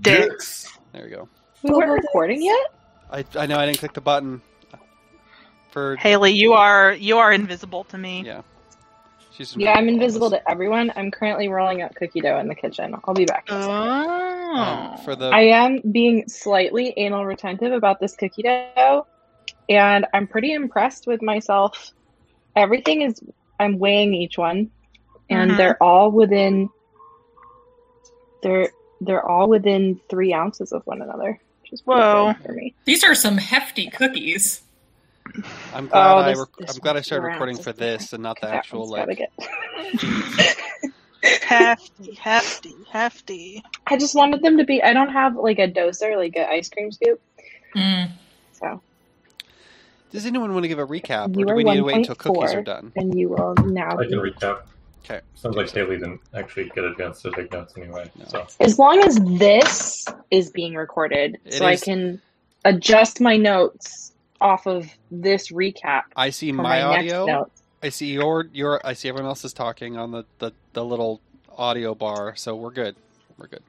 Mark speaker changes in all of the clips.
Speaker 1: Dicks.
Speaker 2: There we go.
Speaker 3: We weren't recording yet?
Speaker 2: I, I know I didn't click the button for
Speaker 1: Haley, you are you are invisible to me.
Speaker 2: yeah. She's
Speaker 3: Yeah, I'm invisible to everyone. I'm currently rolling out cookie dough in the kitchen. I'll be back. in a second.
Speaker 1: Oh.
Speaker 2: Um, for the
Speaker 3: I am being slightly anal retentive about this cookie dough, and I'm pretty impressed with myself. Everything is, I'm weighing each one, and
Speaker 1: Mhm.
Speaker 3: they're all within. They're they're all within three ounces of one another. Which is pretty
Speaker 1: Whoa.
Speaker 3: good for me.
Speaker 4: These are some hefty cookies.
Speaker 2: I'm glad
Speaker 3: Oh,
Speaker 2: I
Speaker 3: this-
Speaker 2: rec-
Speaker 3: this
Speaker 2: I'm glad I
Speaker 3: one's
Speaker 2: started
Speaker 3: around,
Speaker 2: recording
Speaker 3: so
Speaker 2: for
Speaker 3: it's different.
Speaker 2: this and not the
Speaker 3: That
Speaker 2: actual
Speaker 3: one's gotta
Speaker 2: like
Speaker 3: get-
Speaker 1: hefty, hefty, hefty.
Speaker 3: I just wanted them to be. I don't have like a doser, like an ice cream scoop.
Speaker 4: Mm.
Speaker 3: So,
Speaker 2: Does anyone want to give a recap or
Speaker 3: You
Speaker 2: do
Speaker 3: are
Speaker 2: we need to wait until
Speaker 3: 1.4.
Speaker 2: cookies are done?
Speaker 3: and you will now.
Speaker 5: I can recap.
Speaker 2: Okay.
Speaker 5: Sounds like Haley didn't actually get a chance to take notes anyway.
Speaker 2: No.
Speaker 5: So
Speaker 3: As long as this is being recorded,
Speaker 2: It
Speaker 3: so I
Speaker 2: is.
Speaker 3: can adjust my notes off of this recap
Speaker 2: I see
Speaker 3: for
Speaker 2: my,
Speaker 3: my
Speaker 2: audio.
Speaker 3: next notes.
Speaker 2: I see your your I see everyone else's talking on the, the, the little audio bar, so we're good. We're good.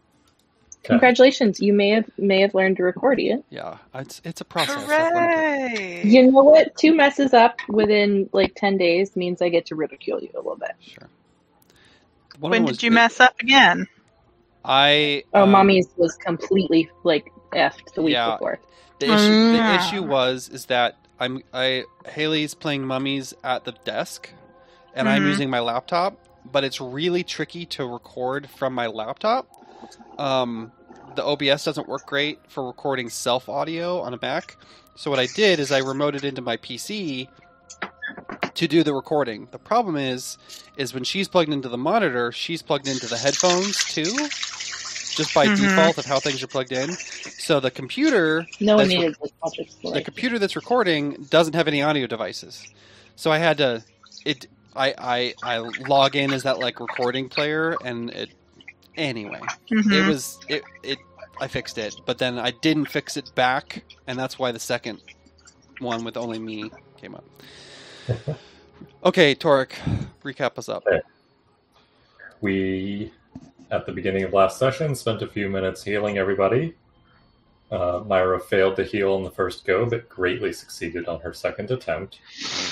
Speaker 5: okay.
Speaker 3: Congratulations, you may have may have learned to record it.
Speaker 2: Yeah. It's it's a process. I've learned
Speaker 1: Hooray!
Speaker 3: You know what? Two messes up within like ten days means I get to ridicule you a little bit.
Speaker 2: it. Sure.
Speaker 1: when
Speaker 2: One of them
Speaker 1: did
Speaker 2: was
Speaker 1: you
Speaker 2: big.
Speaker 1: mess up again?
Speaker 2: I
Speaker 3: Oh,
Speaker 2: um,
Speaker 3: mommy's was completely like effed the week
Speaker 2: Yeah.
Speaker 3: before.
Speaker 2: The issue, the
Speaker 1: Mm.
Speaker 2: issue was is that I'm I Haley's playing mummies at the desk, and I'm
Speaker 1: Mhm.
Speaker 2: using my laptop, but it's really tricky to record from my laptop. Um, the OBS doesn't work great for recording self audio on a Mac, so what I did is I remoted into my PC to do the recording. The problem is, is when she's plugged into the monitor, she's plugged into the headphones too, just by
Speaker 1: Mhm.
Speaker 2: default of how things are plugged in. So the computer
Speaker 3: No one
Speaker 2: That's
Speaker 3: needed this much
Speaker 2: the
Speaker 3: explanation.
Speaker 2: computer that's recording doesn't have any audio devices so i had to it i i, I log in as that like recording player and it anyway
Speaker 1: Mhm.
Speaker 2: it was it it i fixed it but then i didn't fix it back and that's why the second one with only me came up okay torek recap us up
Speaker 5: We, at the beginning of last session, spent a few minutes healing everybody. Uh, Myra failed to heal on the first go, but greatly succeeded on her second attempt.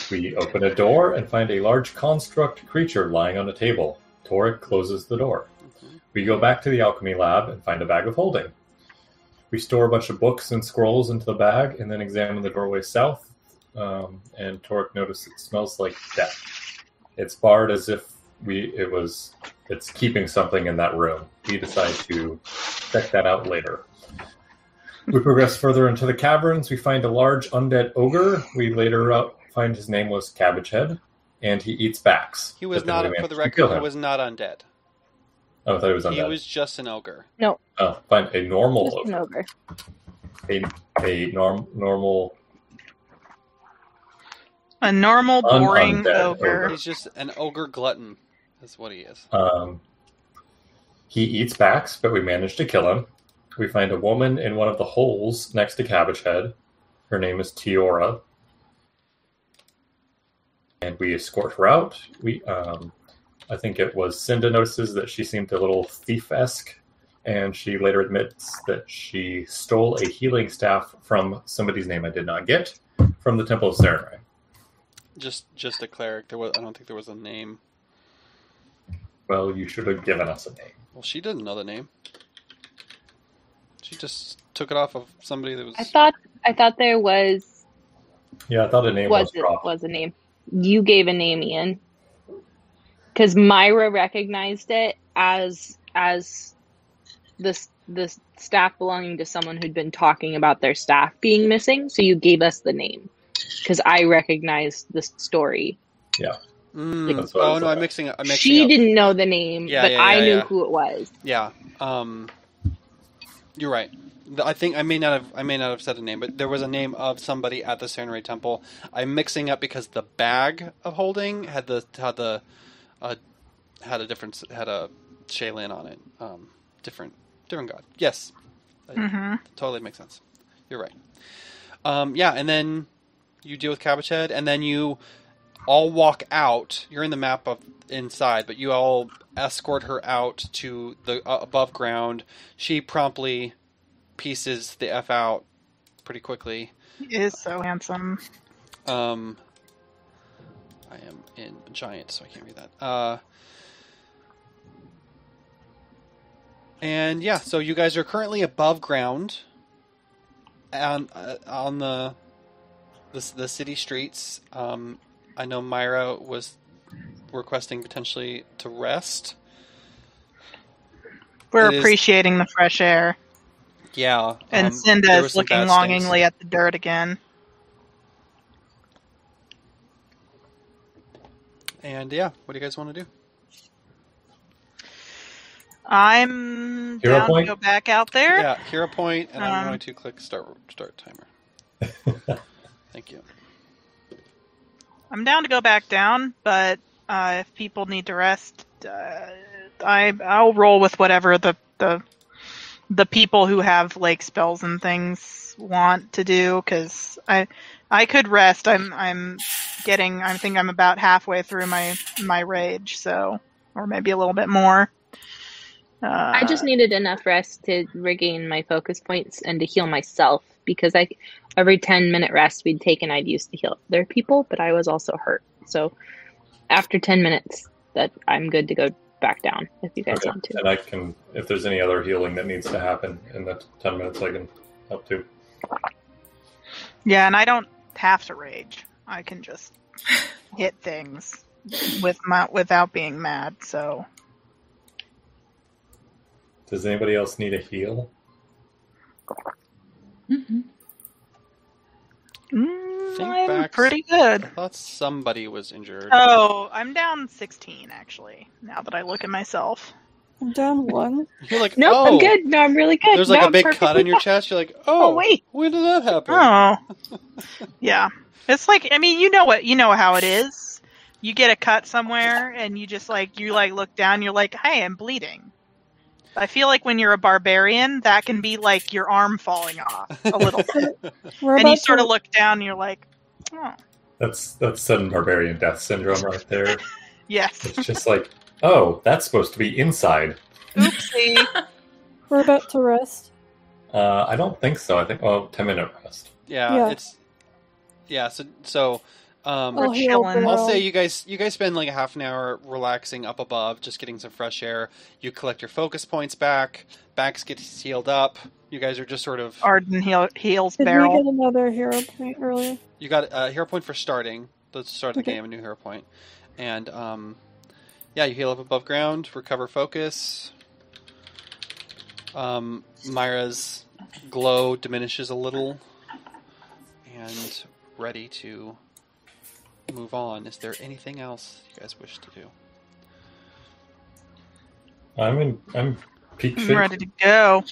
Speaker 5: We open a door and find a large construct creature lying on a table. Torek closes the door. We go back to the alchemy lab and find a bag of holding. We store a bunch of books and scrolls into the bag and then examine the doorway south. Um, and Torek notices it smells like death. It's barred as if we it was it's keeping something in that room. We decide to check that out later. We progress further into the caverns. We find a large undead ogre. We later uh, find his name was Cabbage Head, and he eats backs.
Speaker 2: he was
Speaker 5: But then
Speaker 2: not
Speaker 5: we
Speaker 2: for
Speaker 5: manage
Speaker 2: the
Speaker 5: to kill
Speaker 2: record he
Speaker 5: him.
Speaker 2: was not undead
Speaker 5: Oh, I thought he was
Speaker 2: he
Speaker 5: undead.
Speaker 2: was just an ogre
Speaker 5: Oh, find a normal
Speaker 3: Just an
Speaker 5: ogre.
Speaker 3: ogre.
Speaker 5: a, a norm, normal
Speaker 1: a normal, boring
Speaker 5: Unundead
Speaker 1: ogre.
Speaker 5: ogre.
Speaker 2: he's just an ogre glutton that's what he is
Speaker 5: um, he eats backs but we manage to kill him we find a woman in one of the holes next to cabbage head her name is tiora and we escort her out we um, i think it was cinda notices that she seemed a little thief-esque and she later admits that she stole a healing staff from somebody's name i did not get from the temple of Serenrae.
Speaker 2: just just a cleric there was i don't think there was a name
Speaker 5: well you should have given us a name
Speaker 2: Well, she doesn't know the name. She just took it off of somebody that was.
Speaker 3: I thought I thought there was
Speaker 5: yeah i thought a name was,
Speaker 3: was
Speaker 5: was
Speaker 3: it was a name. You gave a name, Ian, because Myra recognized it as as this this staff belonging to someone who'd been talking about their staff being missing. So you gave us the name because I recognized the story.
Speaker 2: Mm,
Speaker 5: That's what I
Speaker 2: oh
Speaker 5: was
Speaker 2: no, I'm
Speaker 5: about.
Speaker 2: mixing. it- I'm mixing.
Speaker 3: She
Speaker 2: up.
Speaker 3: didn't know the name,
Speaker 2: Yeah,
Speaker 3: but
Speaker 2: yeah,
Speaker 3: I
Speaker 2: yeah,
Speaker 3: knew
Speaker 2: yeah.
Speaker 3: who it was.
Speaker 2: Yeah. Um. You're right. The- I think I may not have. I may not have said a name, but there was a name of somebody at the Serenray Temple. I'm mixing up because the bag of holding had the had the uh, had a different had a Shaylin on it. Um, different different god. Yes,
Speaker 1: Mhm.
Speaker 2: totally makes sense. You're right. Um, yeah, and then you deal with Cabbage Head, and then you all walk out. You're in the map of inside, but you all escort her out to the uh, above ground. She promptly pieces the f out pretty quickly.
Speaker 1: He is so handsome.
Speaker 2: Um, I am in giant, so I can't read that. Uh, and yeah, so you guys are currently above ground, on uh, on the, the the city streets. Um, I know Myra was requesting potentially to rest.
Speaker 1: We're
Speaker 2: It is-
Speaker 1: appreciating the fresh air.
Speaker 2: Yeah,
Speaker 1: And
Speaker 2: um,
Speaker 1: Cinda
Speaker 2: there were
Speaker 1: is
Speaker 2: some
Speaker 1: looking
Speaker 2: bad
Speaker 1: longingly
Speaker 2: stings.
Speaker 1: at the dirt again.
Speaker 2: And yeah, what do you guys want to do?
Speaker 1: I'm
Speaker 5: Hero
Speaker 1: down
Speaker 5: point?
Speaker 1: to go back out there.
Speaker 2: Yeah, hero point, and I'm
Speaker 1: Um,
Speaker 2: going to click start start timer. Thank you.
Speaker 1: I'm down to go back down, but uh, if people need to rest, uh, I I'll roll with whatever the the the people who have like spells and things want to do because I I could rest. I'm I'm getting. I think I'm about halfway through my my rage, so or maybe a little bit more. Uh,
Speaker 6: I just needed enough rest to regain my focus points and to heal myself because I every 10 minute rest we'd taken I'd used to heal other people, but I was also hurt. So after 10 minutes that I'm good to go back down if you guys
Speaker 5: Okay.
Speaker 6: want to.
Speaker 5: And I can, if there's any other healing that needs to happen in the 10 minutes, I can help too.
Speaker 1: yeah, and I don't have to rage. I can just hit things with my without being mad. So.
Speaker 5: Does anybody else need a heal?
Speaker 1: Mm,
Speaker 2: Think
Speaker 1: I'm
Speaker 2: back.
Speaker 1: pretty good.
Speaker 2: I thought somebody was injured.
Speaker 1: Oh, I'm down 16 actually. Now that I look at myself,
Speaker 7: I'm down one.
Speaker 2: You're like,
Speaker 6: No,
Speaker 2: oh,
Speaker 6: I'm good. No, I'm really good.
Speaker 2: There's
Speaker 6: No,
Speaker 2: like a
Speaker 6: I'm
Speaker 2: big cut
Speaker 6: perfectly
Speaker 2: on your chest. You're like, oh,
Speaker 1: wait.
Speaker 2: when did that happen?
Speaker 1: oh, yeah, it's like I mean, you know what, you know how it is. You get a cut somewhere, and you just like you like look down. You're like, hey, I'm bleeding. I feel like when you're a barbarian, that can be like your arm falling off a little, bit.
Speaker 7: We're
Speaker 1: and you
Speaker 7: about
Speaker 1: sort
Speaker 7: to,
Speaker 1: of look down. And you're like, oh,
Speaker 5: That's that's sudden barbarian death syndrome right there.
Speaker 1: yes,
Speaker 5: It's just like, oh, that's supposed to be inside.
Speaker 1: oopsie.
Speaker 7: we're about to rest.
Speaker 5: Uh, I don't think so. I think well, 10 minute rest.
Speaker 2: Yeah,
Speaker 7: Yeah.
Speaker 2: it's yeah. So so, um,
Speaker 1: We're
Speaker 7: I'll Oh, heal
Speaker 1: chilling.
Speaker 7: Beryl.
Speaker 2: I'll say you guys you guys spend like half an hour relaxing up above, just getting some fresh air. You collect your focus points back. Backs get healed up. You guys are just sort of
Speaker 1: Arden heal, heals
Speaker 7: Did
Speaker 1: Barrel.
Speaker 7: we get another hero point earlier?
Speaker 2: you got a hero point for starting the start of the
Speaker 7: Okay.
Speaker 2: game, a new hero point, and um, yeah, you heal up above ground, recover focus. Um, Myra's glow diminishes a little, and ready to move on. Is there anything else you guys wish to do?
Speaker 5: I'm in. I'm peak
Speaker 1: I'm
Speaker 5: shape.
Speaker 1: ready to go.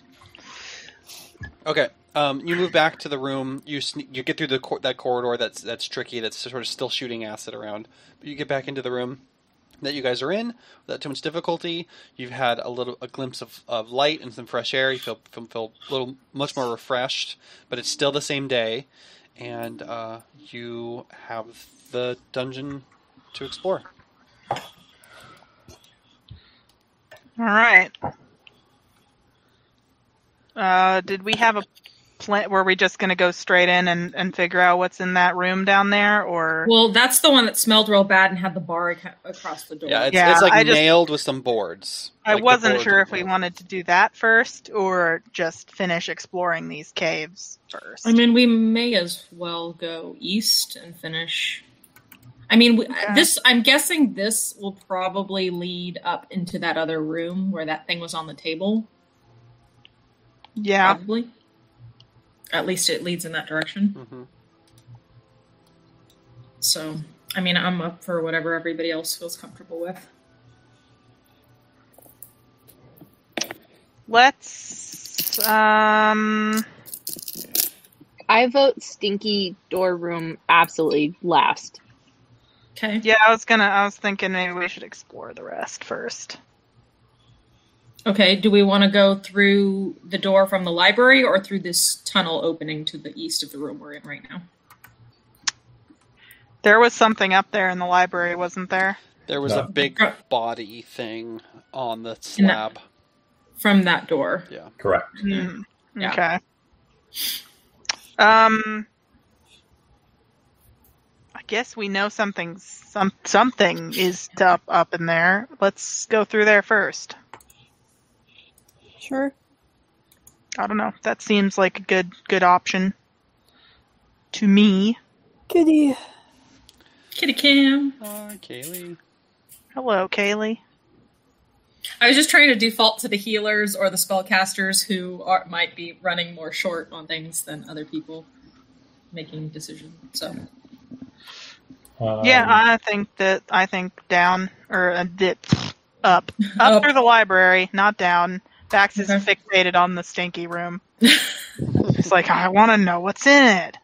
Speaker 2: Okay. Um, you move back to the room. You sne- you get through the cor- that corridor that's that's tricky. That's sort of still shooting acid around. But you get back into the room that you guys are in without too much difficulty. You've had a little a glimpse of, of light and some fresh air. You feel feel, feel a little much more refreshed. But it's still the same day, and uh, you have the dungeon to explore.
Speaker 1: All right. Uh, did we have a plan? Were we just going to go straight in and, and figure out what's in that room down there, or
Speaker 4: Well, that's the one that smelled real bad and had the bar ac- across the door.
Speaker 2: Yeah, it's,
Speaker 1: Yeah,
Speaker 2: it's like
Speaker 1: I just-
Speaker 2: nailed with some boards.
Speaker 1: I
Speaker 2: Like the
Speaker 1: wasn't
Speaker 2: boards
Speaker 1: sure
Speaker 2: are
Speaker 1: if we
Speaker 2: nailed.
Speaker 1: wanted to do that first or just finish exploring these caves first.
Speaker 4: I mean, we may as well go east and finish. I mean, we,
Speaker 1: Okay.
Speaker 4: this. I'm guessing this will probably lead up into that other room where that thing was on the table.
Speaker 1: yeah,
Speaker 4: Probably. At least it leads in that direction.
Speaker 2: Mhm.
Speaker 4: So, I mean, I'm up for whatever everybody else feels comfortable with.
Speaker 1: let's. Um,
Speaker 6: I vote stinky door room absolutely last.
Speaker 4: Okay.
Speaker 1: yeah, I was gonna. I was thinking maybe we should explore the rest first.
Speaker 4: Okay. Do we want to go through the door from the library or through this tunnel opening to the east of the room we're in right now?
Speaker 1: There was something up there in the library, wasn't there?
Speaker 2: There was
Speaker 5: No.
Speaker 2: a big
Speaker 4: Go-
Speaker 2: body thing on the slab.
Speaker 4: from that door.
Speaker 2: Yeah.
Speaker 5: Correct.
Speaker 1: Mm,
Speaker 4: Yeah.
Speaker 1: Okay. Um, I guess we know something. Some something is up up in there. Let's go through there first.
Speaker 7: Sure.
Speaker 1: I don't know. That seems like a good good option to me.
Speaker 7: Kitty.
Speaker 4: Kitty cam.
Speaker 2: Uh, Kaylee.
Speaker 1: Hello, Kaylee.
Speaker 4: I was just trying to default to the healers or the spellcasters who are, might be running more short on things than other people making decisions. So
Speaker 5: Um,
Speaker 1: yeah, I think that I think down or a dip up up,
Speaker 4: Up.
Speaker 1: through the library, not down. Bax is
Speaker 4: Okay.
Speaker 1: fixated on the stinky room. It's like I want to know what's in it.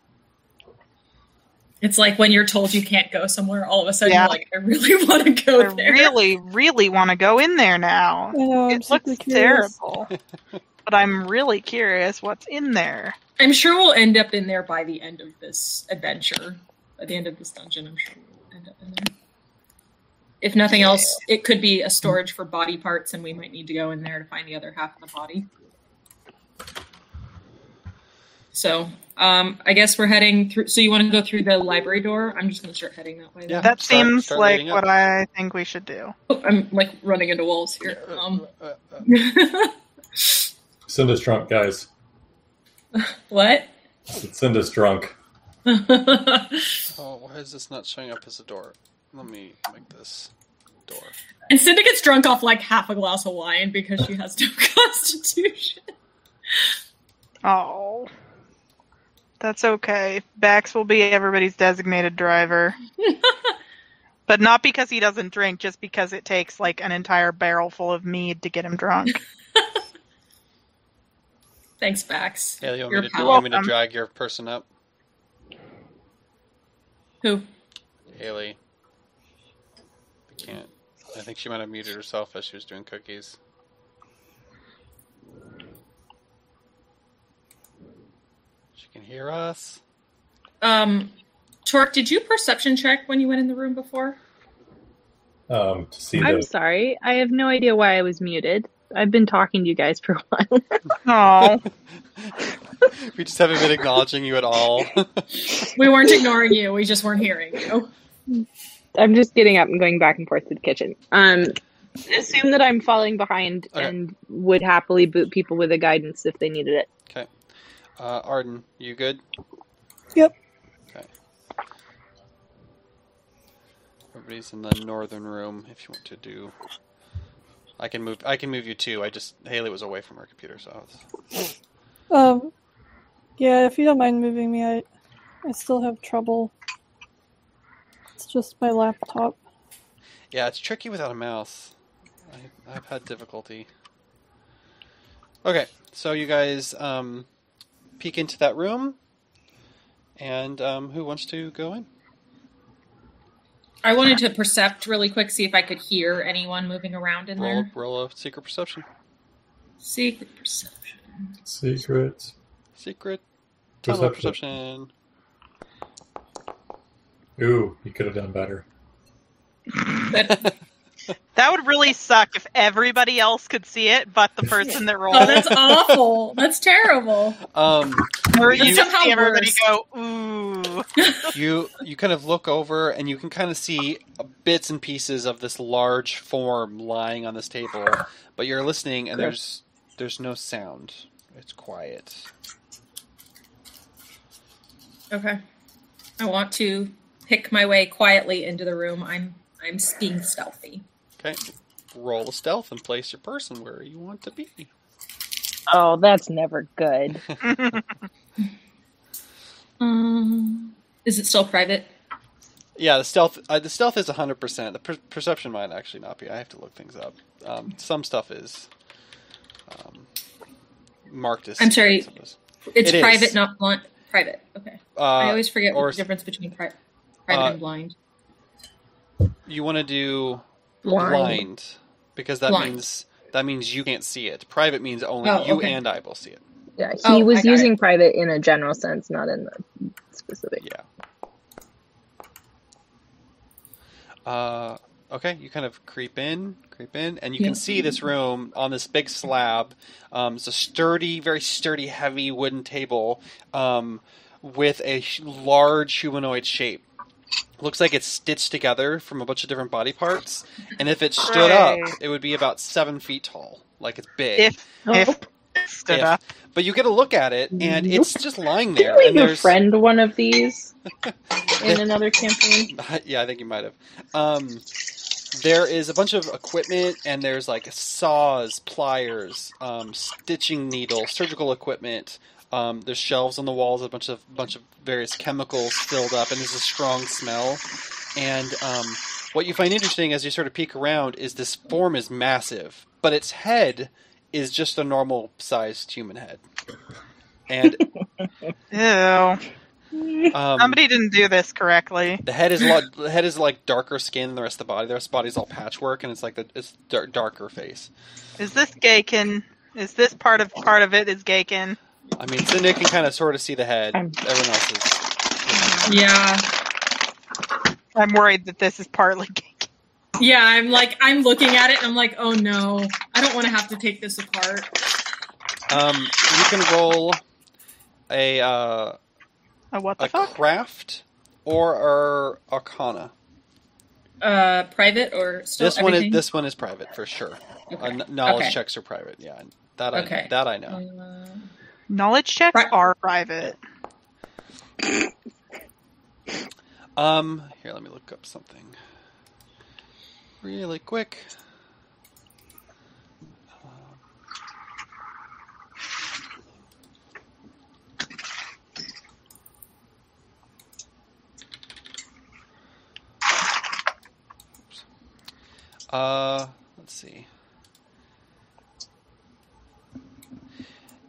Speaker 4: it's like when you're told you can't go somewhere, all of a sudden
Speaker 1: Yeah.
Speaker 4: you're like, I really want to
Speaker 1: I
Speaker 4: go there.
Speaker 1: really, really want to go in there now.
Speaker 7: I know, Oh, I'm
Speaker 1: it
Speaker 7: super
Speaker 1: looks
Speaker 7: curious.
Speaker 1: terrible, but I'm really curious what's in there.
Speaker 4: I'm sure we'll end up in there by the end of this adventure. By the end of this dungeon, I'm sure we'll end up in there. If nothing else, it could be a storage for body parts, and we might need to go in there to find the other half of the body. So, um, I guess we're heading through. So, you want to go through the library door? I'm just going to start heading that way.
Speaker 2: Yeah.
Speaker 4: then.
Speaker 1: That
Speaker 2: Start-
Speaker 1: seems
Speaker 2: start
Speaker 1: like
Speaker 2: leading
Speaker 1: what
Speaker 2: up.
Speaker 1: I think we should do.
Speaker 4: Oh, I'm like running into walls here. Um,
Speaker 2: Uh, uh,
Speaker 5: Cinda's drunk, guys.
Speaker 4: Um, what?
Speaker 5: Cinda's drunk.
Speaker 4: and
Speaker 2: oh, why is this not showing up as a door? Let me make this door.
Speaker 4: Cinda gets drunk off like half a glass of wine because she has no constitution.
Speaker 1: Oh, that's okay. Bax will be everybody's designated driver. But not because he doesn't drink, just because it takes like an entire barrel full of mead to get him drunk.
Speaker 4: Thanks, Bax.
Speaker 2: Kaylee, you want,
Speaker 4: Your
Speaker 2: me to,
Speaker 4: pal.
Speaker 2: you want me to
Speaker 1: Welcome.
Speaker 2: drag your person up?
Speaker 4: Who?
Speaker 2: Haley. I can't. I think she might have muted herself as she was doing cookies. She can hear us.
Speaker 4: Um, Torque, did you perception check when you went in the room before?
Speaker 5: Um, to see
Speaker 6: I'm
Speaker 5: the
Speaker 6: sorry. I have no idea why I was muted. I've been talking to you guys for a while.
Speaker 1: Oh,
Speaker 2: we just haven't been acknowledging you at all.
Speaker 4: We weren't ignoring you. We just weren't hearing you.
Speaker 6: I'm just getting up and going back and forth to the kitchen. Um, assume that I'm falling behind
Speaker 2: Okay.
Speaker 6: and would happily boot people with a guidance if they needed it.
Speaker 2: uh, Arden, you good?
Speaker 7: Yep.
Speaker 2: Okay. Everybody's in the northern room. If you want to do, I can move. I can move you too. I just Haley was away from her computer, so I was,
Speaker 7: Um, yeah, if you don't mind moving me, I, I still have trouble. It's just my laptop.
Speaker 2: Yeah, it's tricky without a mouse. I, I've had difficulty. Okay, so you guys um, peek into that room, and um, who wants to go in?
Speaker 4: I wanted to percept really quick, see if I could hear anyone moving around in
Speaker 2: Roll,
Speaker 4: there.
Speaker 2: roll a secret perception.
Speaker 4: Secret perception.
Speaker 5: secret
Speaker 2: Secret tunnel
Speaker 5: perception.
Speaker 2: perception.
Speaker 5: Ooh, you could have done better.
Speaker 1: that would really suck if everybody else could see it, but the person that rolled.
Speaker 4: Oh, that's awful. That's terrible.
Speaker 2: Um,
Speaker 1: or you
Speaker 2: You-
Speaker 1: just
Speaker 4: Somehow
Speaker 1: see everybody
Speaker 4: worse.
Speaker 1: go, ooh.
Speaker 2: you you kind of look over, and you can kind of see bits and pieces of this large form lying on this table, but you're listening, and there's there's no sound. It's quiet.
Speaker 4: Okay. I want to pick my way quietly into the room. I'm I'm being stealthy.
Speaker 2: Okay. Roll a stealth and place your person where you want to be.
Speaker 6: Oh, that's never good.
Speaker 4: Um, is it still private?
Speaker 2: Yeah, the stealth uh, the stealth is 100%. The per- perception might actually not be. I have to look things up. Um, some stuff is um, marked as
Speaker 4: I'm sorry.
Speaker 2: secret, I suppose.
Speaker 4: It's
Speaker 2: It is.
Speaker 4: private, not blunt. Private. Okay.
Speaker 2: Uh,
Speaker 4: I always forget
Speaker 2: or
Speaker 4: what
Speaker 2: s-
Speaker 4: the difference between pri- private
Speaker 2: uh,
Speaker 4: and blind.
Speaker 2: you want to do blind,
Speaker 4: Blind.
Speaker 2: because that
Speaker 4: Blind.
Speaker 2: means that means you can't see it. Private means only
Speaker 4: Oh,
Speaker 2: you
Speaker 4: okay.
Speaker 2: and I will see it.
Speaker 6: Yeah, he
Speaker 4: Oh, I
Speaker 6: was
Speaker 4: got
Speaker 6: using private in a general sense, not in the specific.
Speaker 2: Yeah. Uh, okay, you kind of creep in, creep in, and you
Speaker 4: Yeah.
Speaker 2: can see this room on this big slab. Um, it's a sturdy, very sturdy, heavy wooden table um, with a sh- large humanoid shape. Looks like it's stitched together from a bunch of different body parts, and if it stood
Speaker 1: Right.
Speaker 2: up, it would be about seven feet tall. Like it's big.
Speaker 1: If
Speaker 6: Oh,
Speaker 1: if stood
Speaker 2: If.
Speaker 1: up,
Speaker 2: But you get a look at it, and
Speaker 6: Nope.
Speaker 2: it's just lying there.
Speaker 6: Didn't we
Speaker 2: and there's
Speaker 6: befriend one of these in another campaign?
Speaker 2: yeah, I think you might have. Um, there is a bunch of equipment, and there's like saws, pliers, um, stitching needles, surgical equipment. Um, there's shelves on the walls, a bunch of bunch of various chemicals filled up, and there's a strong smell. And um, what you find interesting as you sort of peek around is this form is massive, but its head is just a normal sized human head. And
Speaker 1: ew.
Speaker 2: um,
Speaker 1: Somebody didn't do this correctly.
Speaker 2: The head is a lot. The head is like darker skin than the rest of the body. The rest of the body's all patchwork, and it's like the it's dar- darker face.
Speaker 1: Is this Gaken? Is this part of part of it is Gaken?
Speaker 2: I mean, Cindy can kind of sort of see the head.
Speaker 6: I'm-
Speaker 2: Everyone else is.
Speaker 4: Yeah.
Speaker 1: I'm worried that this is partly Gaken.
Speaker 4: Yeah, I'm like I'm looking at it and I'm like, oh no. I don't want to have to take this apart.
Speaker 2: Um, you can roll a uh,
Speaker 1: Oh, what the
Speaker 2: a
Speaker 1: fuck?
Speaker 2: craft or or arcana.
Speaker 4: Uh private or still
Speaker 2: this one
Speaker 4: everything?
Speaker 2: is this one is private for sure.
Speaker 4: Okay.
Speaker 2: Uh, kn- knowledge
Speaker 4: Okay.
Speaker 2: checks are private. Yeah, that I
Speaker 4: Okay.
Speaker 2: that I know.
Speaker 4: Uh,
Speaker 1: Knowledge checks
Speaker 4: Pri-
Speaker 1: are private.
Speaker 2: Um, here, let me look up something really quick. Oops. Uh, let's see.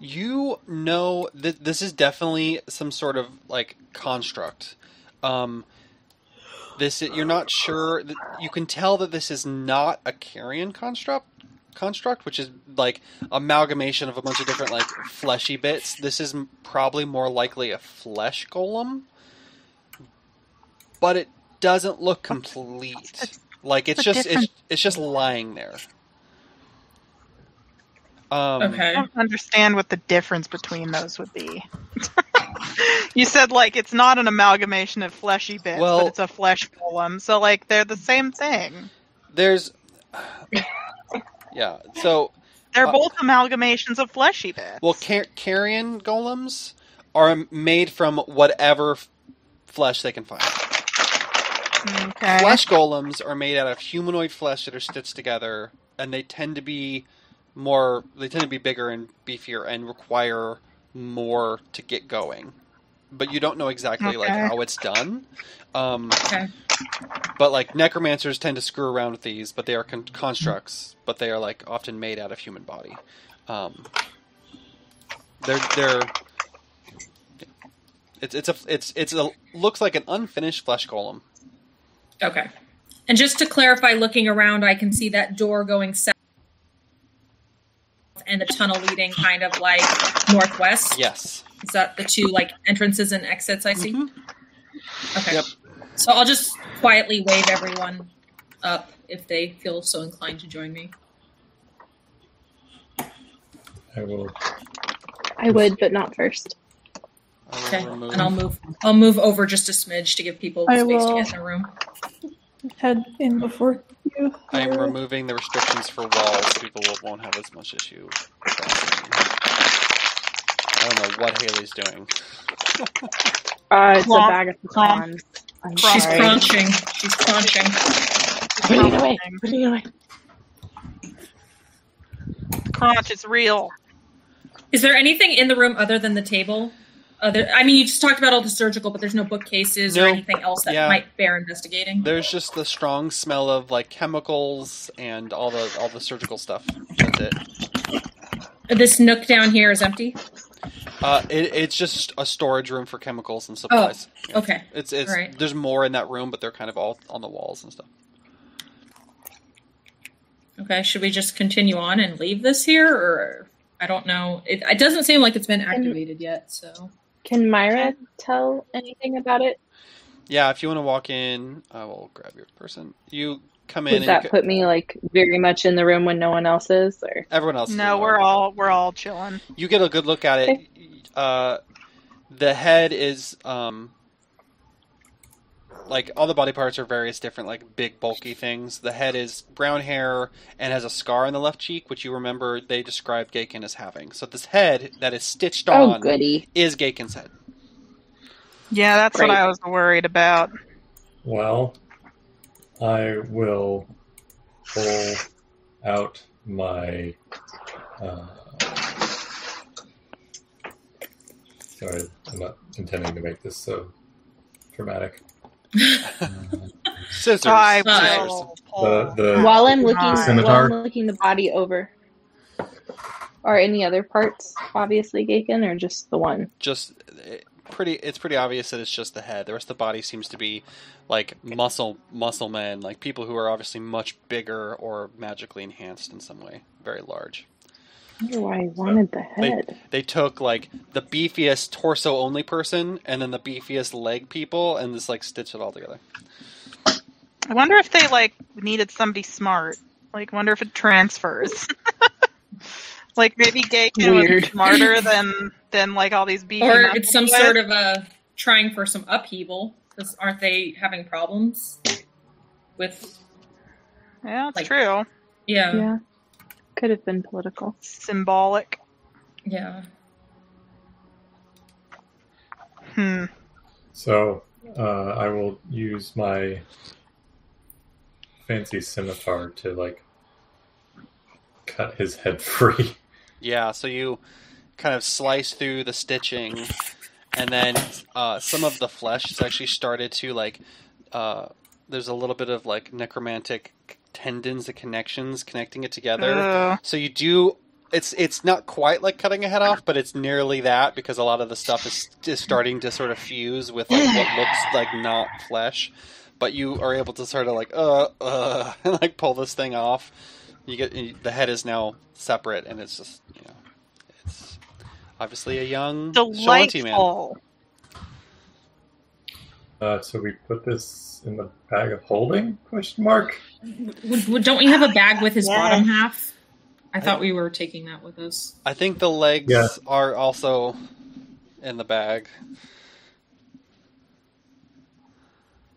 Speaker 2: You know that this is definitely some sort of like construct. Um, this you're not sure. th- You can tell that this is not a carrion construct, construct, which is like amalgamation of a bunch of different like fleshy bits. This is m- probably more likely a flesh golem, but it doesn't look complete. Like it's
Speaker 1: a
Speaker 2: just it's,
Speaker 1: different-
Speaker 2: it's just lying there. Um,
Speaker 1: I
Speaker 4: okay.
Speaker 1: don't understand what the difference between those would be. you said like it's not an amalgamation of fleshy bits,
Speaker 2: Well-
Speaker 1: but it's a flesh golem. So like they're the same thing.
Speaker 2: There's, yeah. So
Speaker 1: They're
Speaker 2: Uh,
Speaker 1: both amalgamations of fleshy bits.
Speaker 2: Well, car- carrion golems are made from whatever f- flesh they can find.
Speaker 1: okay.
Speaker 2: Flesh golems are made out of humanoid flesh that are stitched together, and they tend to be more. They tend to be bigger and beefier and require more to get going. But you don't know exactly like
Speaker 1: Okay.
Speaker 2: how it's done. Um,
Speaker 4: Okay.
Speaker 2: But like necromancers tend to screw around with these, but they are con- constructs. But they are like often made out of human body. Um, they're they're it's it's a it's it's a looks like an unfinished flesh golem.
Speaker 4: Okay. And just to clarify, looking around, I can see that door going south and the tunnel leading kind of like northwest.
Speaker 2: Yes.
Speaker 4: Is that the two like entrances and exits I see?
Speaker 2: Mhm.
Speaker 4: Okay.
Speaker 2: Yep.
Speaker 4: So I'll just quietly wave everyone up if they feel so inclined to join me.
Speaker 5: I will.
Speaker 6: I would, but not first.
Speaker 2: I will
Speaker 4: Okay.
Speaker 2: remove-
Speaker 4: And I'll move I'll move over just a smidge to give people
Speaker 7: I
Speaker 4: space to
Speaker 7: will-
Speaker 4: get in the room.
Speaker 7: Head in before you.
Speaker 2: I am
Speaker 7: Myra.
Speaker 2: removing the restrictions for walls. People will- won't have as much issue. crossing. I don't know what Haley's doing.
Speaker 6: Uh, it's
Speaker 1: Clomp,
Speaker 6: a bag of pecans. I'm
Speaker 1: Clomp.
Speaker 4: She's
Speaker 6: sorry.
Speaker 4: crunching. She's crunching.
Speaker 6: Putting it away. Putting it away.
Speaker 1: Crunch, it's real.
Speaker 4: Is there anything in the room other than the table? Other, I mean, you just talked about all the surgical, but there's no bookcases or
Speaker 2: No.
Speaker 4: anything else that
Speaker 2: Yeah.
Speaker 4: might bear investigating.
Speaker 2: There's just the strong smell of like chemicals and all the all the surgical stuff. That's it.
Speaker 4: This nook down here is empty.
Speaker 2: Uh, it, it's just a storage room for chemicals and supplies.
Speaker 4: Okay.
Speaker 2: It's it's
Speaker 4: Oh, Right.
Speaker 2: there's more in that room, but they're kind of all on the walls and stuff.
Speaker 4: Okay. Should we just continue on and leave this here, or I don't know. It, it doesn't seem like it's been activated yet. So
Speaker 6: Can Myra tell anything about it?
Speaker 2: Yeah, if you want to walk in, I will grab your person. You come in.
Speaker 6: Would
Speaker 2: and you
Speaker 6: that
Speaker 2: ca-
Speaker 6: put me like very much in the room when no one else is? Or
Speaker 2: everyone else. is in
Speaker 1: No,
Speaker 2: the
Speaker 1: we're
Speaker 2: room.
Speaker 1: all we're all chilling.
Speaker 2: You get a good look at it. Uh, the head is um, like all the body parts are various different, like big bulky things. The head is brown hair and has a scar on the left cheek, which you remember they described Gaken as having. So this head that is stitched
Speaker 6: oh,
Speaker 2: on
Speaker 6: goody.
Speaker 2: is Gaken's head.
Speaker 1: Yeah, that's what
Speaker 6: Great.
Speaker 1: I was worried about.
Speaker 5: Well, I will pull out my. Uh, sorry, I'm not intending to make this so dramatic.
Speaker 2: Scissors.
Speaker 1: I
Speaker 4: Nice.
Speaker 1: will.
Speaker 5: The,
Speaker 1: pull-
Speaker 5: the,
Speaker 6: While I'm looking,
Speaker 1: Nice.
Speaker 6: while
Speaker 5: Scimitar?
Speaker 6: I'm looking the body over, or any other parts, obviously Gaken, or just the one.
Speaker 2: just it, pretty it's pretty obvious that it's just the head the rest of the body seems to be like muscle muscle men like people who are obviously much bigger or magically enhanced in some way very large
Speaker 6: I wonder why Oh, I wanted the head.
Speaker 2: they took like the beefiest torso only person and then the beefiest leg people and just like stitched it all together
Speaker 1: I wonder if they like needed somebody smart. Like, wonder if it transfers. like maybe Gaken was
Speaker 6: Weird.
Speaker 1: smarter than than like all these beefy.
Speaker 4: Or it's some sort of a trying for some upheaval because aren't they having problems with?
Speaker 1: Yeah, it's
Speaker 4: like-
Speaker 1: true.
Speaker 4: Yeah, yeah.
Speaker 6: yeah, could have been political.
Speaker 1: Symbolic. Hmm.
Speaker 5: so uh, I will use my fancy scimitar to like cut his head free.
Speaker 2: yeah so you kind of slice through the stitching and then uh, some of the flesh has actually started to like uh, there's a little bit of like necromantic tendons and connections connecting it together
Speaker 1: Ugh.
Speaker 2: So you do. It's it's not quite like cutting a head off, but it's nearly that because a lot of the stuff is is starting to sort of fuse with like what looks like not flesh. But you are able to sort of like uh uh and like pull this thing off. You get you- the head is now separate, and it's just you know it's obviously a young Shawanti man.
Speaker 1: Delightful.
Speaker 5: Uh, so we put this in the bag of holding? Question mark.
Speaker 4: W- w- don't we have a bag with his
Speaker 1: Yeah.
Speaker 4: bottom half? I thought we were taking that with us.
Speaker 2: I think the legs
Speaker 5: Yeah.
Speaker 2: are also in the bag.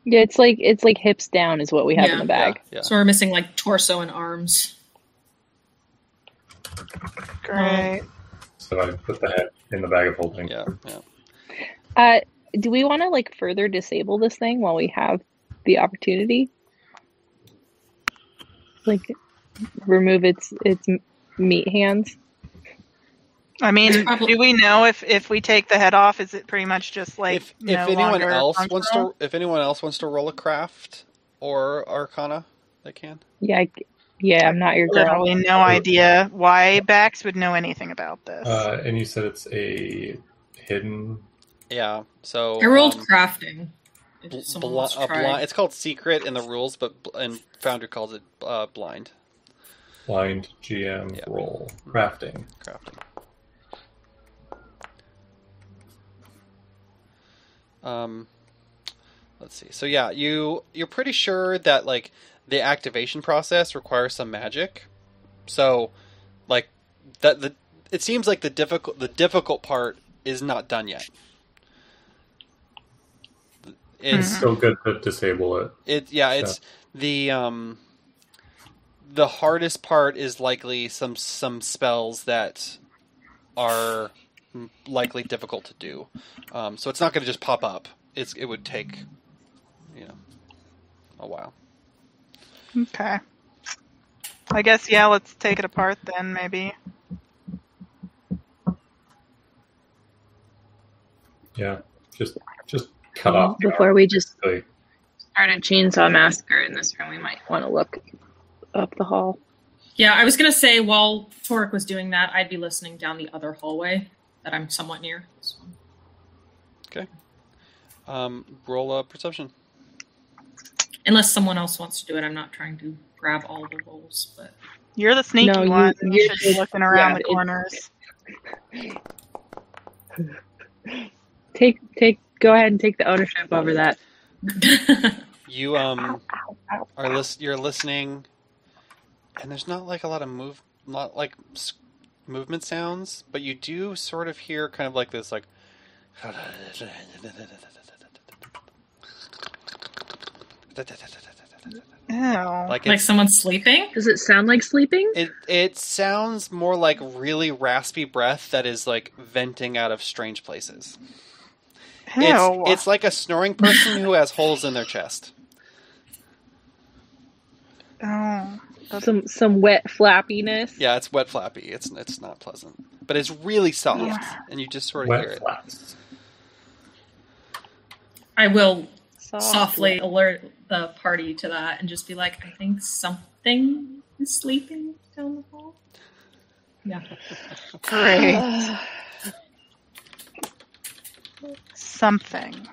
Speaker 6: Yeah, it's like it's like hips down is what we have in
Speaker 4: Yeah.
Speaker 6: the bag.
Speaker 2: Yeah,
Speaker 4: So we're missing like torso and arms.
Speaker 1: Great.
Speaker 5: So I put the head in the bag of holding.
Speaker 2: yeah, yeah.
Speaker 6: Uh, do we want to like further disable this thing while we have the opportunity? Like, remove its its m- meat hands.
Speaker 1: I
Speaker 4: It's
Speaker 1: mean,
Speaker 4: probably-
Speaker 1: do we know if if we take the head off, is it pretty much just like
Speaker 2: if if
Speaker 1: no
Speaker 2: anyone
Speaker 1: longer
Speaker 2: else wants
Speaker 1: functional?
Speaker 2: to if anyone else wants to roll a craft or arcana, they can.
Speaker 6: Yeah, I, yeah. I'm not your girl.
Speaker 1: Literally no idea why Bax would know anything about this.
Speaker 5: Uh, and you said it's a hidden.
Speaker 2: Yeah. So
Speaker 4: I rolled
Speaker 2: um,
Speaker 4: crafting. If
Speaker 2: bl-
Speaker 4: someone
Speaker 2: bli-
Speaker 4: wants to
Speaker 2: a
Speaker 4: try.
Speaker 2: blind- It's called secret in the rules, but bl- and Founder calls it uh, blind
Speaker 5: Blind GM
Speaker 2: Yeah.
Speaker 5: roll crafting.
Speaker 2: crafting. Um, let's see. So yeah, you you're pretty sure that like the activation process requires some magic. So, like that the it seems like the difficult the difficult part is not done yet. It's
Speaker 4: Mm-hmm.
Speaker 1: Mhm.
Speaker 5: Still good to disable it.
Speaker 2: It yeah, it's the um the hardest part is likely some some spells that are likely difficult to do. Um, so it's not going to just pop up. It's it would take you know a while.
Speaker 1: Okay. I guess yeah, let's take it apart then maybe.
Speaker 5: Yeah. Just just
Speaker 2: Mhm.
Speaker 5: cut off. the
Speaker 6: Before we just
Speaker 5: arm, really.
Speaker 6: start a chainsaw massacre in this room, we might want to look up the hall.
Speaker 4: Yeah, I was gonna say while Torek was doing that, I'd be listening down the other hallway that I'm somewhat near. So-
Speaker 2: Um, roll a perception.
Speaker 4: Unless someone else wants to do it, I'm not trying to grab all the rolls, but
Speaker 1: You're the sneaky
Speaker 6: No, you-
Speaker 1: one. You,
Speaker 6: you're
Speaker 1: should be
Speaker 6: just-
Speaker 1: looking around
Speaker 6: yeah,
Speaker 1: the
Speaker 6: it-
Speaker 1: corners.
Speaker 6: Take take. Go ahead and take the ownership over that.
Speaker 2: You um are lis- you're listening, and there's not like a lot of move, not like s- movement sounds, but you do sort of hear kind of like this like.
Speaker 1: Ew.
Speaker 2: Like
Speaker 4: like
Speaker 2: it's,
Speaker 4: someone's sleeping.
Speaker 6: Does it sound like sleeping?
Speaker 2: it it sounds more like really raspy breath that is like venting out of strange places.
Speaker 1: Ew.
Speaker 2: It's it's like a snoring person who has holes in their chest.
Speaker 1: oh.
Speaker 6: Some some wet flappiness.
Speaker 2: Yeah, it's wet flappy. It's it's not pleasant, but it's really soft,
Speaker 1: Yeah.
Speaker 2: and you just sort of hear
Speaker 5: Wet
Speaker 2: it.
Speaker 5: flaps.
Speaker 4: I will
Speaker 3: Oh,
Speaker 6: Soft
Speaker 4: softly
Speaker 6: wet.
Speaker 4: alert the party to that and just be like, I think something is sleeping down the hall. Yeah.
Speaker 1: Great. Something.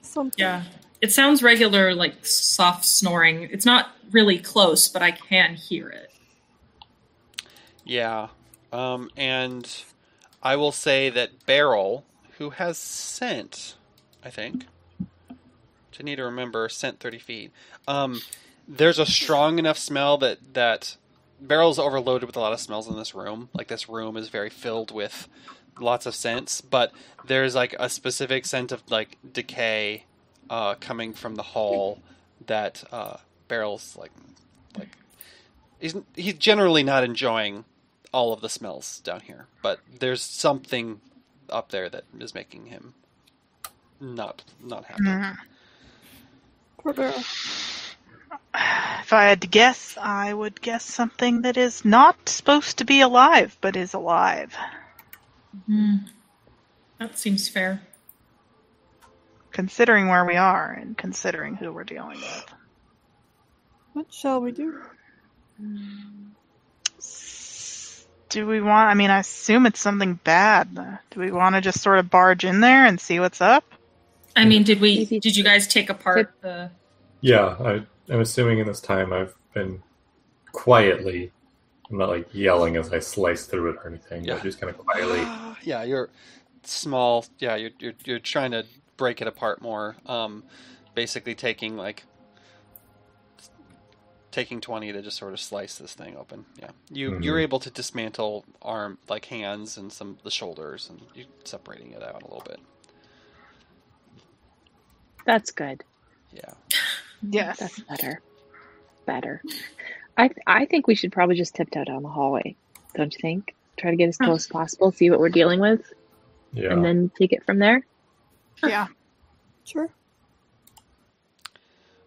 Speaker 7: Something.
Speaker 4: Yeah. It sounds regular, like soft snoring. It's not really close, but I can hear it.
Speaker 2: Yeah, um, and I will say that Beryl, who has scent, I think, which I need to remember, scent thirty feet. Um, there's a strong enough smell that that Beryl's overloaded with a lot of smells in this room. Like this room is very filled with lots of scents, but there's like a specific scent of like decay uh, coming from the hall that uh, Beryl's like like he's he's generally not enjoying all of the smells down here, but there's something up there that is making him not not happy.
Speaker 1: Mm.
Speaker 7: Poor Beryl.
Speaker 1: If I had to guess, I would guess something that is not supposed to be alive, but is alive.
Speaker 4: Hmm. That seems fair.
Speaker 1: Considering where we are and considering who we're dealing with.
Speaker 7: What shall we do?
Speaker 1: Do we want? I mean, I assume it's something bad. Do we want to just sort of barge in there and see what's up?
Speaker 4: I mean, did we?
Speaker 6: Maybe-
Speaker 4: Did you guys take apart the?
Speaker 5: Yeah, I, I'm assuming in this time I've been quietly. I'm not like yelling as I slice through it or anything,
Speaker 2: Yeah.
Speaker 5: but just kind of quietly.
Speaker 2: yeah, you're small. Yeah, you're, you're you're trying to break it apart more. Um, basically taking like taking twenty to just sort of slice this thing open. Yeah, you
Speaker 5: Mhm.
Speaker 2: you're able to dismantle arm like hands and some the shoulders and you separating it out a little bit.
Speaker 6: That's good.
Speaker 2: Yeah.
Speaker 1: Yes.
Speaker 6: That's better. Better. I I think we should probably just tiptoe down the hallway, don't you think? Try to get as
Speaker 4: Huh.
Speaker 6: close as possible, see what we're dealing with,
Speaker 5: Yeah.
Speaker 6: and then take it from there.
Speaker 1: Yeah.
Speaker 7: Sure.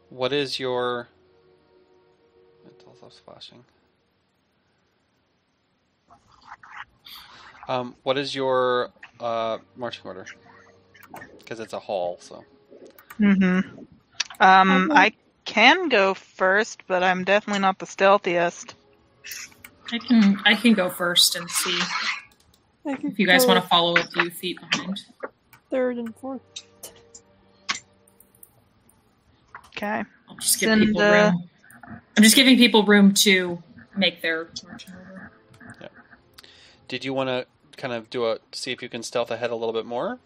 Speaker 2: What is your? It all stops flashing. Um, what is your uh, marching order? Because it's a hall, so
Speaker 1: hmm Um, I can go first, but I'm definitely not the stealthiest.
Speaker 4: I can I can go first and see
Speaker 7: I could
Speaker 4: if you guys
Speaker 7: go
Speaker 4: want to follow a few feet behind.
Speaker 7: Third and fourth.
Speaker 1: Okay.
Speaker 4: I'll just give
Speaker 1: Send,
Speaker 4: people
Speaker 1: uh,
Speaker 4: room. I'm just giving people room to make their marching order.
Speaker 2: did you want to kind of do a see if you can stealth ahead a little bit more?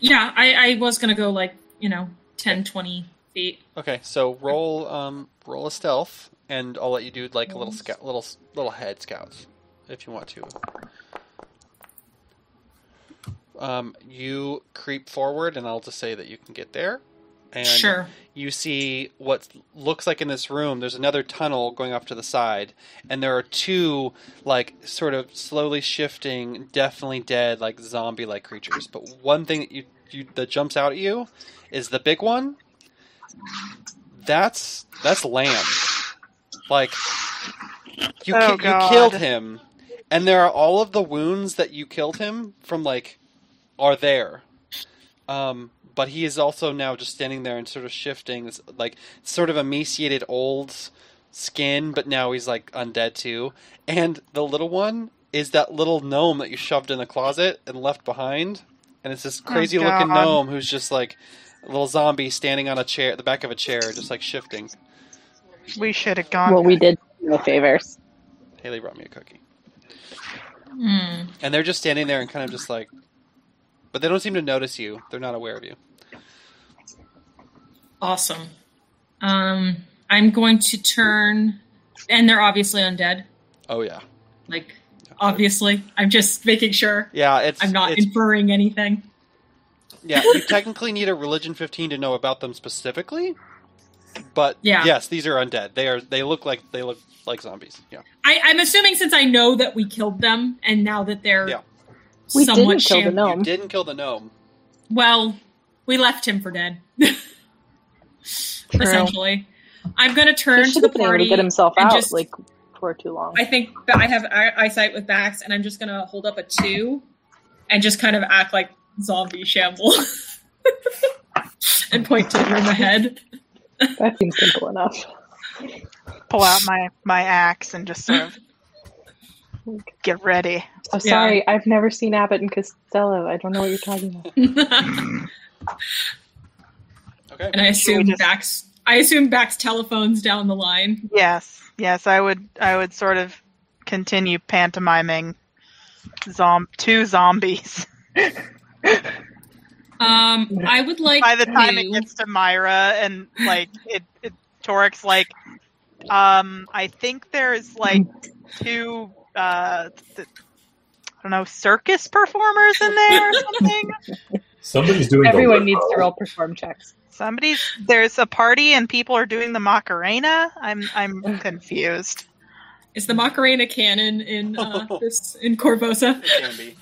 Speaker 4: Yeah, I, I was gonna go like you know 10, 20 feet.
Speaker 2: Okay, so roll um, roll a stealth, and I'll let you do like a little scout, little little head scouts if you want to. Um, you creep forward, and I'll just say that you can get there. And
Speaker 4: sure.
Speaker 2: you see what looks like in this room there's another tunnel going off to the side and there are two like sort of slowly shifting definitely dead like zombie like creatures but one thing that you, you that jumps out at you is the big one that's that's lamb like you,
Speaker 1: Oh,
Speaker 2: ki- you
Speaker 1: God.
Speaker 2: killed him and there are all of the wounds that you killed him from like are there um, but he is also now just standing there and sort of shifting, this, like sort of emaciated old skin, but now he's like undead too. And the little one is that little gnome that you shoved in the closet and left behind, and it's this
Speaker 1: Oh,
Speaker 2: crazy looking
Speaker 1: God.
Speaker 2: gnome who's just like a little zombie standing on a chair, at the back of a chair, just like shifting.
Speaker 1: We should have gone.
Speaker 6: Well, we did no favors.
Speaker 2: Haley brought me a cookie,
Speaker 4: Hmm.
Speaker 2: and they're just standing there and kind of just like, but they don't seem to notice you. They're not aware of you.
Speaker 4: Awesome. Um, I'm going to turn, and they're obviously undead.
Speaker 2: Oh yeah,
Speaker 4: Like, obviously, I'm just making sure
Speaker 2: yeah. It's
Speaker 4: I'm not
Speaker 2: it's-
Speaker 4: inferring anything.
Speaker 2: yeah. You technically need a religion fifteen to know about them specifically, but
Speaker 4: Yeah.
Speaker 2: yes, these are undead. They are. They look like they look like zombies. Yeah.
Speaker 4: I, I'm assuming since I know that we killed them, and now that they're
Speaker 2: Yeah.
Speaker 6: We
Speaker 4: somewhat
Speaker 6: didn't kill the
Speaker 4: sham-
Speaker 6: gnome.
Speaker 2: You didn't kill the gnome.
Speaker 4: Well, we left him for dead. Essentially, I'm going to turn
Speaker 6: He
Speaker 4: to
Speaker 6: should
Speaker 4: the
Speaker 6: have been able to
Speaker 4: party.
Speaker 6: get himself
Speaker 4: and
Speaker 6: out
Speaker 4: just-
Speaker 6: like for too long.
Speaker 4: I think that I have eye- eyesight with Bax, and I'm just going to hold up a two and just kind of act like zombie shamble and point to the room ahead.
Speaker 6: that seems simple enough.
Speaker 1: Pull out my my axe and just sort of get ready.
Speaker 6: I'm
Speaker 4: Yeah.
Speaker 6: "Oh, sorry, I've never seen Abbott and Costello. I don't know what you're talking about.
Speaker 4: and
Speaker 2: Okay.
Speaker 4: I assume
Speaker 1: just-
Speaker 4: Bax. I assume Bax telephones down the line.
Speaker 1: Yes, yes, I would I would sort of continue pantomiming zom- two zombies.
Speaker 4: Um, I would like
Speaker 1: By the time
Speaker 4: to-
Speaker 1: it gets to Myra and like it, it Torik's like um I think there's like two uh th- I don't know circus performers in there or something.
Speaker 5: Somebody's doing.
Speaker 6: Everyone
Speaker 5: the
Speaker 6: needs to
Speaker 5: literal.
Speaker 6: roll perform checks.
Speaker 1: Somebody's there's a party and people are doing the Macarena. I'm I'm confused.
Speaker 4: Is the Macarena canon in uh,
Speaker 2: Oh.
Speaker 4: this in Corvosa?
Speaker 2: It can be.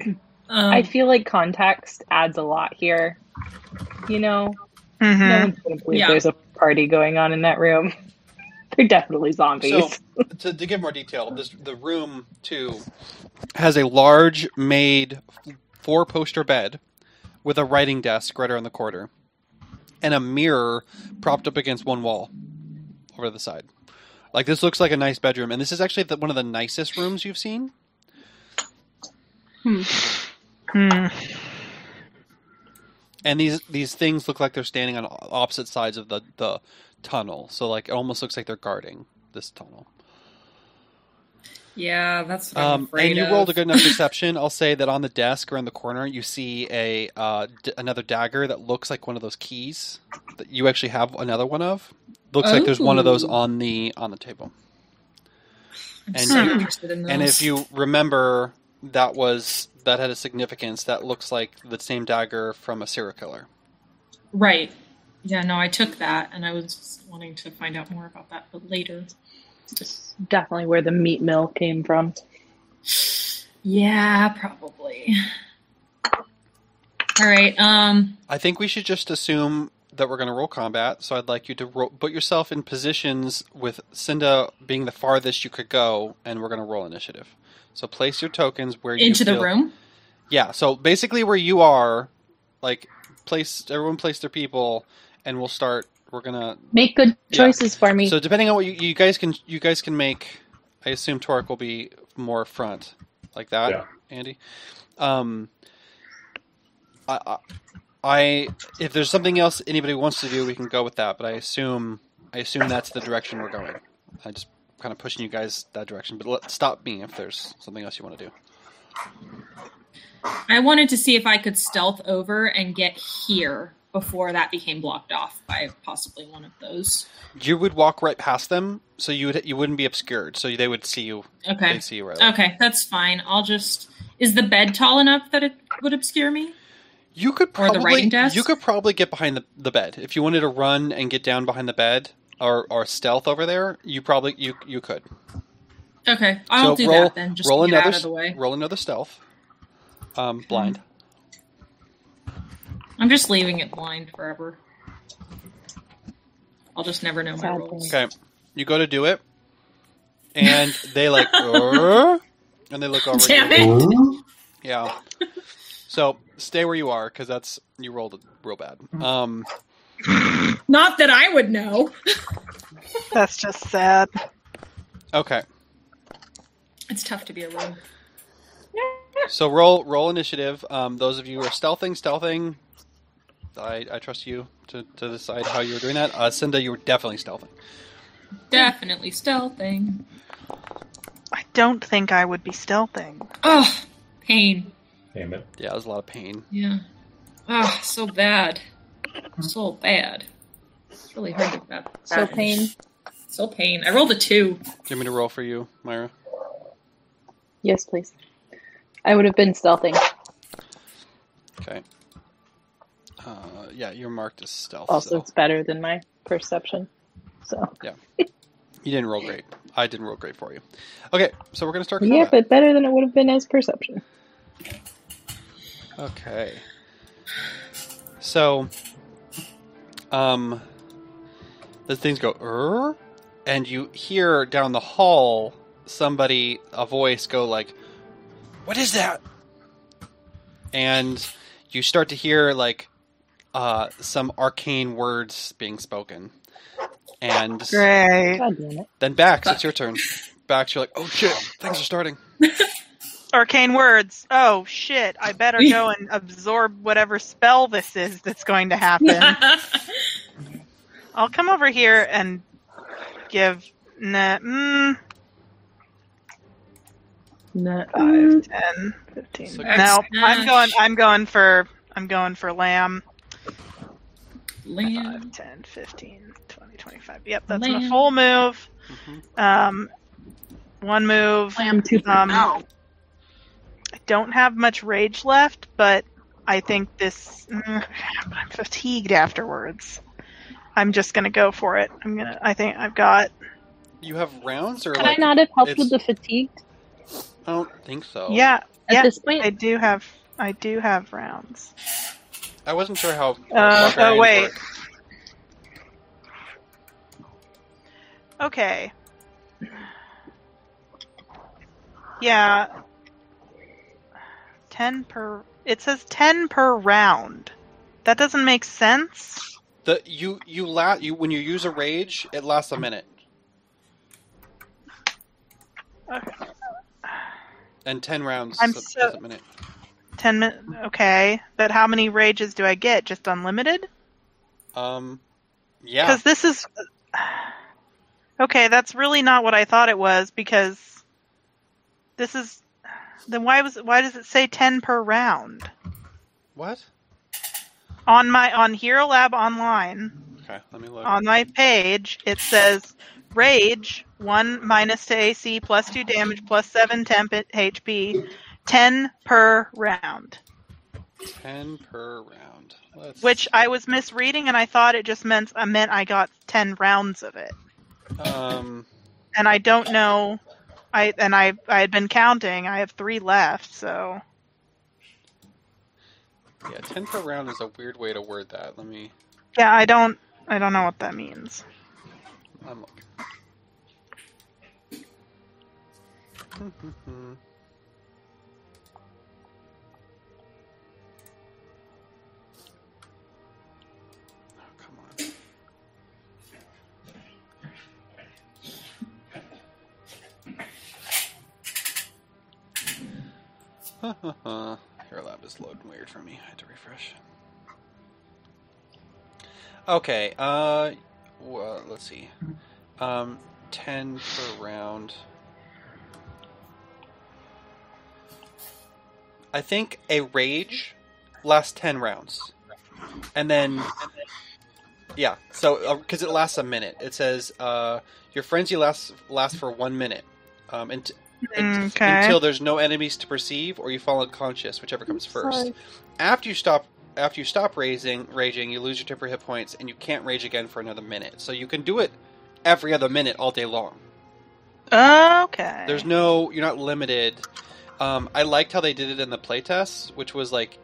Speaker 4: Um,
Speaker 6: I feel like context adds a lot here. You know, no
Speaker 1: Mhm.
Speaker 6: one's gonna believe
Speaker 4: Yeah.
Speaker 6: there's a party going on in that room. They're definitely zombies.
Speaker 2: So, to, to give more detail, this the room too has a large made four poster bed with a writing desk right around the corner and a mirror propped up against one wall over to the side. Like this looks like a nice bedroom, and this is actually the, one of the nicest rooms you've seen.
Speaker 1: Hmm.
Speaker 2: And these these things look like they're standing on opposite sides of the the tunnel, so like it almost looks like they're guarding this tunnel.
Speaker 4: yeah, that's what I'm
Speaker 2: Um, and
Speaker 4: afraid
Speaker 2: you
Speaker 4: of.
Speaker 2: rolled a good enough deception. I'll say that on the desk around the corner, you see a uh, d- another dagger that looks like one of those keys that you actually have another one of. Looks like there's one of those
Speaker 4: Ooh.
Speaker 2: on the on the table.
Speaker 4: I'm
Speaker 2: and
Speaker 4: so
Speaker 1: you-
Speaker 4: interested in
Speaker 2: And
Speaker 4: those.
Speaker 2: if you remember, that was that had a significance. That looks like the same dagger from a serial killer.
Speaker 4: right, yeah, no, I took that, and I was wanting to find out more about that, but later.
Speaker 6: It's definitely where the meat mill came from.
Speaker 4: Yeah, probably. All right. Um.
Speaker 2: I think we should just assume that we're going to roll combat. So I'd like you to roll, put yourself in positions with Cinda being the farthest you could go, and we're going to roll initiative. So place your tokens where you
Speaker 4: Into the
Speaker 2: feel-
Speaker 4: room.
Speaker 2: Yeah. So basically, where you are, like place everyone place their people, and we'll start. We're gonna.
Speaker 6: Make good
Speaker 2: Yeah.
Speaker 6: choices for me.
Speaker 2: So depending on what you, you guys can, you guys can make. I assume Torque will be more front, like that.
Speaker 5: Yeah.
Speaker 2: Andy. Um, I, I- I, if there's something else anybody wants to do, we can go with that. But I assume, I assume that's the direction we're going. I just kind of pushing you guys that direction. But let, stop me if there's something else you want to do.
Speaker 4: I wanted to see if I could stealth over and get here before that became blocked off by possibly one of those.
Speaker 2: You would walk right past them, so you would you wouldn't be obscured, so they would see you.
Speaker 4: Okay.
Speaker 2: They'd see you right. away.
Speaker 4: Okay, that's fine. I'll just. Is the bed tall enough that it would obscure me?
Speaker 2: You could
Speaker 4: Or the
Speaker 2: probably
Speaker 4: writing desk?
Speaker 2: you could probably get behind the, the bed if you wanted to run and get down behind the bed or, or stealth over there. You probably you you could
Speaker 4: Okay, I'll
Speaker 2: So
Speaker 4: do
Speaker 2: roll-
Speaker 4: that then. Just
Speaker 2: roll
Speaker 4: to get
Speaker 2: another
Speaker 4: out of the way.
Speaker 2: roll another stealth. Um, blind.
Speaker 4: I'm just leaving it blind forever. I'll just never know my
Speaker 6: Sad
Speaker 4: rolls.
Speaker 6: thing.
Speaker 2: Okay, you go to do it, and they like "Grr," and they look over. at
Speaker 4: Damn
Speaker 2: you.
Speaker 4: it!
Speaker 5: Ooh.
Speaker 2: Yeah. So stay where you are because that's you rolled real bad.
Speaker 4: Mm-hmm.
Speaker 2: Um,
Speaker 4: Not that I would know.
Speaker 1: That's just sad.
Speaker 2: okay,
Speaker 4: It's tough to be a rogue.
Speaker 2: so roll roll initiative. Um, those of you who are stealthing, stealthing. I, I trust you to, to decide how you were doing that. Uh, Cinda, you were definitely stealthing.
Speaker 4: Definitely stealthing.
Speaker 1: I don't think I would be stealthing.
Speaker 4: Oh, pain.
Speaker 5: Damn it.
Speaker 2: Yeah, it was a lot of pain.
Speaker 4: Yeah. Oh, so bad. So bad. It's really hard to that.
Speaker 6: So pain.
Speaker 4: So pain. I rolled a
Speaker 2: Do
Speaker 4: two.
Speaker 2: you want me to roll for you, Myra?
Speaker 6: Yes, please. I would have been stealthing.
Speaker 2: Okay. Uh, yeah, you're marked as stealth.
Speaker 6: Also,
Speaker 2: so-
Speaker 6: it's better than my perception. So
Speaker 2: You didn't roll great. I didn't roll great for you. Okay, so we're gonna start
Speaker 6: yeah,
Speaker 2: combat.
Speaker 6: but better than it would have been as perception.
Speaker 2: Okay. So, um, the things go, "Er," and you hear down the hall somebody, a voice go like, "What is that?" And you start to hear like uh, some arcane words being spoken, and
Speaker 1: Great.
Speaker 6: God damn it!
Speaker 2: then Bax, it's your turn. Bax, you're like, "Oh shit, things are starting."
Speaker 1: Arcane words. Oh shit! I better go and absorb whatever spell this is that's going to happen. I'll come over here and give. Nah, mm,
Speaker 6: No,
Speaker 1: five, 10, 15.
Speaker 2: So-
Speaker 1: no, I'm going. I'm going for. I'm going for lamb.
Speaker 4: Lamb.
Speaker 1: 5, 10, 15, 20, 25. Yep, that's my
Speaker 4: Lamb.
Speaker 1: full move.
Speaker 2: Mhm.
Speaker 1: Um, one move.
Speaker 6: slam two.
Speaker 1: Um, I don't have much rage left, but I think this. mm, I'm fatigued afterwards. I'm just gonna go for it. I'm gonna. I think I've got.
Speaker 2: You have rounds, or
Speaker 6: Could
Speaker 2: like
Speaker 6: I not have helped
Speaker 2: it's-
Speaker 6: with the fatigue?
Speaker 2: I don't think so.
Speaker 1: Yeah,
Speaker 6: At
Speaker 1: Yeah,
Speaker 6: this point,
Speaker 1: I do have. I do have rounds.
Speaker 2: I wasn't sure how.
Speaker 1: Uh,
Speaker 2: barbarians
Speaker 1: oh, wait.
Speaker 2: work.
Speaker 1: Okay. Yeah. Ten per. It says ten per round. That doesn't make sense.
Speaker 2: The you you la- you when you use a rage, it lasts a minute.
Speaker 1: Okay.
Speaker 2: And ten rounds
Speaker 1: I'm
Speaker 2: is a,
Speaker 1: so-
Speaker 2: is a minute.
Speaker 1: Ten minutes. Okay. But how many rages do I get? Just unlimited?
Speaker 2: Um, yeah.
Speaker 1: Because this is. Okay, that's really not what I thought it was. Because this is. Then why was why does it say ten per round
Speaker 2: What?
Speaker 1: on my on Hero Lab Online?
Speaker 2: Okay, let me look.
Speaker 1: on my page it says rage 1 minus to ac plus 2 damage plus 7 temp hp 10 per round
Speaker 2: ten per round. Let's,
Speaker 1: which i was misreading and i thought it just meant i meant i got 10 rounds of it
Speaker 2: um,
Speaker 1: and i don't know i and i i had been counting i have 3 left so
Speaker 2: yeah, ten per round is a weird way to word that. Let me.
Speaker 1: yeah i don't i don't know what that means
Speaker 2: I'm Oh, looking. Oh, come on. Hair lab is loading weird for me. I had to refresh. Okay, uh, well, let's see. Um, 10 per round. I think a rage lasts 10 rounds. And then. Yeah, so because it lasts a minute, it says uh, your frenzy lasts lasts for one minute, um, and Unt-
Speaker 1: okay
Speaker 2: until there's no enemies to perceive or you fall unconscious, whichever comes first.
Speaker 7: Sorry.
Speaker 2: After you stop after you stop raising raging, you lose your temporary hit points and you can't rage again for another minute. So you can do it every other minute all day long.
Speaker 1: okay
Speaker 2: There's no you're not limited. Um, I liked how they did it in the playtest, which was like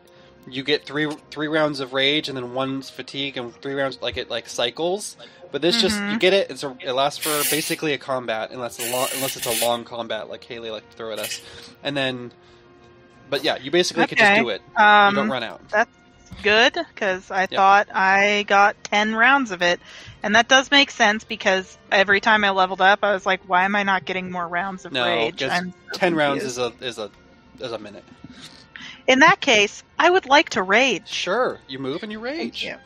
Speaker 2: you get three three rounds of rage and then one's fatigue and three rounds like it like cycles. But this just
Speaker 1: Mhm.
Speaker 2: you get it. It's a, it lasts for basically a combat unless a long, unless it's a long combat like Haley like to throw at us, and then. But yeah, you basically can just
Speaker 1: Okay.
Speaker 2: do it. You
Speaker 1: um
Speaker 2: don't run out.
Speaker 1: that's good because I thought I got 10 rounds of it. And that does make sense because every time I leveled up, I was like, why am I not getting more rounds of
Speaker 2: No,
Speaker 1: rage?
Speaker 2: 'cause
Speaker 1: I'm so
Speaker 2: Ten rounds
Speaker 1: confused.
Speaker 2: is a is a is a minute.
Speaker 1: In that case, I would like to rage.
Speaker 2: Sure, you move and you rage.
Speaker 1: you.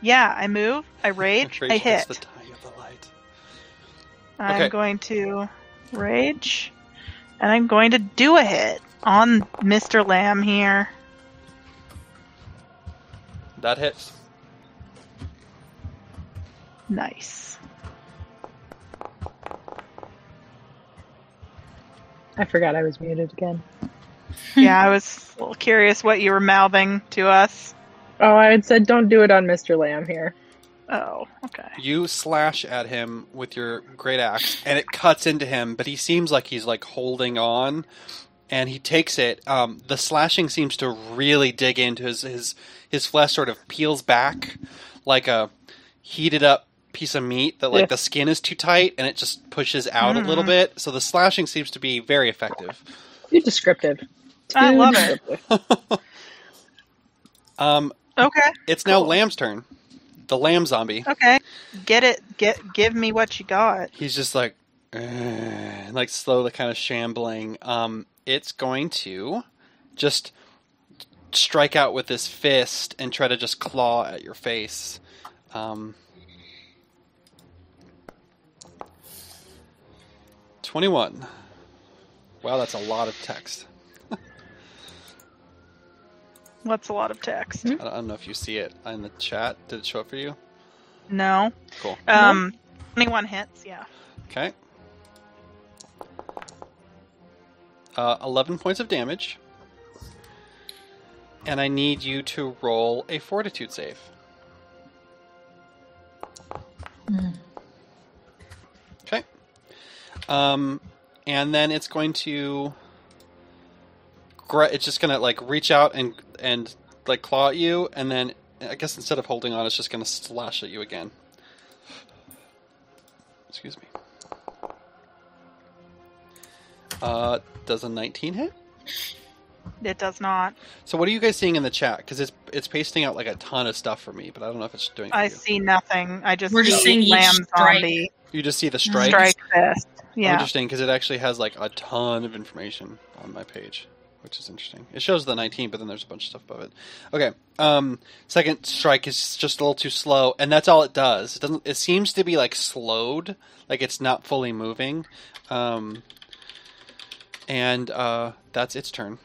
Speaker 1: Yeah, I move, I rage, I
Speaker 2: hits
Speaker 1: hit.
Speaker 2: the die of the light. Okay.
Speaker 1: I'm going to rage, and I'm going to do a hit on Mr. Lamb here.
Speaker 2: That hits.
Speaker 1: Nice.
Speaker 8: I forgot I was muted again.
Speaker 1: Yeah, I was a little curious what you were mouthing to us.
Speaker 8: Oh, I had said don't do it on Mr. Lamb here.
Speaker 1: Oh, okay.
Speaker 2: You slash at him with your great axe, and it cuts into him, but he seems like he's like holding on, and he takes it. Um, the slashing seems to really dig into his his his flesh, sort of peels back like a heated up piece of meat that like
Speaker 8: Yeah.
Speaker 2: the skin is too tight, and it just pushes out a little
Speaker 1: Mhm.
Speaker 2: bit. So the slashing seems to be very effective.
Speaker 8: You're descriptive.
Speaker 1: I
Speaker 8: Too
Speaker 1: love it.
Speaker 8: descriptive.
Speaker 2: Um,
Speaker 1: Okay,
Speaker 2: it's now Lamb's turn. The Lamb zombie.
Speaker 1: okay. Get it. Get. Give me what you got.
Speaker 2: He's just like, "Ugh," like slowly kind of shambling. Um, it's going to just strike out with his fist and try to just claw at your face. Um, Twenty-one. Wow, that's a lot of text.
Speaker 1: What's a lot of text?
Speaker 2: I don't- I don't know if you see it in the chat. Did it show up for you?
Speaker 4: Mm-hmm.
Speaker 1: No.
Speaker 2: Cool.
Speaker 1: Um, twenty-one hits. Yeah.
Speaker 2: Okay. Uh, 11 points of damage. And I need you to roll a fortitude save. Okay. Um, and then it's going to. gra- It's just gonna like reach out and and like claw at you, and then I guess instead of holding on, it's just gonna slash at you again. Excuse me. Uh, does a 19 hit?
Speaker 1: It does not.
Speaker 2: So what are you guys seeing in the chat? Because it's it's pasting out like a ton of stuff for me, but I don't know if it's doing. it for
Speaker 1: I
Speaker 2: you.
Speaker 1: see nothing. I just
Speaker 4: We're
Speaker 1: see
Speaker 4: just seeing each
Speaker 1: lamb
Speaker 4: strike.
Speaker 1: zombie
Speaker 2: You just see the
Speaker 4: Strike.
Speaker 2: strike.
Speaker 1: strike fist. Yeah.
Speaker 2: Interesting, because it actually has like a ton of information on my page, which is interesting. It shows the 19, but then there's a bunch of stuff above it. Okay. Um, second strike is just a little too slow, and that's all it does. It doesn't. It seems to be like slowed, like it's not fully moving. Um, and uh, that's its turn.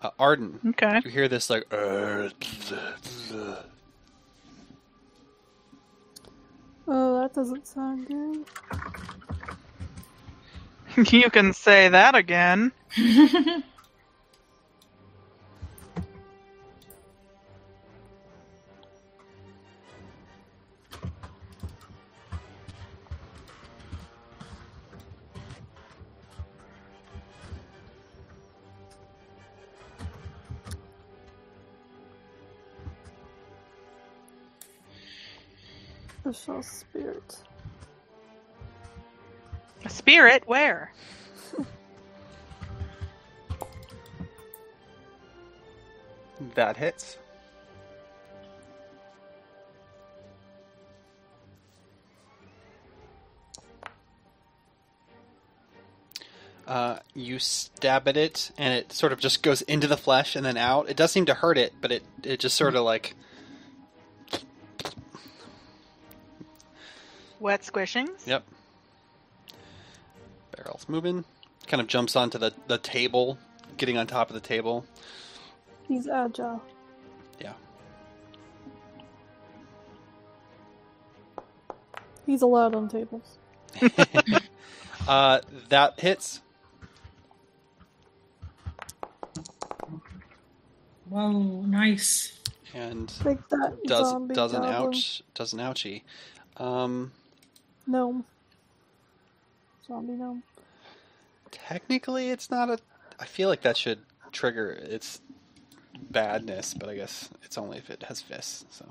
Speaker 2: Uh, Arden.
Speaker 1: Okay.
Speaker 2: You hear this like "Uh,
Speaker 7: Oh, that doesn't sound good.
Speaker 1: you can say that again.
Speaker 7: Special spirit.
Speaker 1: A spirit where?
Speaker 2: that hits. Uh, you stab at it, and it sort of just goes into the flesh and then out. It does seem to hurt it, but it it just sort of like
Speaker 1: Wet squishings.
Speaker 2: Yep. barrels moving. Kind of jumps onto the the table, getting on top of the table.
Speaker 7: He's agile.
Speaker 2: Yeah.
Speaker 7: He's allowed on tables.
Speaker 2: uh, that hits.
Speaker 4: Whoa, nice.
Speaker 2: and
Speaker 7: Like that
Speaker 2: does
Speaker 7: zombie
Speaker 2: does an
Speaker 7: goblin
Speaker 2: ouch does an ouchie. Um,
Speaker 7: gnome. Zombie gnome.
Speaker 2: technically, it's not a. I feel like that should trigger its badness, but I guess it's only if it has fists. So,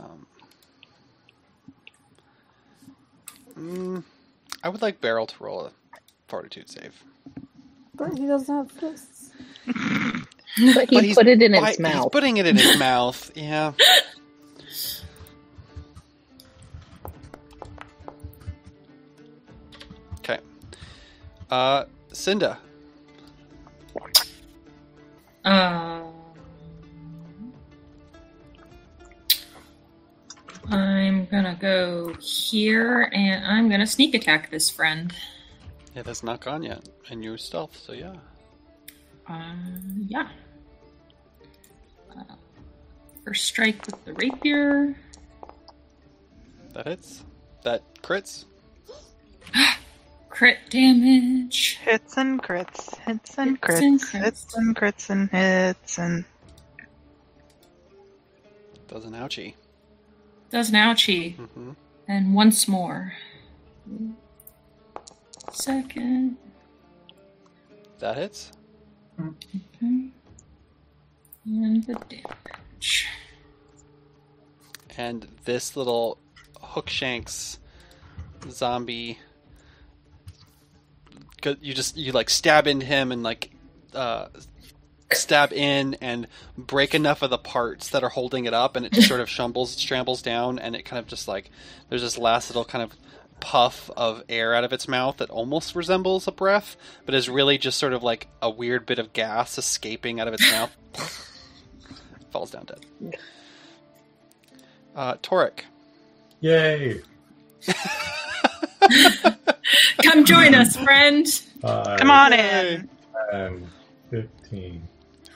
Speaker 2: um, mm, I would like Barrel to roll a fortitude save.
Speaker 7: But he doesn't have fists.
Speaker 6: But he
Speaker 2: But he's
Speaker 6: put it in
Speaker 2: Bite-
Speaker 6: its
Speaker 2: He's
Speaker 6: mouth.
Speaker 2: putting it in his mouth. Yeah. Okay. Uh, Cinda.
Speaker 4: Um, I'm gonna go here and I'm gonna sneak attack this friend.
Speaker 2: Yeah, that's not gone yet, and you're stealth, so yeah.
Speaker 4: Uh, yeah. Uh, first strike with the rapier.
Speaker 2: That hits. That crits.
Speaker 4: Crit damage.
Speaker 1: Hits and crits. Hits and
Speaker 4: Hits and
Speaker 1: crits.
Speaker 4: crits.
Speaker 1: Hits and crits and hits and
Speaker 2: Does an ouchie.
Speaker 4: Does an ouchie.
Speaker 2: hmm
Speaker 4: And once more. Second.
Speaker 2: That hits.
Speaker 4: Mhm. And the damage.
Speaker 2: And this little hookshanks zombie. go- You just you like stab into him and like uh, stab in and break enough of the parts that are holding it up, and it just sort of shambles, scrambles down, and it kind of just like there's this last little kind of puff of air out of its mouth that almost resembles a breath, but is really just sort of like a weird bit of gas escaping out of its mouth. Falls down dead. Uh, Toric.
Speaker 5: Yay!
Speaker 4: Come join us, friend.
Speaker 5: Five,
Speaker 1: come on
Speaker 2: Yay.
Speaker 1: in.
Speaker 5: 10, 15,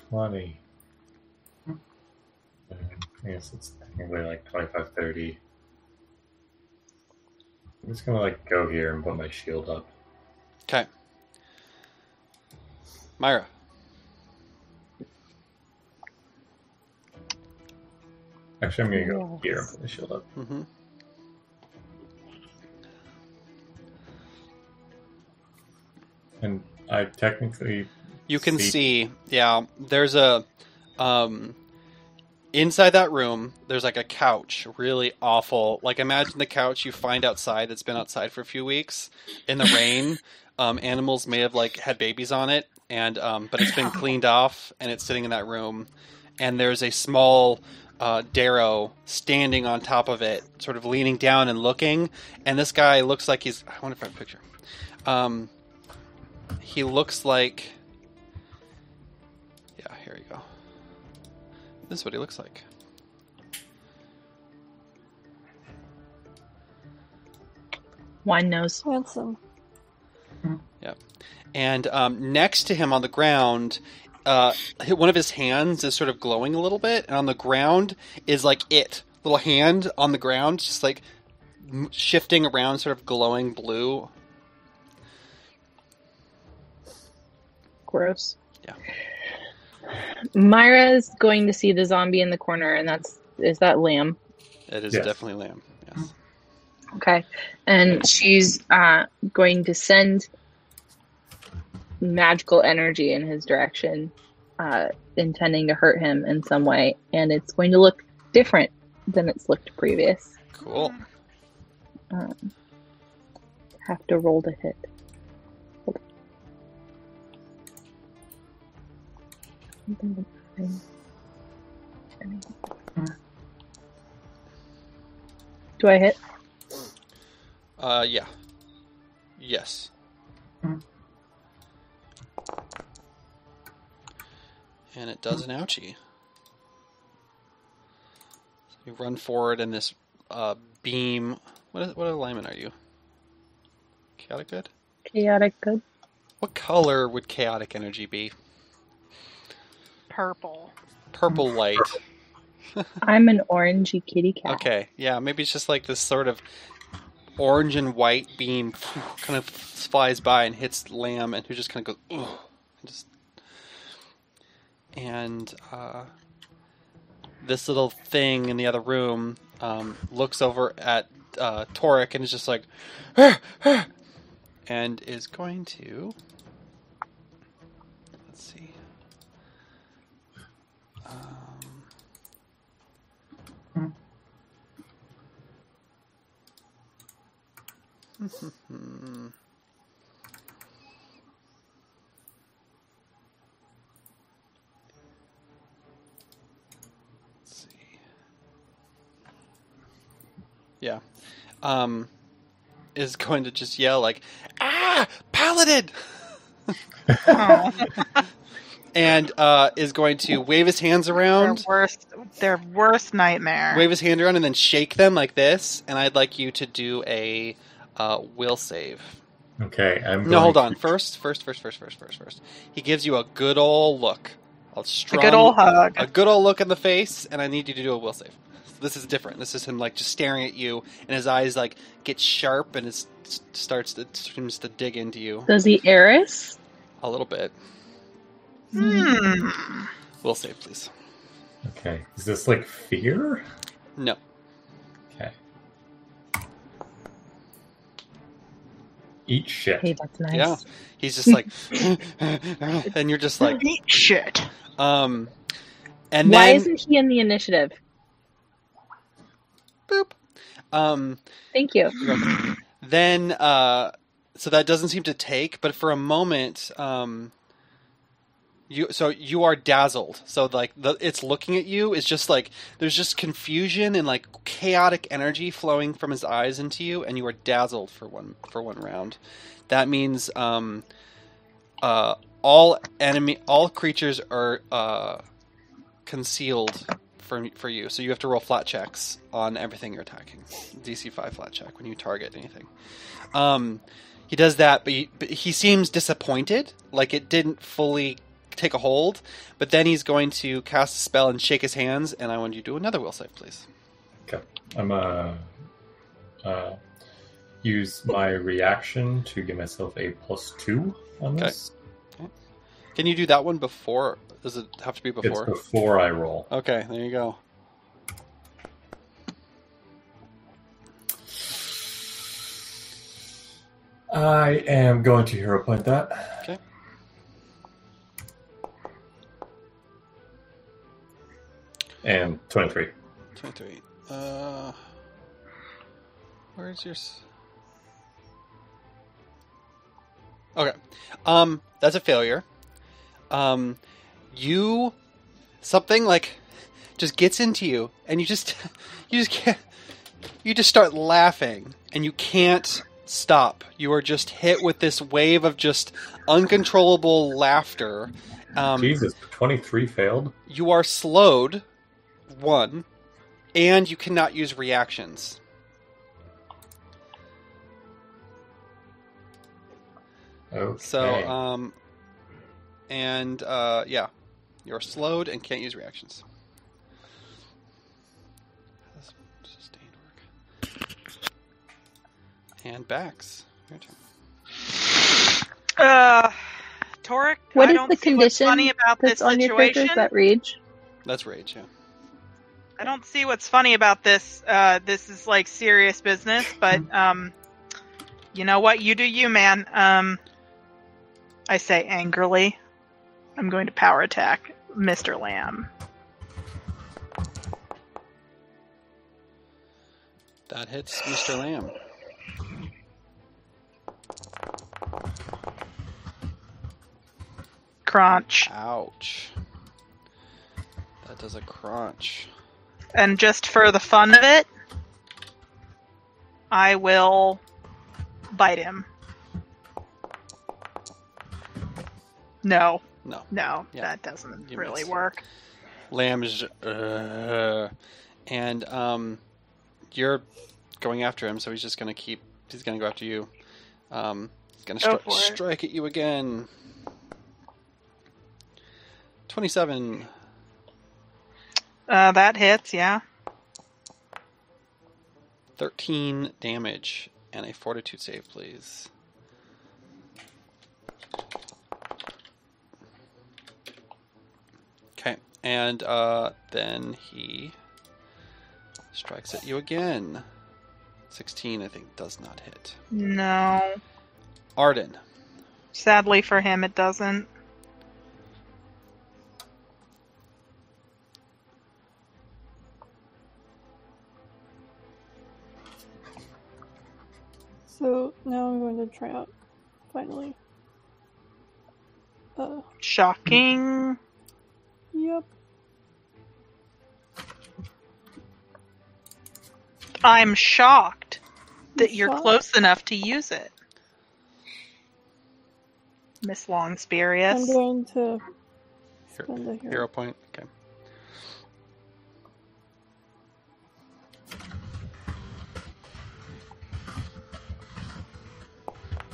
Speaker 5: 20. I guess Um, it's technically like 25, 30. I'm just gonna like go here and put my shield up.
Speaker 2: Okay. Myra.
Speaker 5: Actually, I'm gonna go here and put my shield up.
Speaker 2: Mm-hmm.
Speaker 5: And I technically
Speaker 2: You can
Speaker 5: See.
Speaker 2: see. yeah, there's a um inside that room, there's like a couch, really awful. Like imagine the couch you find outside that's been outside for a few weeks in the rain. um animals may have like had babies on it and um but it's been cleaned off and it's sitting in that room and there's a small uh, Darrow standing on top of it, sort of leaning down and looking, and this guy looks like he's—I wonder if I have a picture. Um, he looks like yeah, here you go. This is what he looks like.
Speaker 8: Wine nose.
Speaker 7: Handsome.
Speaker 2: And um, next to him on the ground, uh, hi- one of his hands is sort of glowing a little bit, and on the ground is like it little hand on the ground, just like m- shifting around, sort of glowing blue.
Speaker 8: Gross.
Speaker 2: Yeah.
Speaker 8: Myra's going to see the zombie in the corner, and that's is that lamb.
Speaker 2: It is
Speaker 5: Yes.
Speaker 2: definitely lamb. Yes.
Speaker 8: Okay. And she's uh, going to send magical energy in his direction, uh, intending to hurt him in some way. And it's going to look different than it's looked previous.
Speaker 2: Cool.
Speaker 8: Um, have to roll to hit. Hold on. Do I hit?
Speaker 2: Uh, yeah. Yes. And it does an ouchie. So you run forward, and this uh, beam. What, is, what alignment are you? Chaotic good?
Speaker 8: Chaotic good.
Speaker 2: What color would chaotic energy be?
Speaker 1: Purple.
Speaker 2: Purple light.
Speaker 8: I'm an orangey kitty cat.
Speaker 2: Okay, yeah, maybe it's just like this sort of orange and white beam kind of flies by and hits Lamb, and who just kind of goes, Ugh, and just and uh, this little thing in the other room um, looks over at uh, Toric and is just like, "Ah, ah," and is going to let's see. Um, Hmm. Let's see. Yeah. Um is going to just yell like ah paladin
Speaker 1: Oh,
Speaker 2: and uh is going to wave his hands
Speaker 1: their
Speaker 2: around
Speaker 1: worst, their worst nightmare.
Speaker 2: wave his hand around and then shake them like this and i'd like you to do a uh, will save
Speaker 5: Okay, I'm
Speaker 2: No, hold
Speaker 5: going
Speaker 2: on. First, first, first, first, first, first, first. He gives you a good old look, a
Speaker 1: a
Speaker 2: strong,
Speaker 1: good old hug.
Speaker 2: a good old look in the face, and I need you to do a will save. this is different. This is him like just staring at you, and his eyes like get sharp, and it starts to seems to dig into you
Speaker 8: Does he Eris?
Speaker 2: a little bit.
Speaker 1: Hmm.
Speaker 2: Will save, please.
Speaker 5: Okay. Is this like fear?
Speaker 2: No.
Speaker 5: Okay. Eat shit.
Speaker 8: Hey, that's nice.
Speaker 2: Yeah. He's just like, and you're just like,
Speaker 1: Eat shit.
Speaker 2: um, and
Speaker 8: Why
Speaker 2: then
Speaker 8: isn't he in the initiative?
Speaker 2: boop. Um,
Speaker 8: Thank you.
Speaker 2: then uh, so that doesn't seem to take but for a moment um, you so you are dazzled so like the, it's looking at you it's just like there's just confusion and like chaotic energy flowing from his eyes into you and you are dazzled for one for one round that means um, uh, all enemy all creatures are uh, concealed for, for you so you have to roll flat checks on everything you're attacking DC five flat check when you target anything. Um, he does that, but he, but he seems disappointed, like it didn't fully take a hold. But then he's going to cast a spell and shake his hands, and I want you to do another will save, please.
Speaker 5: I'm uh, uh, use my reaction to give myself a plus two on
Speaker 2: Okay.
Speaker 5: this.
Speaker 2: Can you do that one before? Does it have to be
Speaker 5: It's
Speaker 2: before?
Speaker 5: before I roll.
Speaker 2: Okay, there you go.
Speaker 5: I am going to hero point that.
Speaker 2: Okay.
Speaker 5: And 23.
Speaker 2: Twenty-three. Uh, where's your? s- Okay, um, that's a failure. Um, you something like just gets into you, and you just you just can't. You just start laughing, and you can't stop. You are just hit with this wave of just uncontrollable laughter. Um,
Speaker 5: Jesus, 23 failed.
Speaker 2: you are slowed, one, and you cannot use reactions.
Speaker 5: Okay.
Speaker 2: So, um, and uh, yeah, you're slowed and can't use reactions. That's sustained work. And backs. Your turn.
Speaker 1: Uh, Torek,
Speaker 8: What
Speaker 1: I
Speaker 8: is
Speaker 1: don't
Speaker 8: the
Speaker 1: see what's
Speaker 8: condition
Speaker 1: funny about this
Speaker 8: That's on your character.
Speaker 1: situation.
Speaker 8: Is that Rage?
Speaker 2: That's rage. Yeah.
Speaker 1: I don't see what's funny about this. Uh, this is like serious business,
Speaker 2: Hmm.
Speaker 1: but um, you know what? You do you, man. Um, I say angrily. I'm going to power attack Mr. Lamb.
Speaker 2: That hits Mr. Lamb.
Speaker 1: Crunch.
Speaker 2: Ouch. That does a crunch.
Speaker 1: And just for the fun of it, I will bite him. No,
Speaker 2: No.
Speaker 1: no,
Speaker 2: Yeah.
Speaker 1: that doesn't
Speaker 2: You
Speaker 1: really
Speaker 2: missed.
Speaker 1: work.
Speaker 2: Lamb is, uh, and um, you're going after him, so he's just gonna keep. He's gonna go after you. Um, he's gonna
Speaker 1: Go
Speaker 2: stri-
Speaker 1: for it.
Speaker 2: strike at you again. Twenty-seven.
Speaker 1: Uh, that hits, yeah.
Speaker 2: 13 damage and a fortitude save, please. Okay, and uh, then he strikes at you again. 16, I think, does not hit.
Speaker 1: No,
Speaker 2: Arden,
Speaker 1: sadly for him, it doesn't.
Speaker 7: So now I'm going to try out, finally. Uh,
Speaker 1: Shocking.
Speaker 7: yep.
Speaker 1: I'm shocked that
Speaker 7: I'm
Speaker 1: you're
Speaker 7: shocked.
Speaker 1: close enough to use it. Miss Longspear, yes.
Speaker 7: I'm going to
Speaker 2: Here-
Speaker 7: spend a hero.
Speaker 2: hero point. Okay.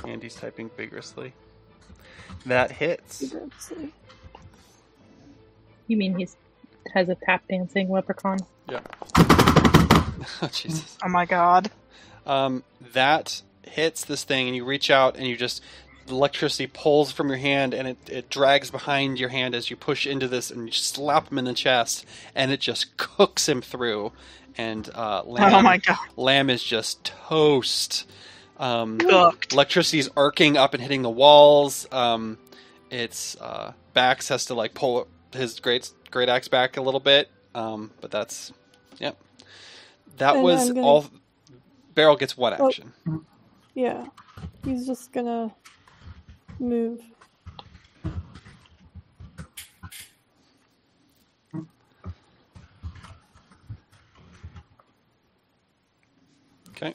Speaker 2: Andy's typing vigorously. That hits.
Speaker 7: vigorously.
Speaker 8: You mean he's has a tap dancing leprechaun?
Speaker 2: Oh, Jesus.
Speaker 1: Oh my god.
Speaker 2: Um, that hits this thing, and you reach out, and you just the electricity pulls from your hand, and it, it drags behind your hand as you push into this, and you slap him in the chest, and it just cooks him through. And uh, lamb,
Speaker 1: Oh my god.
Speaker 2: lamb is just toast. Um,
Speaker 1: Cooked.
Speaker 2: electricity is arcing up and hitting the walls. Um, its uh, Bax has to like pull his great great axe back a little bit, um, but that's yep. That
Speaker 7: And
Speaker 2: was
Speaker 7: I'm gonna-
Speaker 2: all. Barrel gets one
Speaker 7: Oh.
Speaker 2: action.
Speaker 7: Yeah. He's just gonna move.
Speaker 2: Okay.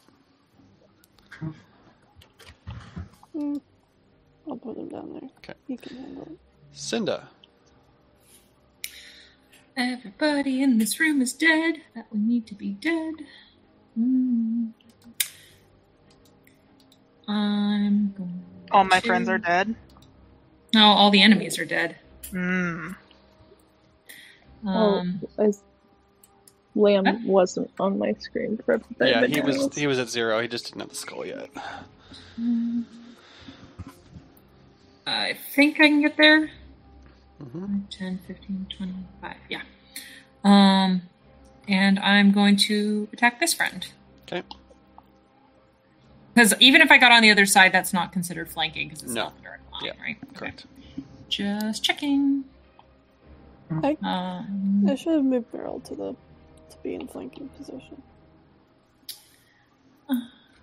Speaker 7: Mm. I'll put him down there.
Speaker 2: Okay.
Speaker 7: He can handle it.
Speaker 2: Cinda,
Speaker 4: Everybody in this room is dead that we need to be dead. Hmm. I'm going
Speaker 1: All my
Speaker 4: to-
Speaker 1: friends are dead.
Speaker 4: No, all the enemies are dead.
Speaker 1: Mm.
Speaker 8: Oh.
Speaker 4: Um,
Speaker 8: As Lamb
Speaker 4: Huh?
Speaker 8: wasn't on my screen for a bit.
Speaker 2: yeah,
Speaker 8: but
Speaker 2: he
Speaker 8: now
Speaker 2: was
Speaker 8: is.
Speaker 2: he was at zero. He just didn't have the skull yet.
Speaker 4: Um, I think I can get there.
Speaker 2: hmm
Speaker 4: 10, 15, 25. Yeah. Um, and I'm going to attack this friend.
Speaker 2: Okay.
Speaker 4: Because even if I got on the other side, that's not considered flanking because it's
Speaker 2: No.
Speaker 4: not the direct line,
Speaker 2: Yeah,
Speaker 4: right? Okay.
Speaker 2: Correct.
Speaker 4: Just checking.
Speaker 7: I-
Speaker 4: Um,
Speaker 7: I should have moved Beryl to the to be in flanking position.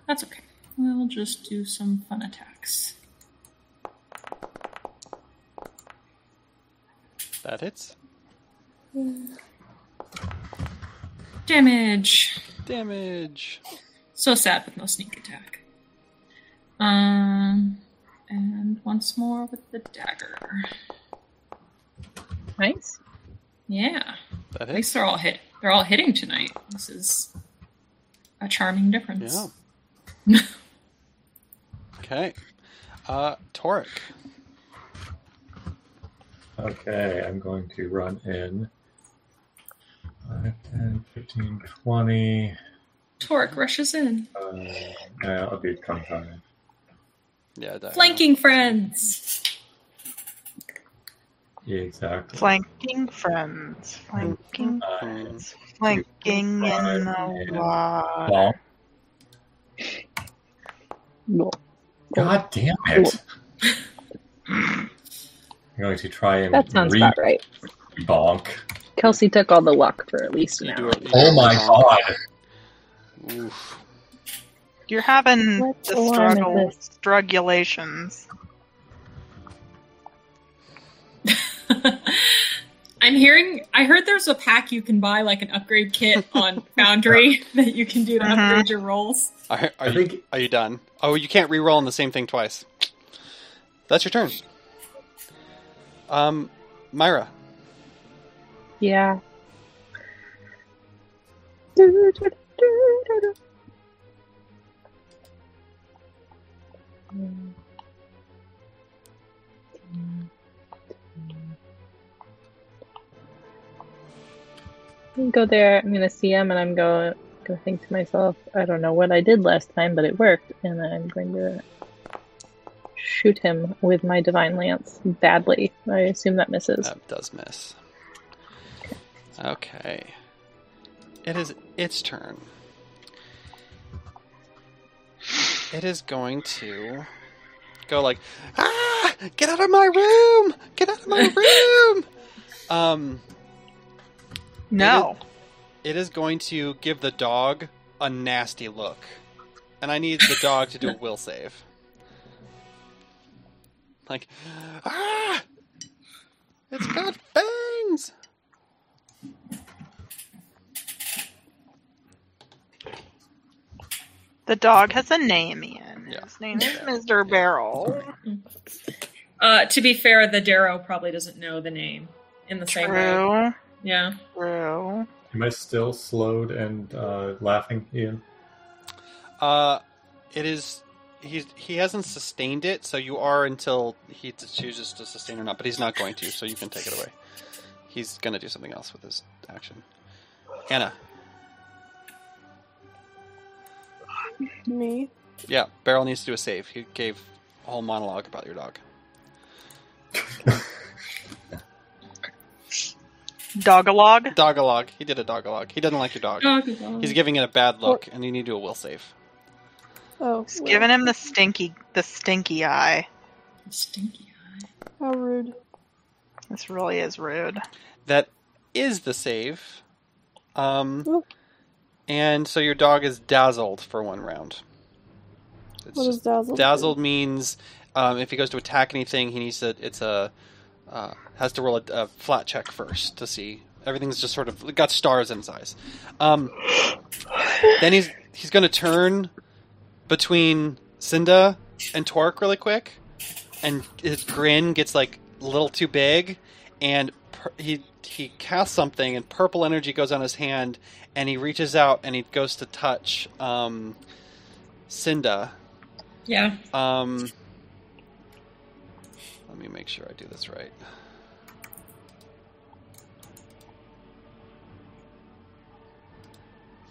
Speaker 4: That's okay. We'll just do some fun attacks.
Speaker 2: That hits.
Speaker 4: Damage.
Speaker 2: Damage.
Speaker 4: So sad with no sneak attack. Um, and once more with the dagger.
Speaker 8: nice.
Speaker 4: Yeah.
Speaker 2: That
Speaker 4: At least
Speaker 2: hits.
Speaker 4: they're all hit. They're all hitting tonight. This is a charming difference.
Speaker 2: Yeah. Okay. Uh, Toric.
Speaker 5: Okay, I'm going to run in. 5, 10, 15, 20.
Speaker 4: Torque rushes in,
Speaker 5: Uh, yeah, I'll do 25.
Speaker 2: Yeah. diagonal.
Speaker 4: flanking friends.
Speaker 5: Yeah, exactly.
Speaker 1: Flanking friends. Flanking
Speaker 5: Uh,
Speaker 2: Mm,
Speaker 1: flanking in the
Speaker 5: Right.
Speaker 1: water.
Speaker 5: well,
Speaker 8: Cool.
Speaker 5: God damn it. I'm going to try and
Speaker 8: That sounds about right.
Speaker 5: bonk.
Speaker 8: Kelsey took all the luck for at least an
Speaker 2: you do
Speaker 8: hour.
Speaker 2: it- you
Speaker 5: Oh
Speaker 2: do
Speaker 5: my
Speaker 2: it wrong.
Speaker 5: god.
Speaker 2: Oof.
Speaker 1: You're having
Speaker 8: What's
Speaker 1: the
Speaker 8: the line of
Speaker 1: struggle,
Speaker 8: this?
Speaker 1: strugulations.
Speaker 4: I'm hearing. I heard there's a pack you can buy, like an upgrade kit on Foundry that you can do to
Speaker 1: Mhm.
Speaker 4: upgrade your rolls.
Speaker 2: Are, are
Speaker 5: I
Speaker 2: you
Speaker 5: think
Speaker 2: are you done? Oh, you can't re-roll on the same thing twice. That's your turn. Um, Myra.
Speaker 8: Yeah. Go there. I'm gonna see him, and I'm going to think to myself, I don't know what I did last time, but it worked, and I'm going to shoot him with my divine lance badly. I assume that misses.
Speaker 2: That does miss. Okay. It is its turn. It is going to go like, ah, get out of my room, get out of my room. Um,
Speaker 1: No.
Speaker 2: it is going to give the dog a nasty look, and I need the dog to do a will save. Like, ah, it's got fangs.
Speaker 1: The dog has a name, Ian.
Speaker 2: Yeah.
Speaker 1: His name is Mr. Barrel.
Speaker 4: Uh, to be fair, the Darrow probably doesn't know the name in the same way.
Speaker 1: True.
Speaker 4: Yeah.
Speaker 1: True.
Speaker 5: Am I still slowed and uh, laughing, Ian?
Speaker 2: Uh, it is. He's he hasn't sustained it, so you are until he t- chooses to sustain or not. But he's not going to, so you can take it away. He's gonna do something else with his action. Anna,
Speaker 7: Me?
Speaker 2: Yeah, Beryl needs to do a save. He gave a whole monologue about your dog.
Speaker 1: Dogalog.
Speaker 2: Dogalog. He did a dogalog. He doesn't like your dog.
Speaker 4: Doggy dog.
Speaker 2: He's giving it a bad look, and you need to do a will save.
Speaker 7: Oh,
Speaker 1: Just
Speaker 7: well,
Speaker 1: giving him the stinky, the stinky eye.
Speaker 4: Stinky eye.
Speaker 7: how rude.
Speaker 1: This really is rude.
Speaker 2: That is the save. Um,
Speaker 7: Ooh.
Speaker 2: and so your dog is dazzled for one round. It's
Speaker 7: What
Speaker 2: just-
Speaker 7: is dazzled? do?
Speaker 2: dazzled means um, if he goes to attack anything, he needs to. It's a uh, has to roll a, a flat check first to see. Everything's just sort of it got stars in his eyes. Um, then he's he's going to turn between Cinda and Torque really quick, and his grin gets like a little too big, and per- he he casts something, and purple energy goes on his hand, and he reaches out and he goes to touch um, Cinda.
Speaker 4: Yeah.
Speaker 2: Um, let me make sure I do this right.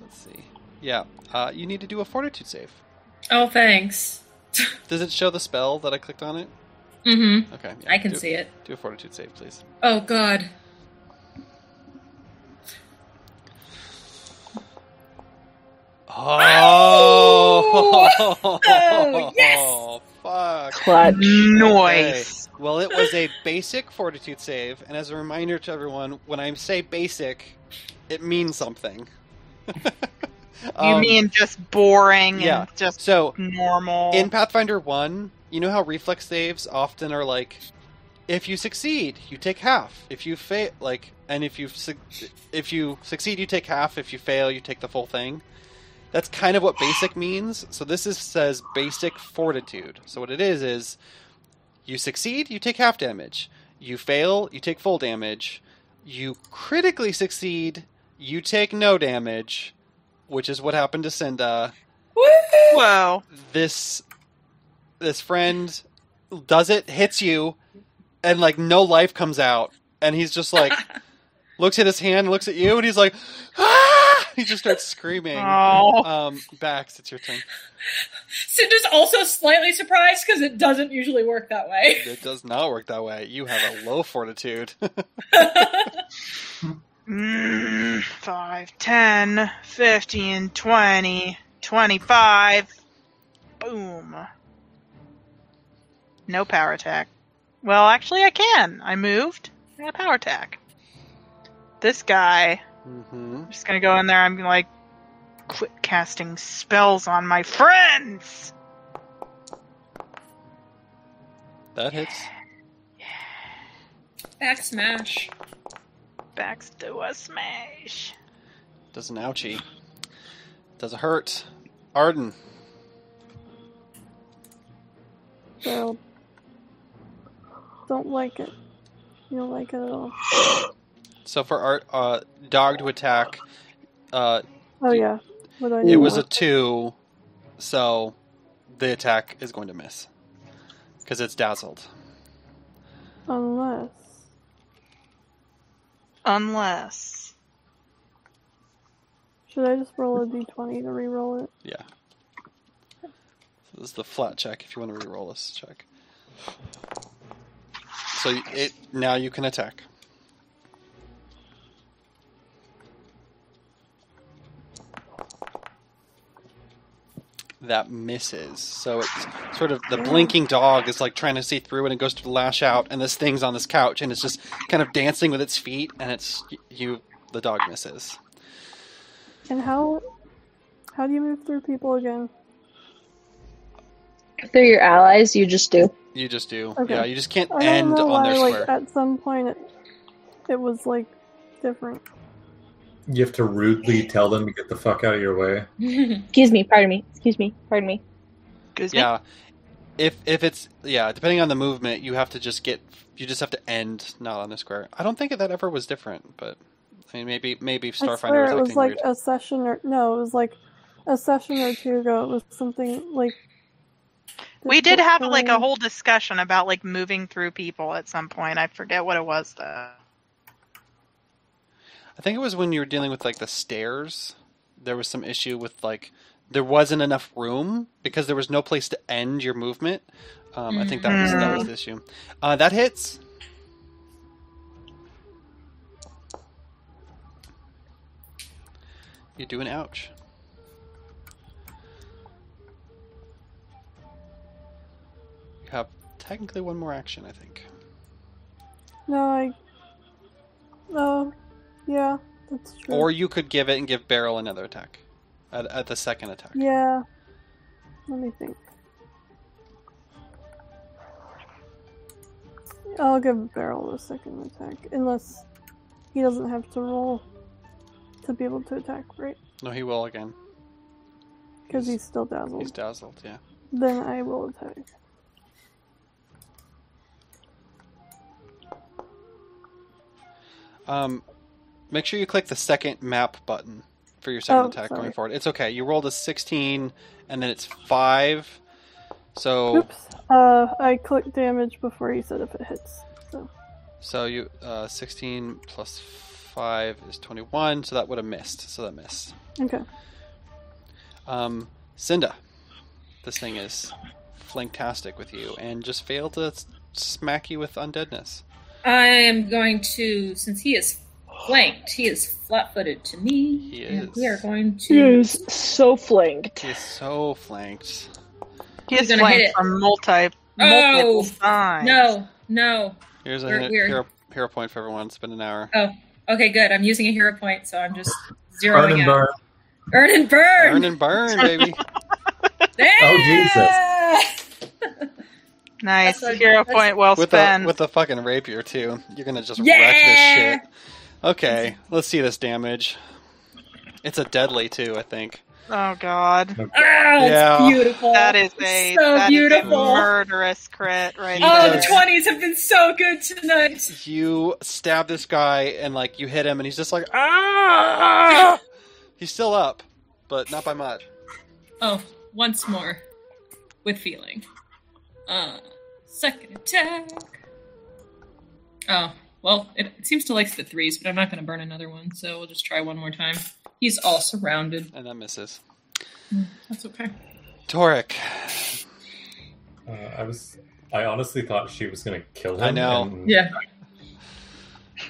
Speaker 2: Let's see. Yeah, uh, you need to do a fortitude save.
Speaker 4: Oh, thanks.
Speaker 2: Does it show the spell that I clicked on it?
Speaker 4: Mm-hmm.
Speaker 2: Okay. yeah,
Speaker 4: I can
Speaker 2: do,
Speaker 4: see it.
Speaker 2: Do a fortitude save, please.
Speaker 4: Oh God.
Speaker 2: Oh!
Speaker 4: Oh, yes!
Speaker 2: Fuck.
Speaker 8: Clutch.
Speaker 1: Noise.
Speaker 2: Well, it was a basic fortitude save, and as a reminder to everyone, when I say basic, it means something.
Speaker 1: you
Speaker 2: Um,
Speaker 1: mean just boring
Speaker 2: yeah.
Speaker 1: and just
Speaker 2: so
Speaker 1: normal?
Speaker 2: in Pathfinder One? You know how reflex saves often are like, if you succeed, you take half. If you fail, like, and if you suc if you succeed, you take half. If you fail, you take the full thing. That's kind of what basic means. So this is says basic fortitude. So what it is is you succeed, you take half damage. You fail, you take full damage. You critically succeed, you take no damage, which is what happened to Cinda.
Speaker 4: Woo!
Speaker 1: Whoa.
Speaker 2: This this friend does it, hits you, and like no life comes out, and he's just like looks at his hand, looks at you, and he's like, ah! he just starts screaming.
Speaker 1: Oh.
Speaker 2: Um, Bax, it's your turn.
Speaker 4: Cinder's also slightly surprised because it doesn't usually work that way.
Speaker 2: It does not work that way. You have a low fortitude.
Speaker 1: Mm, 5, 10, 15, 20, 25. Boom. No power attack. Well, actually, I can. I moved. I got power attack. This guy.
Speaker 2: mm-hmm.
Speaker 1: I'm just gonna go in there. I'm like, quit casting spells on my friends!
Speaker 2: That hits.
Speaker 4: Back smash.
Speaker 1: Backs to a smash.
Speaker 2: Does an ouchie. Does it hurt? Arden.
Speaker 7: Gerald. Don't like it. You don't like it at all.
Speaker 2: So for art, uh, dog to attack. Uh,
Speaker 7: Oh yeah. What do I
Speaker 2: it
Speaker 7: do
Speaker 2: was
Speaker 7: now?
Speaker 2: a two, so the attack is going to miss because it's dazzled.
Speaker 7: unless
Speaker 1: Unless.
Speaker 7: should I just roll a d twenty to re-roll it?
Speaker 2: Yeah. So this is the flat check. If you want to re-roll this check, so y- it now you can attack. That misses. So it's sort of the blinking dog is like trying to see through, and it goes to lash out, and this thing's on this couch, and it's just kind of dancing with its feet, and it's y- you. The dog misses.
Speaker 7: And how how do you move through people again?
Speaker 6: If they're your allies, you just do.
Speaker 2: You just do.
Speaker 7: Okay.
Speaker 2: Yeah, you just can't
Speaker 7: I don't
Speaker 2: end
Speaker 7: know
Speaker 2: on
Speaker 7: why.
Speaker 2: their
Speaker 7: Like
Speaker 2: square.
Speaker 7: at some point, it, it was like different.
Speaker 5: You have to rudely tell them to get the fuck out of your way.
Speaker 6: Excuse me, pardon me. Excuse me, pardon me.
Speaker 1: Excuse me?
Speaker 2: Yeah. If if it's yeah, depending on the movement, you have to just get you just have to end not on the square. I don't think that ever was different, but I mean maybe maybe
Speaker 7: I
Speaker 2: Starfinder
Speaker 7: swear
Speaker 2: was
Speaker 7: it
Speaker 2: acting
Speaker 7: was like
Speaker 2: weird.
Speaker 7: a session or no, it was like a session or two ago. It was something like
Speaker 1: We did have like a
Speaker 7: different.
Speaker 1: whole discussion about like moving through people at some point. I forget what it was though.
Speaker 2: I think it was when you were dealing with like the stairs. There was some issue with like there wasn't enough room because there was no place to end your movement. Um, I think that was that was the issue. Uh, that hits. You do an ouch. You have technically one more action, I think.
Speaker 7: No, I. No. yeah, that's true.
Speaker 2: Or you could give it and give Beryl another attack at, at the second attack.
Speaker 7: Yeah. Let me think. I'll give Beryl the second attack, unless he doesn't have to roll to be able to attack, right?
Speaker 2: No, he will again.
Speaker 7: Because he's still dazzled.
Speaker 2: He's dazzled, yeah.
Speaker 7: then I will attack.
Speaker 2: Um, make sure you click the second map button for your second
Speaker 7: Oh,
Speaker 2: attack
Speaker 7: sorry.
Speaker 2: going forward. It's okay. You rolled a 16, and then it's 5. So
Speaker 7: Oops. Uh, I clicked damage before he said if it hits.
Speaker 2: so you uh, 16 plus 5 is 21, so that would have missed. So that missed.
Speaker 7: Okay.
Speaker 2: Um, Cinda, this thing is flanktastic with you and just failed to s- smack you with undeadness.
Speaker 4: I am going to, since he is flanked, he is flat footed to me.
Speaker 2: He
Speaker 4: and
Speaker 2: is.
Speaker 4: We are going to.
Speaker 3: is so flanked.
Speaker 2: He is so flanked.
Speaker 4: He's
Speaker 1: He's
Speaker 4: gonna hit
Speaker 1: playing
Speaker 4: it.
Speaker 1: from multi
Speaker 4: Oh,
Speaker 1: multiple times.
Speaker 4: No, no.
Speaker 2: Here's a
Speaker 4: We're-
Speaker 2: hero,
Speaker 4: we're-
Speaker 2: hero, hero point for everyone. It's been an hour.
Speaker 4: Okay, good. I'm using a hero point, so I'm just
Speaker 5: Burn
Speaker 4: zeroing
Speaker 5: and
Speaker 4: out.
Speaker 5: burn.
Speaker 4: Earn and burn.
Speaker 2: Burn and burn, baby.
Speaker 5: Oh,
Speaker 4: Yeah!
Speaker 1: Nice
Speaker 4: That's a-
Speaker 1: hero
Speaker 4: that's a-
Speaker 1: point well
Speaker 2: with
Speaker 1: spent.
Speaker 2: a with a fucking rapier too. You're gonna just wreck
Speaker 4: Yeah!
Speaker 2: this shit. Okay, let's see this damage. It's a deadly too, I think.
Speaker 1: oh god.
Speaker 4: Oh,
Speaker 2: Yeah.
Speaker 4: it's beautiful.
Speaker 1: That is a
Speaker 4: so
Speaker 1: that is
Speaker 4: beautiful.
Speaker 1: a murderous crit right
Speaker 4: oh, the
Speaker 1: there.
Speaker 4: twenties have been so good tonight.
Speaker 2: You stab this guy and like you hit him, and he's just like ah. He's still up, but not by much.
Speaker 4: Oh, once more, with feeling. Uh, second attack. Oh, well, it, it seems to like the threes, but I'm not going to burn another one, so we'll just try one more time. He's all surrounded.
Speaker 2: And that misses.
Speaker 4: That's okay.
Speaker 2: Toric,
Speaker 5: Uh, I was. I honestly thought she was going to kill him.
Speaker 2: I know.
Speaker 5: and-
Speaker 4: Yeah.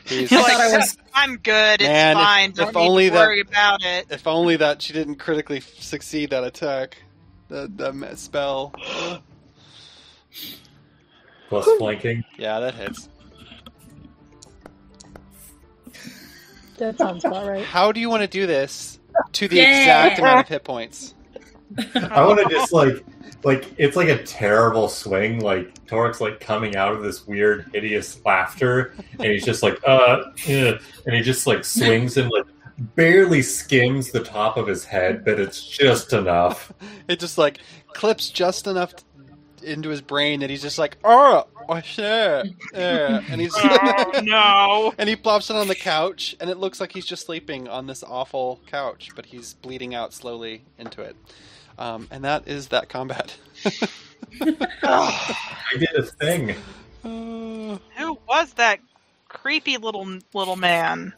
Speaker 2: he's,
Speaker 1: You're
Speaker 4: I thought I
Speaker 1: like,
Speaker 4: was-
Speaker 1: I'm good. It's
Speaker 2: Man, if-
Speaker 1: fine.
Speaker 2: if
Speaker 1: Don't
Speaker 2: only
Speaker 1: need to
Speaker 2: that-
Speaker 1: worry about it.
Speaker 2: if only that she didn't critically f- succeed that attack, that that ma- spell.
Speaker 5: Plus flanking.
Speaker 2: Yeah, that hits.
Speaker 8: That sounds about right.
Speaker 2: How do you want to do this to the
Speaker 4: Yeah.
Speaker 2: exact amount of hit points?
Speaker 5: I want to just like, like it's like a terrible swing. Like Torik's like coming out of this weird, hideous laughter, and he's just like, uh, eh, and he just like swings and like barely skims the top of his head, but it's just enough.
Speaker 2: It just like clips just enough t- into his brain that he's just like, oh, oh shit, yeah," and he's
Speaker 1: Oh no.
Speaker 2: and he plops it on the couch, and it looks like he's just sleeping on this awful couch, but he's bleeding out slowly into it. Um, and that is that combat.
Speaker 5: I did a thing.
Speaker 2: Uh,
Speaker 1: Who was that creepy little little man?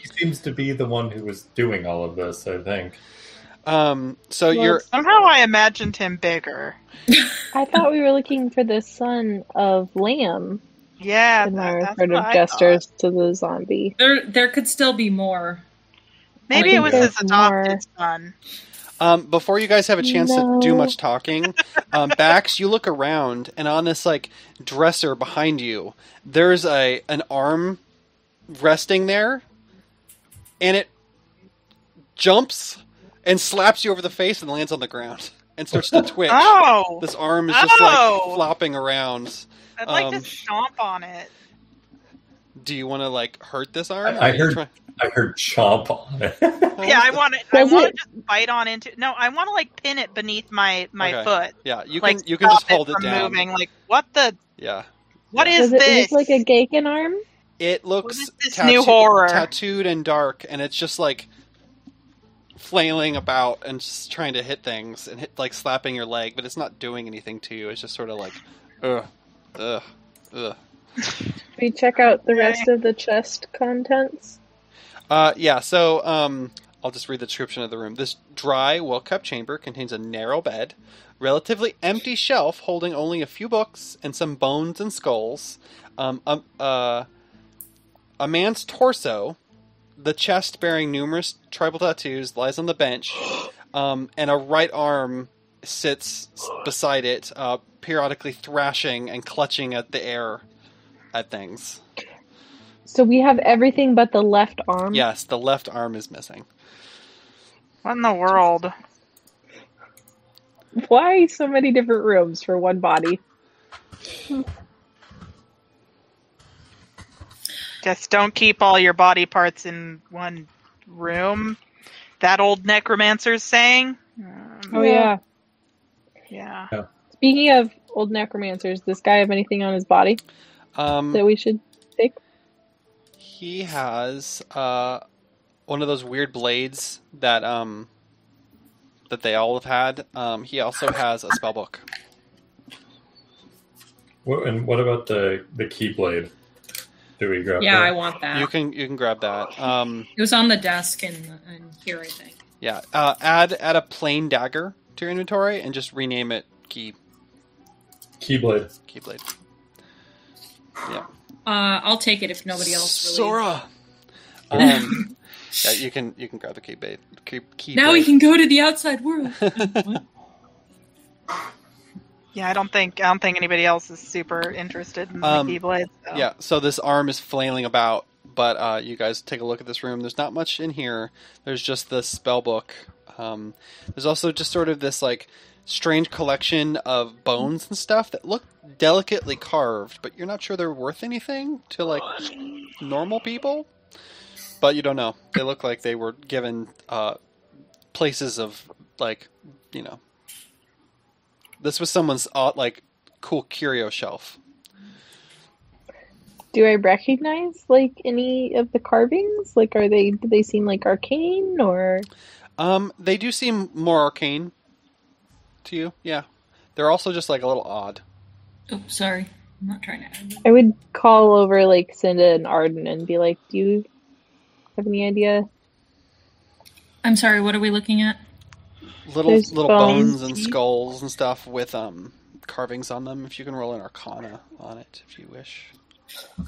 Speaker 5: He seems to be the one who was doing all of this. I think.
Speaker 2: um, so
Speaker 8: Well,
Speaker 2: you're
Speaker 1: Somehow I imagined him bigger.
Speaker 8: I thought we were looking for the son of Lamb
Speaker 1: Yeah,
Speaker 8: in
Speaker 1: that-
Speaker 8: our
Speaker 1: that's
Speaker 8: heart
Speaker 1: what
Speaker 8: of
Speaker 1: I thought.
Speaker 8: gestures to the zombie.
Speaker 4: There, there could still be more.
Speaker 1: Maybe
Speaker 8: I
Speaker 1: it
Speaker 8: think
Speaker 1: was his
Speaker 8: there's
Speaker 1: adopted
Speaker 8: more.
Speaker 1: son.
Speaker 2: Um, before you guys have a chance to
Speaker 8: No.
Speaker 2: do much talking, um, Bax, you look around, and on this like dresser behind you, there's a an arm resting there, and it jumps and slaps you over the face and lands on the ground and starts to twitch.
Speaker 1: Oh,
Speaker 2: This arm is just
Speaker 1: Oh.
Speaker 2: like flopping around.
Speaker 1: I'd like
Speaker 2: um,
Speaker 1: to stomp on it.
Speaker 2: Do you want to like hurt this arm?
Speaker 5: I- I
Speaker 2: Are you
Speaker 5: heard-
Speaker 2: try-
Speaker 5: I heard chomp on it.
Speaker 1: Yeah, I want to. I
Speaker 3: Does
Speaker 1: want to
Speaker 3: it-
Speaker 1: just bite on into. No, I want to like pin it beneath my my
Speaker 2: Okay.
Speaker 1: foot.
Speaker 2: yeah, you
Speaker 1: like
Speaker 2: can you can just
Speaker 1: stop it
Speaker 2: hold it,
Speaker 1: from
Speaker 2: down.
Speaker 1: Moving. Like what the
Speaker 2: Yeah,
Speaker 1: what is
Speaker 8: Does it
Speaker 1: this?
Speaker 8: look like a Gaken arm?
Speaker 2: it
Speaker 1: what
Speaker 2: looks
Speaker 1: is this
Speaker 2: tattoo-
Speaker 1: new horror?
Speaker 2: tattooed and dark, and it's just like flailing about and just trying to hit things and hit like slapping your leg, but it's not doing anything to you. It's just sort of like, ugh, ugh, ugh.
Speaker 8: Should we check out the rest of the chest contents?
Speaker 2: Uh, yeah. So um, I'll just read the description of the room. This dry, well kept chamber contains a narrow bed, relatively empty shelf holding only a few books and some bones and skulls, um, um, uh, a man's torso, the chest bearing numerous tribal tattoos, lies on the bench, um, and a right arm sits s- beside it, uh, periodically thrashing and clutching at the air at things.
Speaker 8: So we have everything but the left arm.
Speaker 2: Yes, the left arm is missing.
Speaker 1: What in the world?
Speaker 8: Why so many different rooms for one body?
Speaker 1: Just don't keep all your body parts in one room. That old necromancer's saying. Um,
Speaker 8: Oh yeah.
Speaker 1: yeah.
Speaker 8: Speaking of old necromancers, does this guy have anything on his body
Speaker 2: Um,
Speaker 8: that we should take?
Speaker 2: He has uh, one of those weird blades that um that they all have had. Um, he also has a spell book.
Speaker 5: Wha- And what about the the keyblade? Do we grab?
Speaker 4: Yeah,
Speaker 5: that?
Speaker 4: I want that.
Speaker 2: You can you can grab that. Um,
Speaker 4: It was on the desk and, and here, I think.
Speaker 2: yeah, uh, add add a plain dagger to your inventory and just rename it key
Speaker 5: keyblade.
Speaker 2: keyblade.
Speaker 4: Uh, I'll take it if nobody else really.
Speaker 2: Sora. Um, yeah, you can you can grab the keyblade. Key, keyblade.
Speaker 4: Now we can go to the outside world. What?
Speaker 1: Yeah, I don't think I don't think anybody else is super interested in
Speaker 2: Um,
Speaker 1: the keyblade. So.
Speaker 2: Yeah, so this arm is flailing about, but uh, you guys take a look at this room. There's not much in here. There's just the spell book. Um, there's also just sort of this like strange collection of bones and stuff that look delicately carved, but you're not sure they're worth anything to like normal people. But you don't know. They look like they were given uh, places of like you know. This was someone's uh, like cool curio shelf.
Speaker 8: Do I recognize like any of the carvings? Like, are they do they seem like arcane or?
Speaker 2: Um, they do seem more arcane to you. Yeah, they're also just like a little odd.
Speaker 4: Oh, sorry. I'm not trying to add.
Speaker 8: I would call over like Cinda and Arden and be like, "Do you have any idea?"
Speaker 4: I'm sorry, what are we looking at?
Speaker 2: Little
Speaker 8: There's
Speaker 2: little
Speaker 8: bones.
Speaker 2: bones. and skulls and stuff with um carvings on them. If you can roll an Arcana on it, if you wish.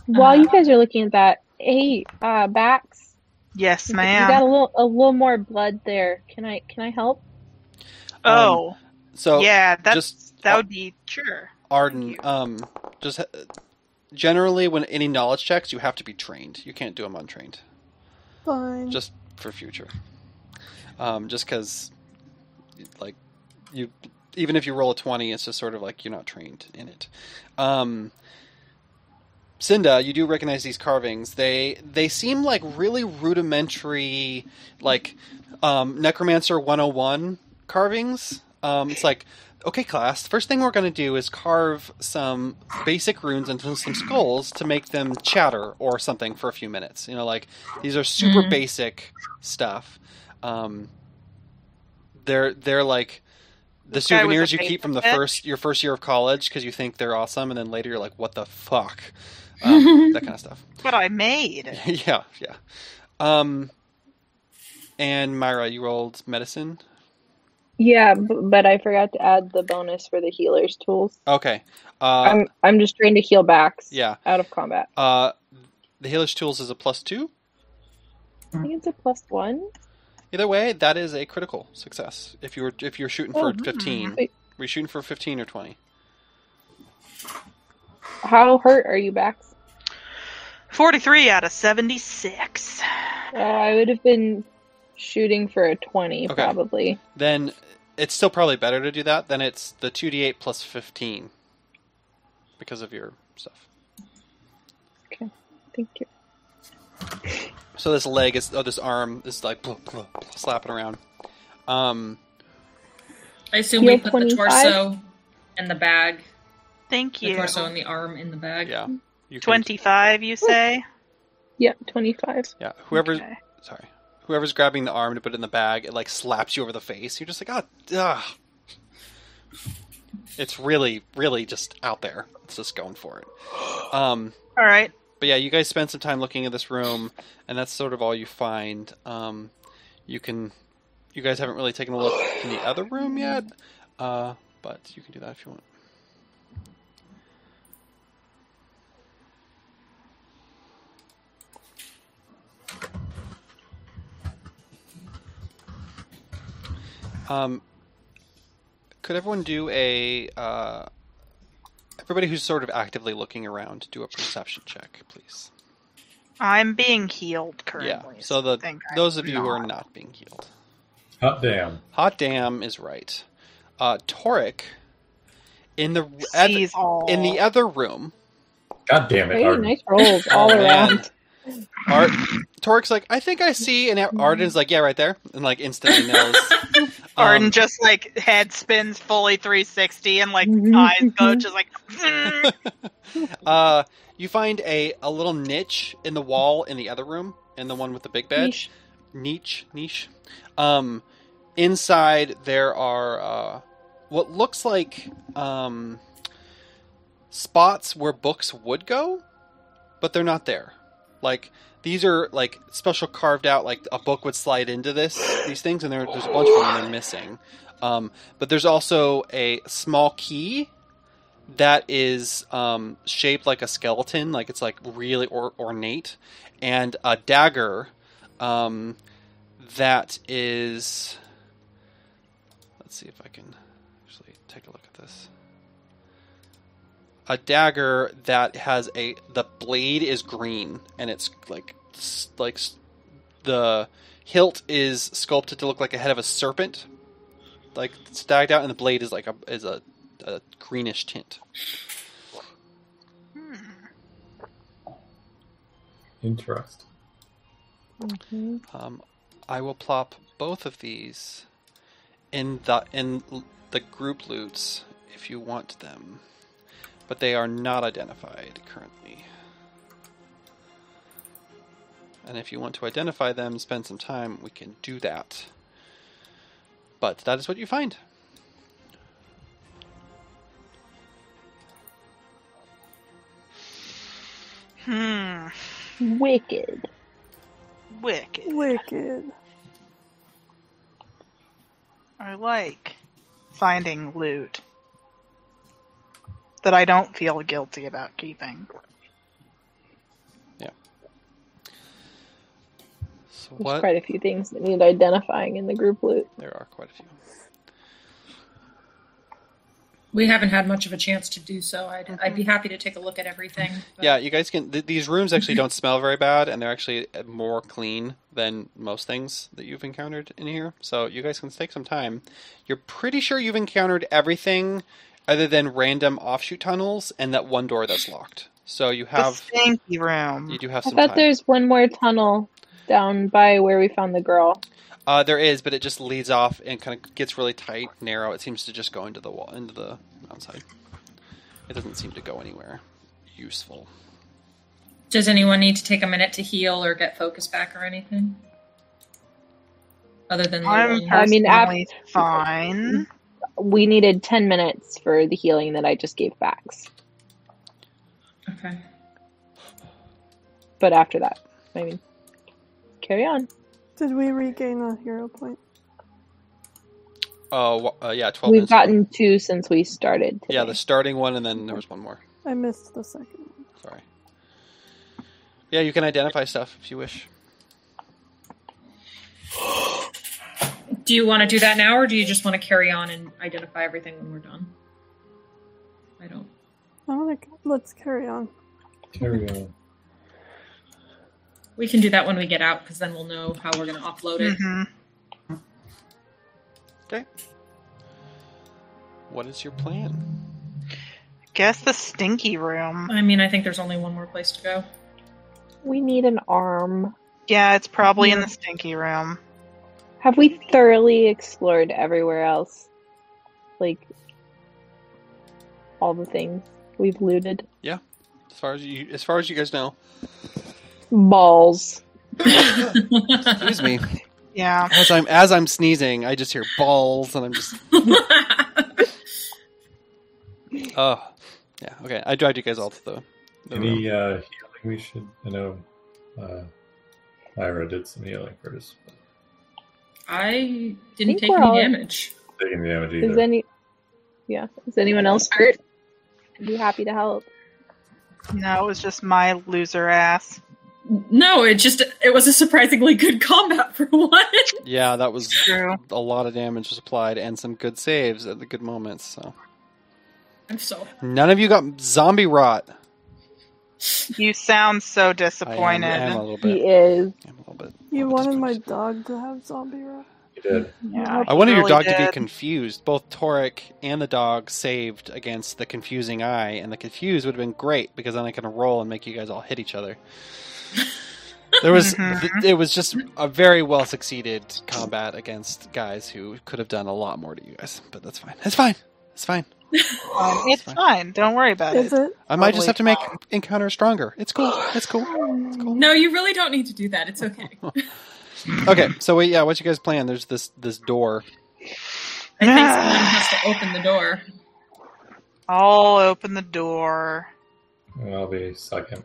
Speaker 8: While
Speaker 1: Uh-huh.
Speaker 8: you guys are looking at that, hey, uh, Bax,
Speaker 1: Yes,
Speaker 8: you got a
Speaker 1: ma'am.
Speaker 8: little a little more blood there. Can I can I help?
Speaker 1: Oh,
Speaker 2: Um, So
Speaker 1: yeah. That's
Speaker 2: just-
Speaker 1: that would be sure.
Speaker 2: Arden,
Speaker 1: Thank you.
Speaker 2: um, just ha- generally when any knowledge checks, you have to be trained. You can't do them untrained.
Speaker 7: Fine.
Speaker 2: Just for future. Um, just because, like, you even if you roll a twenty, it's just sort of like you're not trained in it. Um, Cinda, you do recognize these carvings. They they seem like really rudimentary, like um, Necromancer 101 carvings. Um, it's like, okay, class. First thing we're going to do is carve some basic runes into some skulls to make them chatter or something for a few minutes. You know, like these are super
Speaker 4: Mm.
Speaker 2: basic stuff. Um, they're they're like the
Speaker 1: This guy was a
Speaker 2: souvenirs you keep
Speaker 1: basic
Speaker 2: from the
Speaker 1: bitch.
Speaker 2: first your first year of college because you think they're awesome, and then later you're like, what the fuck, um, that kind of stuff.
Speaker 1: What I made.
Speaker 2: yeah, yeah. Um, and Myra, you rolled medicine.
Speaker 8: Yeah, b- but I forgot to add the bonus for the healer's tools.
Speaker 2: Okay. Uh,
Speaker 8: I'm I'm just trying to heal Bax
Speaker 2: yeah.
Speaker 8: out of combat.
Speaker 2: Uh, the healer's tools is a plus two.
Speaker 8: I think it's a plus one.
Speaker 2: Either way, that is a critical success. If you're if you're shooting for
Speaker 8: Oh,
Speaker 2: fifteen,
Speaker 8: Wait.
Speaker 2: we're shooting for fifteen or twenty.
Speaker 8: How hurt are you, Bax?
Speaker 1: Forty-three out of seventy-six.
Speaker 8: Oh, I would have been shooting for a 20
Speaker 2: Okay.
Speaker 8: probably.
Speaker 2: Then it's still probably better to do that than it's the two d eight plus fifteen because of your stuff.
Speaker 8: Thank you.
Speaker 2: So this leg is oh this arm is like blah, blah, blah, slapping around. Um,
Speaker 4: I assume we
Speaker 8: Yeah,
Speaker 4: put
Speaker 8: 25.
Speaker 4: the torso and the bag,
Speaker 1: Thank
Speaker 4: the
Speaker 1: you.
Speaker 4: torso and the arm in the bag.
Speaker 2: yeah. You can-
Speaker 1: Twenty-five, you say?
Speaker 8: Yep, 25.
Speaker 2: Yeah. Whoever's
Speaker 1: Okay.
Speaker 2: sorry, whoever's grabbing the arm to put it in the bag, it like slaps you over the face. You're just like, ah, ah. It's really, really just out there. It's just going for it. Um,
Speaker 1: All right.
Speaker 2: but yeah, you guys spend some time looking at this room, and that's sort of all you find. Um, You can. You guys haven't really taken a look in the other room yet, uh, but you can do that if you want. Um, could everyone do a uh, everybody who's sort of actively looking around do a perception check, please?
Speaker 1: I'm being healed
Speaker 2: Yeah.
Speaker 1: currently.
Speaker 2: So the
Speaker 1: I think I'm
Speaker 2: those of you who are
Speaker 1: not.
Speaker 2: not being healed,
Speaker 5: Hot damn.
Speaker 2: hot damn is right. Uh, Toric, in the at-
Speaker 1: sees all
Speaker 2: in the other room,
Speaker 5: God damn it,
Speaker 8: Hey,
Speaker 5: Arden.
Speaker 8: nice rolls all
Speaker 2: Oh, man.
Speaker 8: around.
Speaker 2: Art Toric's like, I think I see, and Arden's like, yeah, right there, and like instantly knows.
Speaker 1: Arden
Speaker 2: Um,
Speaker 1: just like head spins fully 360 and like
Speaker 2: Mm-hmm.
Speaker 8: Mhm,
Speaker 1: eyes go
Speaker 8: mhm.
Speaker 1: just like "Mm."
Speaker 2: Uh, you find a, a little niche in the wall in the other room, in the one with the big bed.
Speaker 8: Yeesh.
Speaker 2: Niche, niche. Um, inside there are uh, what looks like um, spots where books would go, but they're not there. Like these are like special carved out, like a book would slide into this these things, and there, there's a bunch of them they're missing. Um, but there's also a small key that is um, shaped like a skeleton, like it's like really or- ornate, and a dagger um, that is. Let's see if I can actually take a look at this. A dagger that has a the blade is green and it's like s- like s- the hilt is sculpted to look like a head of a serpent, like stacked out, and the blade is like a is a, a greenish tint.
Speaker 5: Interesting.
Speaker 2: Um, I will plop both of these in the in l- the group loots if you want them, but they are not identified currently. And if you want to identify them, spend some time. We can do that. But that is what you find.
Speaker 1: hmm
Speaker 3: Wicked.
Speaker 1: wicked
Speaker 7: Wicked.
Speaker 1: I like finding loot that I don't feel guilty about keeping.
Speaker 2: So
Speaker 3: There's
Speaker 2: what?
Speaker 3: quite a few things that need identifying in the group loot.
Speaker 2: There are quite a few.
Speaker 4: We haven't had much of a chance to do so. I'd, I'd be happy to take a look at everything. but-
Speaker 2: Yeah, you guys can. Th- these rooms actually don't smell very bad, and they're actually uh, more clean than most things that you've encountered in here. So you guys can take some time. You're pretty sure you've encountered everything other than random offshoot tunnels and that one door that's locked. So you have
Speaker 1: the stinky room.
Speaker 2: you do have
Speaker 8: I
Speaker 2: some
Speaker 8: thought
Speaker 2: time.
Speaker 8: there's one more tunnel down by where we found the girl.
Speaker 2: Uh, there is, but it just leads off and kind of gets really tight, narrow. It seems to just go into the wall, into the outside. It doesn't seem to go anywhere useful.
Speaker 4: Does anyone need to take a minute to heal or get focus back or anything? Other than the
Speaker 1: I'm
Speaker 4: one-
Speaker 8: I mean, ab-
Speaker 1: personally fine.
Speaker 8: We needed 10 minutes for the healing that I just gave Vax.
Speaker 4: okay.
Speaker 8: But after that, I mean, carry on.
Speaker 7: Did we regain a hero point?
Speaker 2: Oh, uh, yeah, twelve
Speaker 8: We've
Speaker 2: minutes. ago.
Speaker 8: gotten two since we started today.
Speaker 2: yeah, the starting one, and then there was one more.
Speaker 7: I missed the second one.
Speaker 2: Sorry. Yeah, you can identify stuff if you wish.
Speaker 4: Do you want to do that now, or do you just want to carry on and identify everything when we're done? I don't.
Speaker 7: I wanna c- let's carry on.
Speaker 5: Carry on.
Speaker 4: We can do that when we get out, because then we'll know how we're going to upload it.
Speaker 1: hmm
Speaker 2: What is your plan?
Speaker 1: Guess the stinky room.
Speaker 4: I mean, I think there's only one more place to go.
Speaker 8: We need an arm.
Speaker 1: Yeah, it's probably
Speaker 8: Mm-hmm.
Speaker 1: in the stinky room.
Speaker 8: Have we thoroughly explored everywhere else? Like, all the things we've looted?
Speaker 2: As far as you, as far as you guys know.
Speaker 8: Balls.
Speaker 2: Excuse me.
Speaker 1: Yeah.
Speaker 2: As I'm as I'm sneezing, I just hear balls, and I'm just oh, yeah. Okay, I dragged you guys all to the. the room.
Speaker 5: Any uh, healing we should? I know uh, Myra did some healing first.
Speaker 4: I didn't
Speaker 8: Think
Speaker 4: take
Speaker 8: we're
Speaker 4: any
Speaker 8: all-
Speaker 4: damage.
Speaker 5: Taking the damage
Speaker 3: Is
Speaker 5: either.
Speaker 3: any? Yeah. Is anyone else hurt? I'd be happy to help.
Speaker 1: No, it was just my loser ass.
Speaker 4: No, it just it was a surprisingly good combat for one.
Speaker 2: Yeah, that was
Speaker 1: True.
Speaker 2: a lot of damage was applied and some good saves at the good moments. So
Speaker 4: I'm so
Speaker 2: none of you got zombie rot.
Speaker 1: You sound so
Speaker 2: I am,
Speaker 1: disappointed.
Speaker 2: I am a little
Speaker 3: He
Speaker 2: bit.
Speaker 3: is.
Speaker 2: I am a little bit.
Speaker 7: You
Speaker 2: I'm
Speaker 7: wanted my
Speaker 2: disappointed.
Speaker 7: dog to have zombie rot.
Speaker 5: You did.
Speaker 1: Yeah,
Speaker 2: I wanted your
Speaker 1: really
Speaker 2: dog to be
Speaker 1: did.
Speaker 2: confused. Both Torek and the dog saved against the confusing eye, and the confused would have been great because then I can roll and make you guys all hit each other. There was
Speaker 1: Mhm.
Speaker 2: th- it was just a very well succeeded combat against guys who could have done a lot more to you guys, but that's fine. It's fine. It's fine.
Speaker 1: Um, it's
Speaker 2: fine.
Speaker 1: fine. Don't worry about
Speaker 7: Is
Speaker 1: it.
Speaker 7: it?
Speaker 2: I might
Speaker 1: Totally
Speaker 2: just have to make
Speaker 1: fine.
Speaker 2: encounter stronger. It's cool. It's cool. It's cool.
Speaker 4: No, you really don't need to do that. It's okay.
Speaker 2: Okay, so wait, yeah, what you guys plan? There's this this door.
Speaker 4: I think someone has to open the door.
Speaker 1: I'll open the door.
Speaker 5: I'll be second.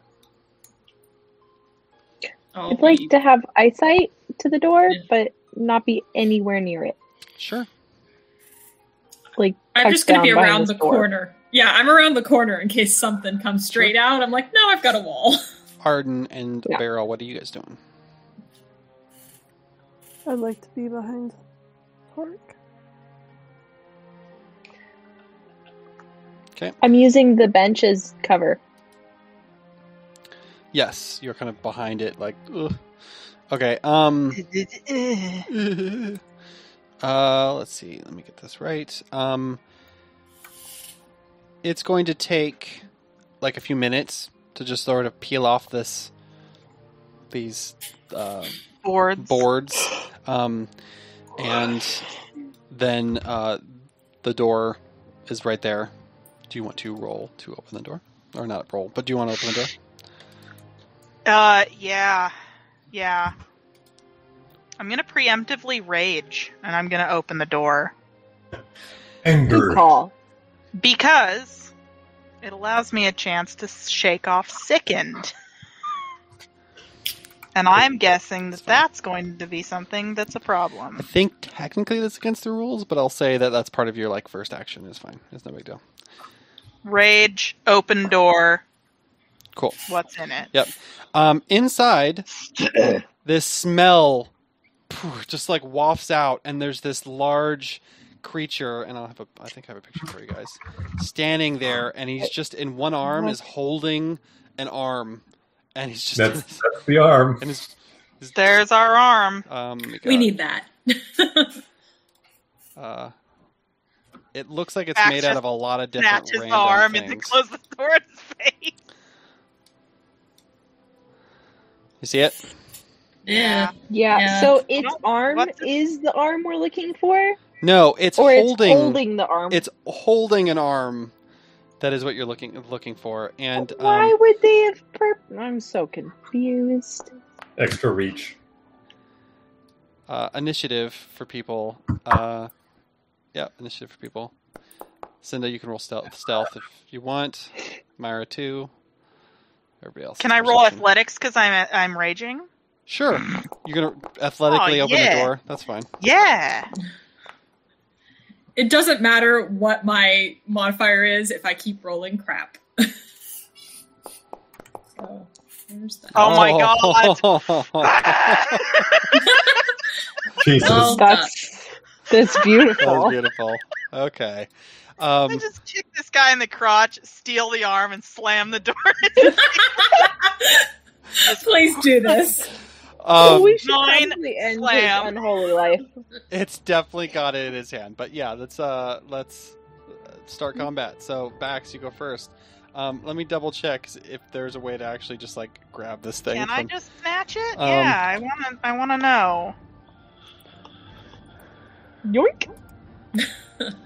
Speaker 4: Oh,
Speaker 3: I'd like to have eyesight to the door, but not be anywhere near it.
Speaker 2: Sure.
Speaker 3: Like
Speaker 4: I'm just going to
Speaker 3: touch
Speaker 4: be
Speaker 3: down behind
Speaker 4: around
Speaker 3: this
Speaker 4: the
Speaker 3: door.
Speaker 4: corner. Yeah, I'm around the corner in case something comes straight out. I'm like, no, I've got a wall.
Speaker 2: Arden and
Speaker 3: Yeah.
Speaker 2: Beryl, what are you guys doing?
Speaker 7: I'd like to be behind Torque.
Speaker 3: I'm using the bench as cover.
Speaker 2: Yes, you're kind of behind it, like ugh. Okay, um
Speaker 1: It's
Speaker 2: uh let's see, let me get this right. Um It's going to take like a few minutes to just sort of peel off this these uh
Speaker 1: boards.
Speaker 2: boards, um, and then uh, the door is right there. Do you want to roll to open the door, or not roll? But do you want to open the door?
Speaker 1: Uh, yeah, yeah. I'm gonna preemptively rage, and I'm gonna open the door
Speaker 5: Anger.
Speaker 3: Good call.
Speaker 1: because it allows me a chance to shake off sickened. And I'm guessing that that's going to be something that's a
Speaker 2: I
Speaker 1: problem.
Speaker 2: think technically that's against the rules, but I'll say that that's part of your like first action. Is fine. It's no big deal.
Speaker 1: Rage, open door.
Speaker 2: Cool.
Speaker 1: What's in it?
Speaker 2: Um, inside, this smell phew, just like wafts out, and there's this large creature, and I'll have a, I think I have a picture for you guys, standing there, and he's just in one arm is holding an arm, and he's just
Speaker 5: That's, that's the arm.
Speaker 2: and his, his
Speaker 1: There's our arm.
Speaker 2: um, let me go.
Speaker 4: we need that.
Speaker 2: uh, it looks like it's
Speaker 1: That's
Speaker 2: made
Speaker 1: just-
Speaker 2: out of a lot of different
Speaker 1: Snatches the
Speaker 2: random
Speaker 1: arm and
Speaker 2: things.
Speaker 1: then closes the door in his face.
Speaker 2: You see it?
Speaker 1: Yeah.
Speaker 3: Yeah.
Speaker 4: Yeah.
Speaker 3: So its
Speaker 1: Don't-
Speaker 3: arm
Speaker 1: what the-
Speaker 3: is the arm we're looking for,
Speaker 2: No, it's
Speaker 3: or
Speaker 2: holding.
Speaker 3: it's holding the arm.
Speaker 2: It's holding an arm. That is what you're looking looking for, and um,
Speaker 3: Why would they have? Perp- I'm so confused.
Speaker 5: Extra reach.
Speaker 2: uh, initiative for people. Uh, yeah, initiative for people. Cinda, you can roll stealth, stealth if you want. Myra too. Everybody else.
Speaker 1: Can I roll
Speaker 2: perception.
Speaker 1: athletics because I'm I'm raging?
Speaker 2: Sure. You're gonna athletically
Speaker 1: Aw,
Speaker 2: open the
Speaker 1: Oh, yeah.
Speaker 2: door. That's fine.
Speaker 1: Yeah.
Speaker 4: It doesn't matter what my modifier is if I keep rolling crap. so, there's that.
Speaker 1: Oh my Ah!
Speaker 2: god.
Speaker 5: Jesus.
Speaker 4: Well
Speaker 3: That's that's
Speaker 2: that
Speaker 3: beautiful.
Speaker 2: was beautiful. Okay.
Speaker 1: I
Speaker 2: Um,
Speaker 1: just kick this guy in the crotch, steal the arm, and slam the door.
Speaker 4: Please do this.
Speaker 3: Oh,
Speaker 2: um,
Speaker 3: we should
Speaker 1: Nine
Speaker 3: probably end
Speaker 1: slam.
Speaker 3: his unholy life.
Speaker 2: it's definitely got it in his hand. But yeah, let's uh, let's uh, start
Speaker 1: Mm-hmm.
Speaker 2: combat. So Bax, you go first. Um, let me double check if there's a way to actually just like grab this thing.
Speaker 1: Can I
Speaker 2: from-
Speaker 1: just snatch it?
Speaker 2: Um,
Speaker 1: yeah, I wanna. I wanna know.
Speaker 3: Yoink!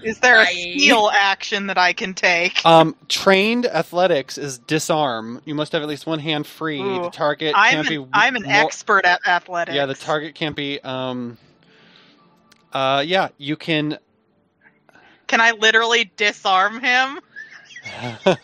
Speaker 1: Is there a
Speaker 4: Bye.
Speaker 1: steal action that I can take?
Speaker 2: Um, trained athletics is disarm. You must have at least one hand free. the
Speaker 1: Ooh,
Speaker 2: target
Speaker 1: I'm
Speaker 2: can't
Speaker 1: an,
Speaker 2: be.
Speaker 1: I'm an
Speaker 2: more-
Speaker 1: expert at athletics.
Speaker 2: Yeah, the target can't be. Um, uh, yeah, you can.
Speaker 1: Can I literally disarm him?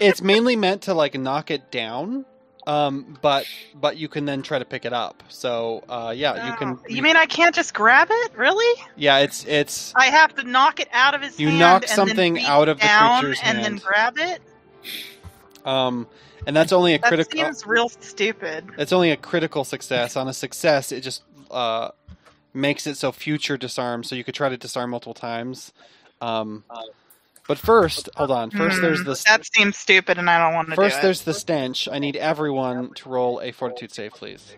Speaker 2: it's mainly meant to like knock it down, Um, but but you can then try to pick it up. So uh, yeah, you can.
Speaker 1: Oh, you mean I can't just grab it? Really?
Speaker 2: Yeah, it's it's
Speaker 1: I have to knock it out of his
Speaker 2: You
Speaker 1: hand.
Speaker 2: knock
Speaker 1: and then
Speaker 2: something
Speaker 1: reach
Speaker 2: out of the
Speaker 1: down
Speaker 2: creature's
Speaker 1: and then
Speaker 2: hand.
Speaker 1: grab it.
Speaker 2: um, and that's only a
Speaker 1: That
Speaker 2: critical.
Speaker 1: seems real stupid.
Speaker 2: It's only a critical success. On a success, it just uh, makes it so future disarm. So you could try to disarm multiple times. Um, but first, hold on. First,
Speaker 1: Hmm,
Speaker 2: there's the st-
Speaker 1: that seems stupid, and I don't want to do
Speaker 2: first
Speaker 1: it.
Speaker 2: there's the stench. I need everyone to roll a fortitude save, please.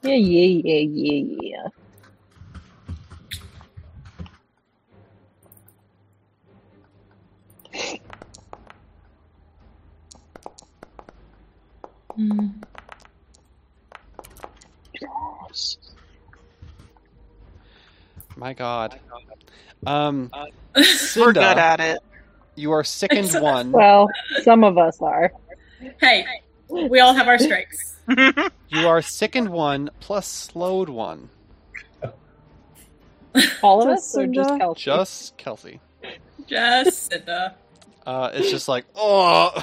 Speaker 8: Yeah, yeah, yeah, yeah, yeah.
Speaker 2: My God. Um,
Speaker 1: We're good
Speaker 2: Cinda,
Speaker 1: at it.
Speaker 2: you are sickened one.
Speaker 8: Well, some of us are.
Speaker 4: Hey, we all have our strengths.
Speaker 2: You are sickened one plus slowed one.
Speaker 8: All of
Speaker 7: Just
Speaker 8: us or just
Speaker 7: Cinda?
Speaker 8: Kelsey?
Speaker 2: Just Kelsey.
Speaker 4: Just Cinda.
Speaker 2: Uh, it's just like oh,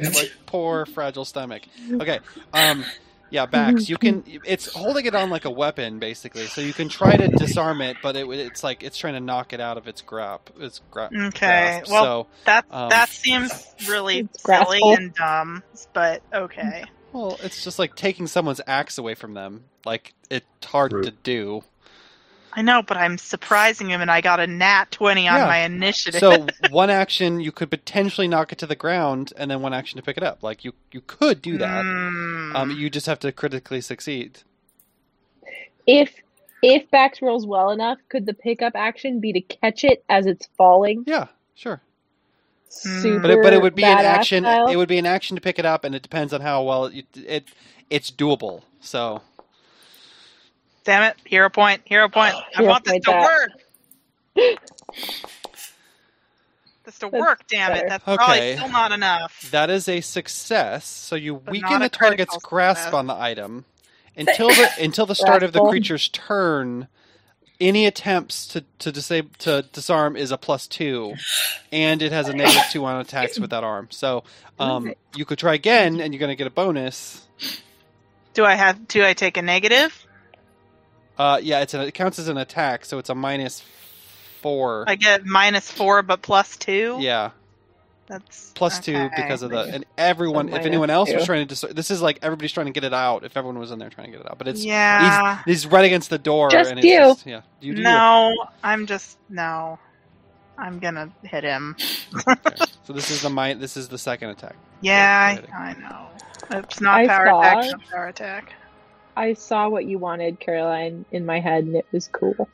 Speaker 2: you're like poor fragile stomach. Okay, um, yeah, Bax. You can. It's holding it on like a weapon, basically. So you can try to disarm it, but it, it's like it's trying to knock it out of its grasp. Its gra-
Speaker 1: Okay,
Speaker 2: grasp.
Speaker 1: well,
Speaker 2: so
Speaker 1: That
Speaker 2: Um,
Speaker 1: that seems really
Speaker 8: It's
Speaker 1: silly
Speaker 8: graceful.
Speaker 1: and dumb, but okay.
Speaker 2: well, it's just like taking someone's axe away from them. Like it's hard
Speaker 5: Rude.
Speaker 2: to do.
Speaker 1: I know, but I'm surprising him, and I got a nat twenty on
Speaker 2: Yeah.
Speaker 1: my initiative.
Speaker 2: So one action you could potentially knock it to the ground, and then one action to pick it up. Like you, you could do that.
Speaker 1: Mm.
Speaker 2: Um, you just have to critically succeed.
Speaker 8: If if Bax rolls well enough, could the pickup action be to catch it as it's falling?
Speaker 2: Yeah, sure.
Speaker 8: Super
Speaker 2: But it, but it would be an
Speaker 8: badass
Speaker 2: action.
Speaker 8: style?
Speaker 2: It would be an action to pick it up, and it depends on how well you, it it's doable. So
Speaker 1: Damn it! Hero point. Hero point. I
Speaker 8: Hero
Speaker 1: want this
Speaker 8: point
Speaker 1: to
Speaker 8: that.
Speaker 1: work. This to
Speaker 8: That's
Speaker 1: work. Damn
Speaker 8: better.
Speaker 1: it! That's probably
Speaker 2: Okay.
Speaker 1: still not enough.
Speaker 2: that is a success. So you
Speaker 1: But
Speaker 2: weaken
Speaker 1: not a
Speaker 2: the target's
Speaker 1: critical
Speaker 2: grasp
Speaker 1: success.
Speaker 2: on the item until the until the start of the
Speaker 8: Grasple.
Speaker 2: creature's turn. Any attempts to to disable to disarm is a plus two, and it has a negative two on attacks with that arm. So um, you could try again, and you're going to get a bonus.
Speaker 1: Do I have? Do I take a negative?
Speaker 2: Uh, yeah, it's an, it counts as an attack, so it's a minus four.
Speaker 1: I get minus four, but plus two.
Speaker 2: yeah.
Speaker 1: That's
Speaker 2: plus two
Speaker 1: okay.
Speaker 2: because of the and everyone if
Speaker 8: minus
Speaker 2: anyone else was
Speaker 8: two.
Speaker 2: trying to dis- this is like everybody's trying to get it out if everyone was in there trying to get it out but it's
Speaker 1: yeah.
Speaker 2: he's, he's right against the door
Speaker 8: Just
Speaker 2: and it's
Speaker 8: you.
Speaker 2: just, yeah you do
Speaker 1: no, I'm just no. I'm gonna hit him.
Speaker 2: okay. so this is the my this is the second attack
Speaker 1: Yeah,
Speaker 2: Right.
Speaker 1: I, I know. It's not
Speaker 8: I
Speaker 1: power
Speaker 8: saw
Speaker 1: attack.
Speaker 8: it.
Speaker 1: Not power attack.
Speaker 8: I saw what you wanted, Caroline, in my head, and it was cool.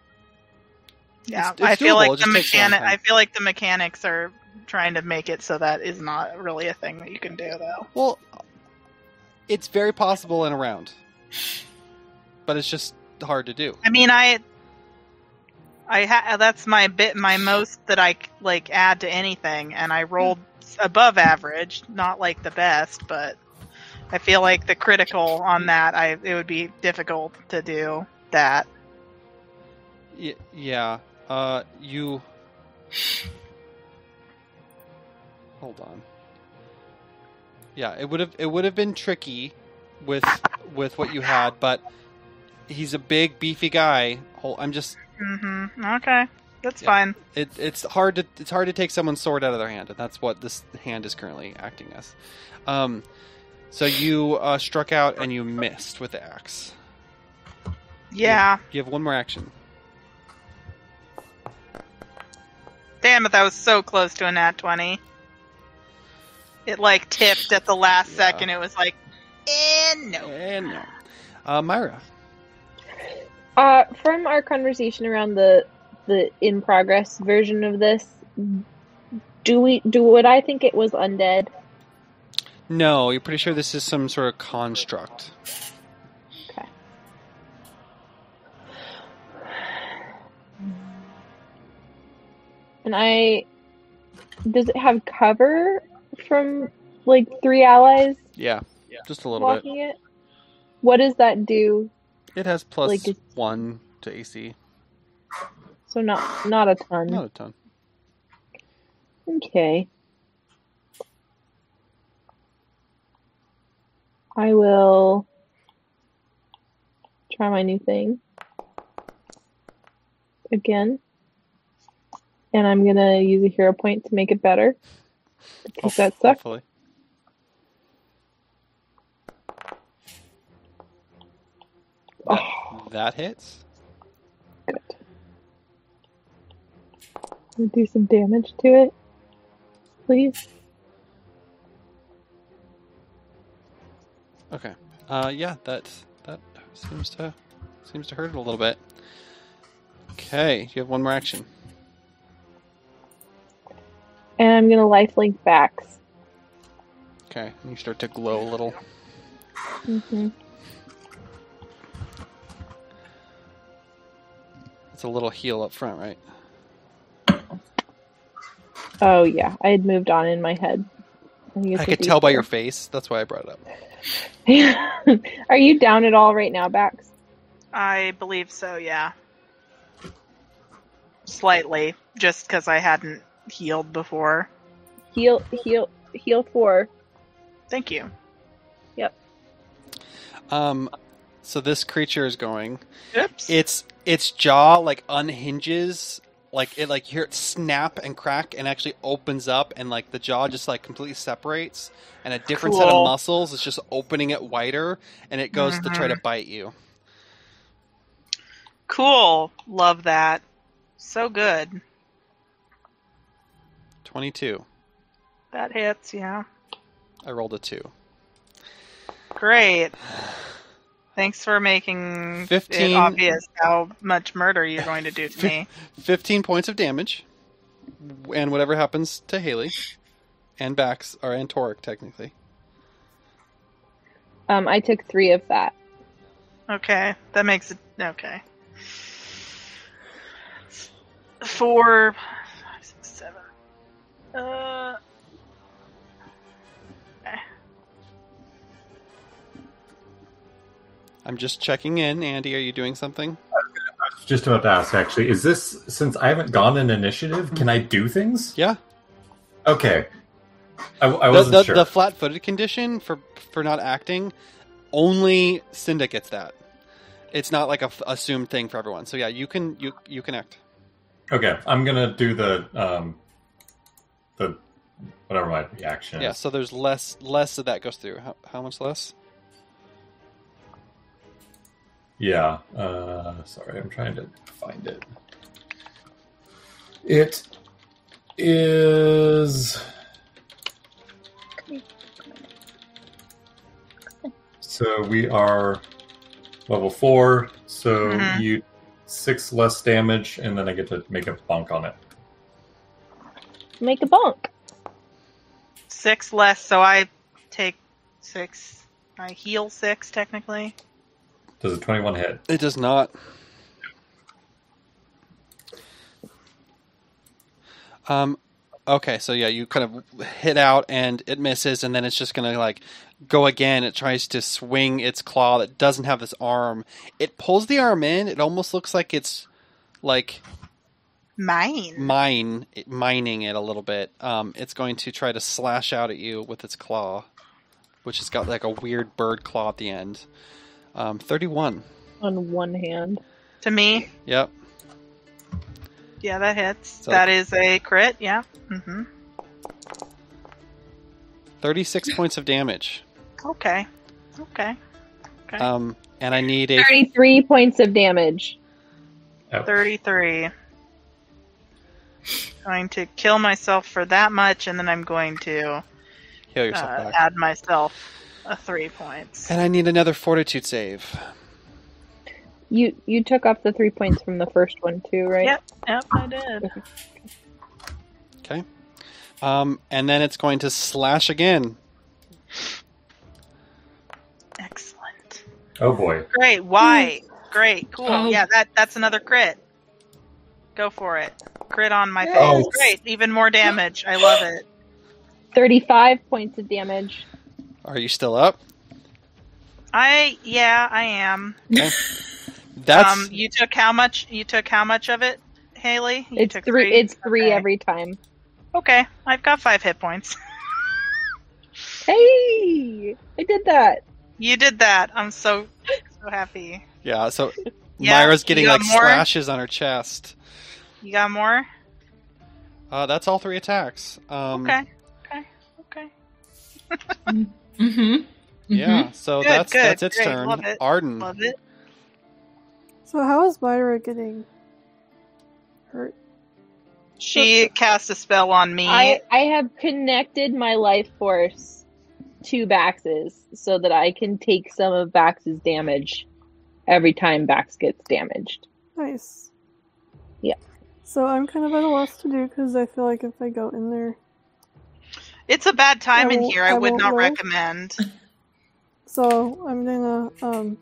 Speaker 1: Yeah,
Speaker 2: It's- it's
Speaker 1: I feel
Speaker 2: doable,
Speaker 1: like
Speaker 2: it
Speaker 1: the
Speaker 2: just takes a long
Speaker 1: mechanic.
Speaker 2: time.
Speaker 1: I feel like the mechanics are trying to make it so that is not really a thing that you can do though.
Speaker 2: well it's very possible in a round but it's just hard to do
Speaker 1: I mean, I, I ha- that's my bit, my most that I like add to anything, and I rolled above average, not like the best, but I feel like the critical on that, I it would be difficult to do that.
Speaker 2: Y- yeah uh you hold on yeah it would have it would have been tricky with with what you had but he's a big beefy guy Hol- i'm just
Speaker 1: Mm-hmm. Okay, that's
Speaker 2: Yeah.
Speaker 1: fine.
Speaker 2: it, it's hard to it's hard to take someone's sword out of their hand and that's what this hand is currently acting as um so you uh, struck out and you missed with the axe
Speaker 1: Yeah,
Speaker 2: you have one more action
Speaker 1: damn it, that was so close to a nat twenty. It like tipped at the last
Speaker 2: Yeah.
Speaker 1: second. It was like, eh, no.
Speaker 2: and no uh, myra
Speaker 8: Uh, from our conversation around the the in progress version of this, do we do what I think it was undead?
Speaker 2: No, you're pretty sure this is some sort of construct.
Speaker 8: And I does it have cover from like three allies
Speaker 2: Yeah, just a little
Speaker 8: walking it? What does that do?
Speaker 2: bit. It has plus
Speaker 8: Like it's-
Speaker 2: one to AC.
Speaker 8: So not not a ton.
Speaker 2: Not a ton.
Speaker 8: Okay.
Speaker 3: I will try my new thing again. And I'm going to use a hero point to make it better. Because that sucks.
Speaker 2: Hopefully. That,
Speaker 8: Oh.
Speaker 2: that hits.
Speaker 3: Can I Do some damage to it. Please.
Speaker 2: Okay. Uh, yeah, that that seems to seems to hurt it a little bit. Okay, you have one more action.
Speaker 3: And I'm going to lifelink backs.
Speaker 2: Okay, and you start to glow a little.
Speaker 3: hmm
Speaker 2: It's a little heal up front, right?
Speaker 3: Oh, yeah. I had moved on in my head. I, think it's
Speaker 2: I
Speaker 3: a
Speaker 2: could tell by
Speaker 3: D4.
Speaker 2: your face. That's why I brought it up.
Speaker 3: Are you down at all right now, Bax?
Speaker 1: I believe so, yeah. Slightly, just because I hadn't healed before.
Speaker 3: Heal, heal, heal four.
Speaker 1: Thank you.
Speaker 2: Um, so this creature is going.
Speaker 1: Oops.
Speaker 2: Its its jaw like unhinges, like it like you hear it snap and crack, and actually opens up, and like the jaw just like completely separates, and a different set of
Speaker 1: Cool.
Speaker 2: muscles is just opening it wider, and it goes to try
Speaker 3: Mm-hmm.
Speaker 2: to bite you.
Speaker 1: Cool. Love that. So good.
Speaker 2: Twenty two.
Speaker 1: That hits, yeah.
Speaker 2: I rolled a two.
Speaker 1: Great. Thanks for making it
Speaker 2: 15.
Speaker 1: obvious how much murder you're going to do to me.
Speaker 2: Fifteen points of damage, and whatever happens to Haley, and Bax or and Toric technically.
Speaker 3: Um, I took three of that.
Speaker 1: Okay, that makes it okay. Four, five, six, seven. Uh,
Speaker 2: I'm just checking in. Andy, are you doing something?
Speaker 5: Just about to ask, actually, is this since I haven't gone in initiative? Can I do things?
Speaker 2: Yeah.
Speaker 5: Okay. I, I
Speaker 2: the,
Speaker 5: wasn't
Speaker 2: the,
Speaker 5: sure.
Speaker 2: the flat-footed condition for for not acting only Cinda gets that it's not like a f- assumed thing for everyone so yeah you can you you can act
Speaker 5: okay, I'm gonna do the um, the whatever my action.
Speaker 2: yeah
Speaker 5: Yes.
Speaker 2: so there's less less of that goes through how, how much less
Speaker 5: Yeah. Uh, sorry, I'm trying to find it. It is. So we are level four. So
Speaker 1: Mhm.
Speaker 5: you six less damage, and then I get to make a bunk on it.
Speaker 3: Make a bonk.
Speaker 1: six less, so I take six. I heal six technically.
Speaker 5: Does a twenty-one hit?
Speaker 2: it does not um okay so yeah you kind of hit out and it misses and then it's just gonna like go again it tries to swing its claw that doesn't have this arm it pulls the arm in it almost looks like it's like
Speaker 1: Mine.
Speaker 2: mine mining it a little bit. Um, it's going to try to slash out at you with its claw, which has got like a weird bird claw at the end. Um, Thirty-one.
Speaker 3: On one hand.
Speaker 1: To me,
Speaker 2: Yep.
Speaker 1: yeah, that hits.
Speaker 2: So-
Speaker 1: that is a crit. Yeah. hmm
Speaker 2: Thirty-six points of damage.
Speaker 1: Okay. Okay. Okay.
Speaker 2: Um, and I need a
Speaker 3: 33 points of damage.
Speaker 5: Ouch.
Speaker 1: 33. Going to kill myself for that much, and then I'm going to
Speaker 2: heal
Speaker 1: uh,
Speaker 2: yourself back.
Speaker 1: add myself a three points.
Speaker 2: And I need another fortitude save.
Speaker 3: You you took off the three points from the first one too, right?
Speaker 1: Yep. Yep, I did.
Speaker 2: Okay. Um, and then it's going to slash again.
Speaker 1: Excellent.
Speaker 5: Oh boy.
Speaker 1: Great. Why? Great. Cool.
Speaker 4: Oh.
Speaker 1: Yeah, that that's another crit. Go for it. Crit on my face.
Speaker 5: Oh.
Speaker 1: Great. Even more damage. I love it.
Speaker 3: 35 points of damage.
Speaker 2: Are you still up?
Speaker 1: I yeah, I am.
Speaker 2: That's
Speaker 1: Um you took how much you took how much of it, Haley? You
Speaker 3: It's
Speaker 1: took
Speaker 3: three, it's three
Speaker 1: Okay.
Speaker 3: every time.
Speaker 1: Okay. I've got five hit points.
Speaker 3: Hey! I did that.
Speaker 1: You did that. I'm so so happy.
Speaker 2: Yeah, so
Speaker 1: Yeah,
Speaker 2: Myra's
Speaker 1: you
Speaker 2: getting
Speaker 1: got
Speaker 2: like
Speaker 1: more?
Speaker 2: slashes on her chest.
Speaker 1: You got more?
Speaker 2: Uh, that's all three attacks. Um,
Speaker 1: Okay. Okay. Okay.
Speaker 4: Mm-hmm.
Speaker 2: Yeah, so
Speaker 1: Good,
Speaker 2: that's
Speaker 1: good,
Speaker 2: that's its
Speaker 1: great,
Speaker 2: turn.
Speaker 1: love it,
Speaker 2: Arden.
Speaker 1: Love it.
Speaker 7: So how is Myra getting hurt?
Speaker 1: She cast a spell on me.
Speaker 6: I, I have connected my life force to Bax's so that I can take some of Bax's damage every time Bax gets damaged.
Speaker 7: Nice.
Speaker 6: Yeah.
Speaker 7: So I'm kind of at a loss to do because I feel like if I go in there,
Speaker 1: it's a bad time
Speaker 7: I
Speaker 1: in
Speaker 7: won't-
Speaker 1: here. I,
Speaker 7: I
Speaker 1: would
Speaker 7: won't
Speaker 1: not
Speaker 7: roll.
Speaker 1: recommend.
Speaker 7: so I'm gonna um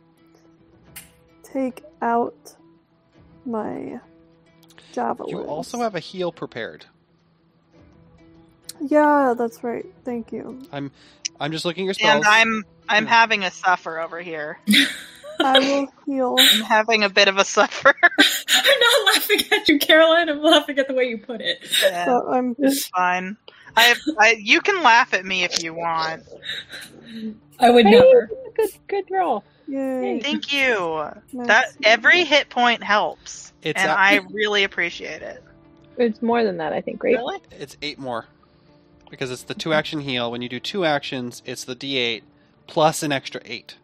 Speaker 7: take out my javelin.
Speaker 2: You also have a heal prepared.
Speaker 7: Yeah, that's right. Thank you.
Speaker 2: I'm just looking at your
Speaker 1: And
Speaker 2: spells.
Speaker 1: I'm I'm
Speaker 2: Yeah.
Speaker 1: having a suffer over here.
Speaker 7: I will heal.
Speaker 1: I'm having a bit of a suffer.
Speaker 4: I'm not laughing at you, Caroline. I'm laughing at the way you put it.
Speaker 1: yeah,
Speaker 7: So I'm
Speaker 1: it's fine. I, I you can laugh at me if you want.
Speaker 4: I would
Speaker 6: Hey,
Speaker 4: never.
Speaker 6: Good good roll.
Speaker 7: yay.
Speaker 1: Thank you.
Speaker 7: nice.
Speaker 1: That every hit point helps,
Speaker 2: It's
Speaker 1: and
Speaker 2: a- e-,
Speaker 1: I really appreciate it.
Speaker 3: It's more than that, I think, right?
Speaker 1: Really?
Speaker 2: It's eight more. Because it's the two action heal. When you do two actions, it's the D8 plus an extra eight.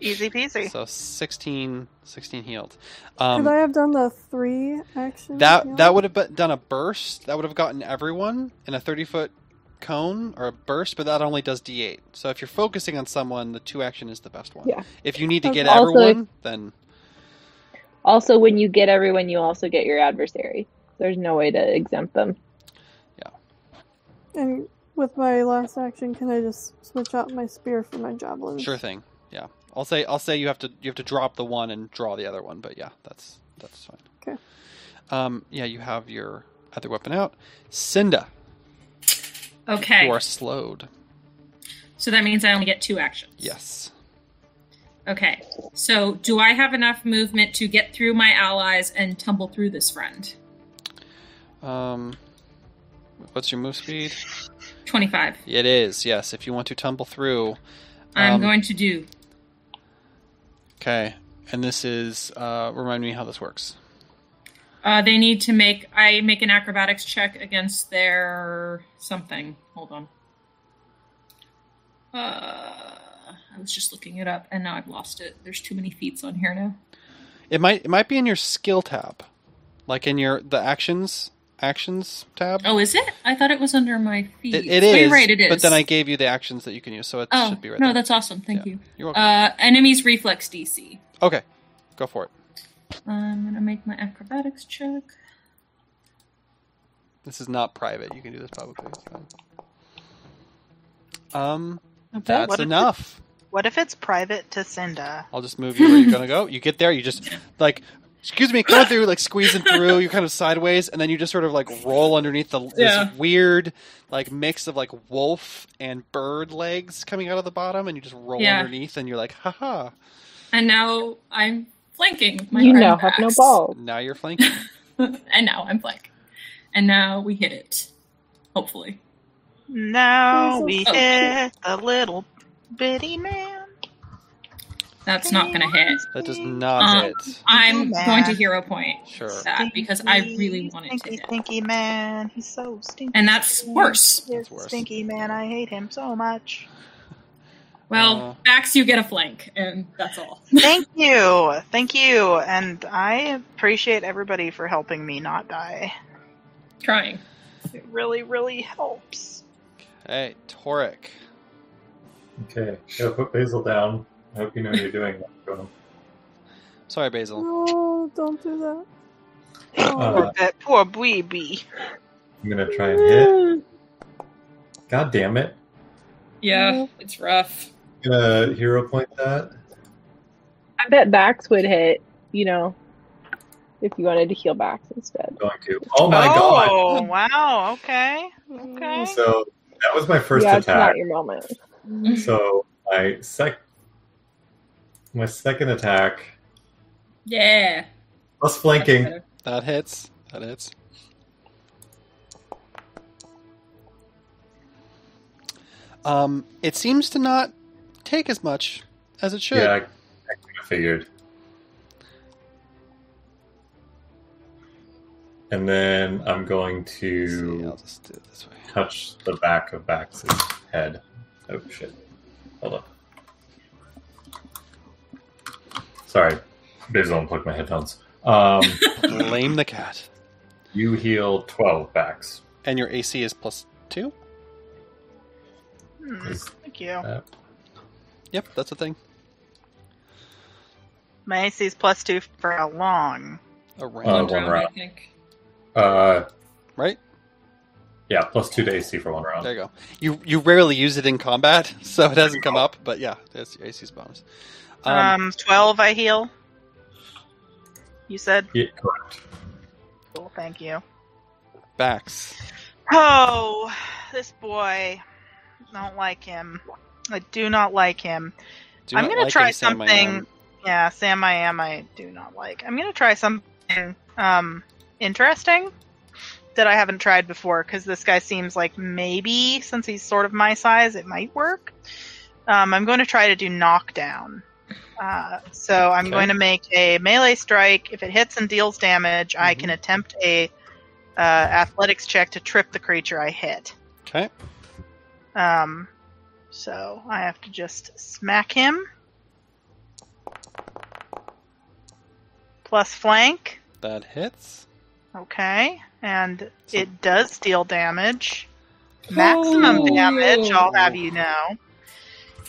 Speaker 1: Easy peasy.
Speaker 2: So 16, 16 healed.
Speaker 7: Could
Speaker 2: Um,
Speaker 7: I have done the three action?
Speaker 2: that
Speaker 7: heal?
Speaker 2: that would have bu- done a burst. That would have gotten everyone in a 30 foot cone or a burst, but that only does D8. So if you're focusing on someone, the two action is the best one.
Speaker 3: Yeah.
Speaker 2: If you need to get
Speaker 3: Okay. Also-
Speaker 2: everyone, then
Speaker 3: Also, when you get everyone, you also get your adversary. There's no way to exempt them.
Speaker 7: And with my last action, can I just switch out my spear for my javelin?
Speaker 2: sure thing. Yeah. I'll say I'll say you have to you have to drop the one and draw the other one, but yeah, that's that's fine.
Speaker 7: Okay.
Speaker 2: Um, yeah, you have your other weapon out. Cinda,
Speaker 4: Okay.
Speaker 2: you are slowed.
Speaker 4: So that means I only get two actions.
Speaker 2: Yes.
Speaker 4: Okay. So do I have enough movement to get through my allies and tumble through this friend?
Speaker 2: Um, what's your move speed?
Speaker 4: 25.
Speaker 2: It is yes. If you want to tumble through,
Speaker 4: I'm
Speaker 2: Um,
Speaker 4: going to do.
Speaker 2: okay. And this is uh, remind me how this works.
Speaker 4: Uh, they need to make. I make an acrobatics check against their something. Hold on. Uh, I was just looking it up and now I've lost it. There's too many feats on here now.
Speaker 2: It might it might be in your skill tab, like in your the actions actions tab.
Speaker 4: Oh, is it? I thought it was under my feet.
Speaker 2: It, it
Speaker 4: Oh,
Speaker 2: is,
Speaker 4: you're right. It is.
Speaker 2: But then I gave you the actions that you can use, so it
Speaker 4: Oh
Speaker 2: should be right
Speaker 4: no,
Speaker 2: there.
Speaker 4: that's awesome. Thank
Speaker 2: Yeah.
Speaker 4: you.
Speaker 2: You're welcome.
Speaker 4: Uh, enemies reflex DC.
Speaker 2: okay, go for it.
Speaker 4: I'm gonna make my acrobatics check.
Speaker 2: This is not private. You can do this publicly. It's fine. Um,
Speaker 1: What
Speaker 2: that's
Speaker 1: if it-
Speaker 2: enough.
Speaker 1: What if it's private to Cinda?
Speaker 2: I'll just move you where you're gonna go. You get there, you just like, excuse me, come through, like squeezing through. You're kind of sideways, and then you just sort of like roll underneath the this
Speaker 4: Yeah.
Speaker 2: weird like mix of like wolf and bird legs coming out of the bottom, and you just roll
Speaker 4: Yeah.
Speaker 2: underneath, and you're like, haha.
Speaker 4: And now I'm flanking with my
Speaker 3: you
Speaker 4: friend
Speaker 3: now have no
Speaker 4: Max.
Speaker 3: balls.
Speaker 2: Now you're flanking.
Speaker 4: and now I'm flank. And now we hit it. Hopefully.
Speaker 1: Now
Speaker 7: Oh,
Speaker 1: we
Speaker 4: so
Speaker 1: hit the little bitty man.
Speaker 4: That's not gonna hit.
Speaker 2: That does not
Speaker 4: Um,
Speaker 2: hit.
Speaker 4: I'm
Speaker 1: Yeah.
Speaker 4: going to hero point
Speaker 2: Sure.
Speaker 4: that because I really want it to
Speaker 1: stinky,
Speaker 4: hit.
Speaker 1: stinky man. He's so stinky.
Speaker 4: And that's
Speaker 1: stinky.
Speaker 4: worse.
Speaker 1: He's
Speaker 2: That's worse.
Speaker 1: Stinky man, I hate him so much.
Speaker 4: Well,
Speaker 2: Uh.
Speaker 4: Max, you get a flank, and that's all.
Speaker 1: Thank you, thank you, and I appreciate everybody for helping me not die.
Speaker 4: Trying.
Speaker 1: It really, really helps.
Speaker 2: Hey, Toric.
Speaker 5: Okay, yeah, put Basil down. I hope you know what you're doing. Go.
Speaker 2: Sorry, Basil.
Speaker 7: No, don't do that.
Speaker 5: Uh,
Speaker 1: Poor, that poor baby.
Speaker 5: I'm gonna try and hit. God damn it!
Speaker 1: Oh.
Speaker 4: Yeah, it's rough.
Speaker 5: I'm gonna hero point that.
Speaker 3: I bet Bax would hit, you know, if you wanted to heal Bax instead.
Speaker 5: Going to. Oh my god!
Speaker 1: oh, wow. Okay. Okay.
Speaker 5: So that was my first
Speaker 3: yeah, it's
Speaker 5: attack.
Speaker 3: not your moment.
Speaker 5: So my sec, my second attack
Speaker 4: Yeah.
Speaker 5: plus flanking.
Speaker 4: That's better.
Speaker 2: That hits. That hits. Um, it seems to not take as much as it should.
Speaker 5: Yeah, I, I kind of figured. And then I'm going
Speaker 2: Let's see, I'll
Speaker 5: to
Speaker 2: just do it this way.
Speaker 5: touch the back of Bax's head. Oh shit! Hold up. Sorry, Bizzle unplugged my headphones. Um,
Speaker 2: Blame the cat.
Speaker 5: you heal twelve Bax.
Speaker 2: And your AC is plus two.
Speaker 1: Hmm,
Speaker 5: Is
Speaker 1: thank you.
Speaker 5: that-
Speaker 2: Yep, that's a thing.
Speaker 1: My AC is plus two for how long?
Speaker 2: A
Speaker 5: Uh,
Speaker 2: round,
Speaker 5: one
Speaker 4: I
Speaker 5: round.
Speaker 4: think.
Speaker 5: Uh,
Speaker 2: right?
Speaker 5: yeah, plus two to AC for one round.
Speaker 2: There you go. You you rarely use it in combat, so it hasn't come up. But yeah, that's your AC's bonus.
Speaker 1: Um,
Speaker 2: Um,
Speaker 1: twelve. I heal. You said.
Speaker 5: Yeah, uh, correct.
Speaker 1: Cool. Thank you.
Speaker 2: Bax.
Speaker 1: Oh, this boy. Don't like him. I do not like him.
Speaker 2: Do
Speaker 1: I'm
Speaker 2: not
Speaker 1: gonna
Speaker 2: like
Speaker 1: try
Speaker 2: him, Sam, I
Speaker 1: something-
Speaker 2: am.
Speaker 1: Yeah, Sam, I am. I do not like. I'm gonna try something um interesting that I haven't tried before because this guy seems like maybe since he's sort of my size, it might work. Um, I'm going to try to do knockdown. Uh, so I'm
Speaker 2: Okay.
Speaker 1: going to make a melee strike. If it hits and deals damage, I
Speaker 2: Mhm.
Speaker 1: can attempt a uh, athletics check to trip the creature I hit.
Speaker 2: Okay.
Speaker 1: Um, so I have to just smack him. Plus flank.
Speaker 2: That hits.
Speaker 1: Okay. And
Speaker 2: So-
Speaker 1: it does deal damage. Maximum
Speaker 4: Ooh.
Speaker 1: damage, I'll have you know.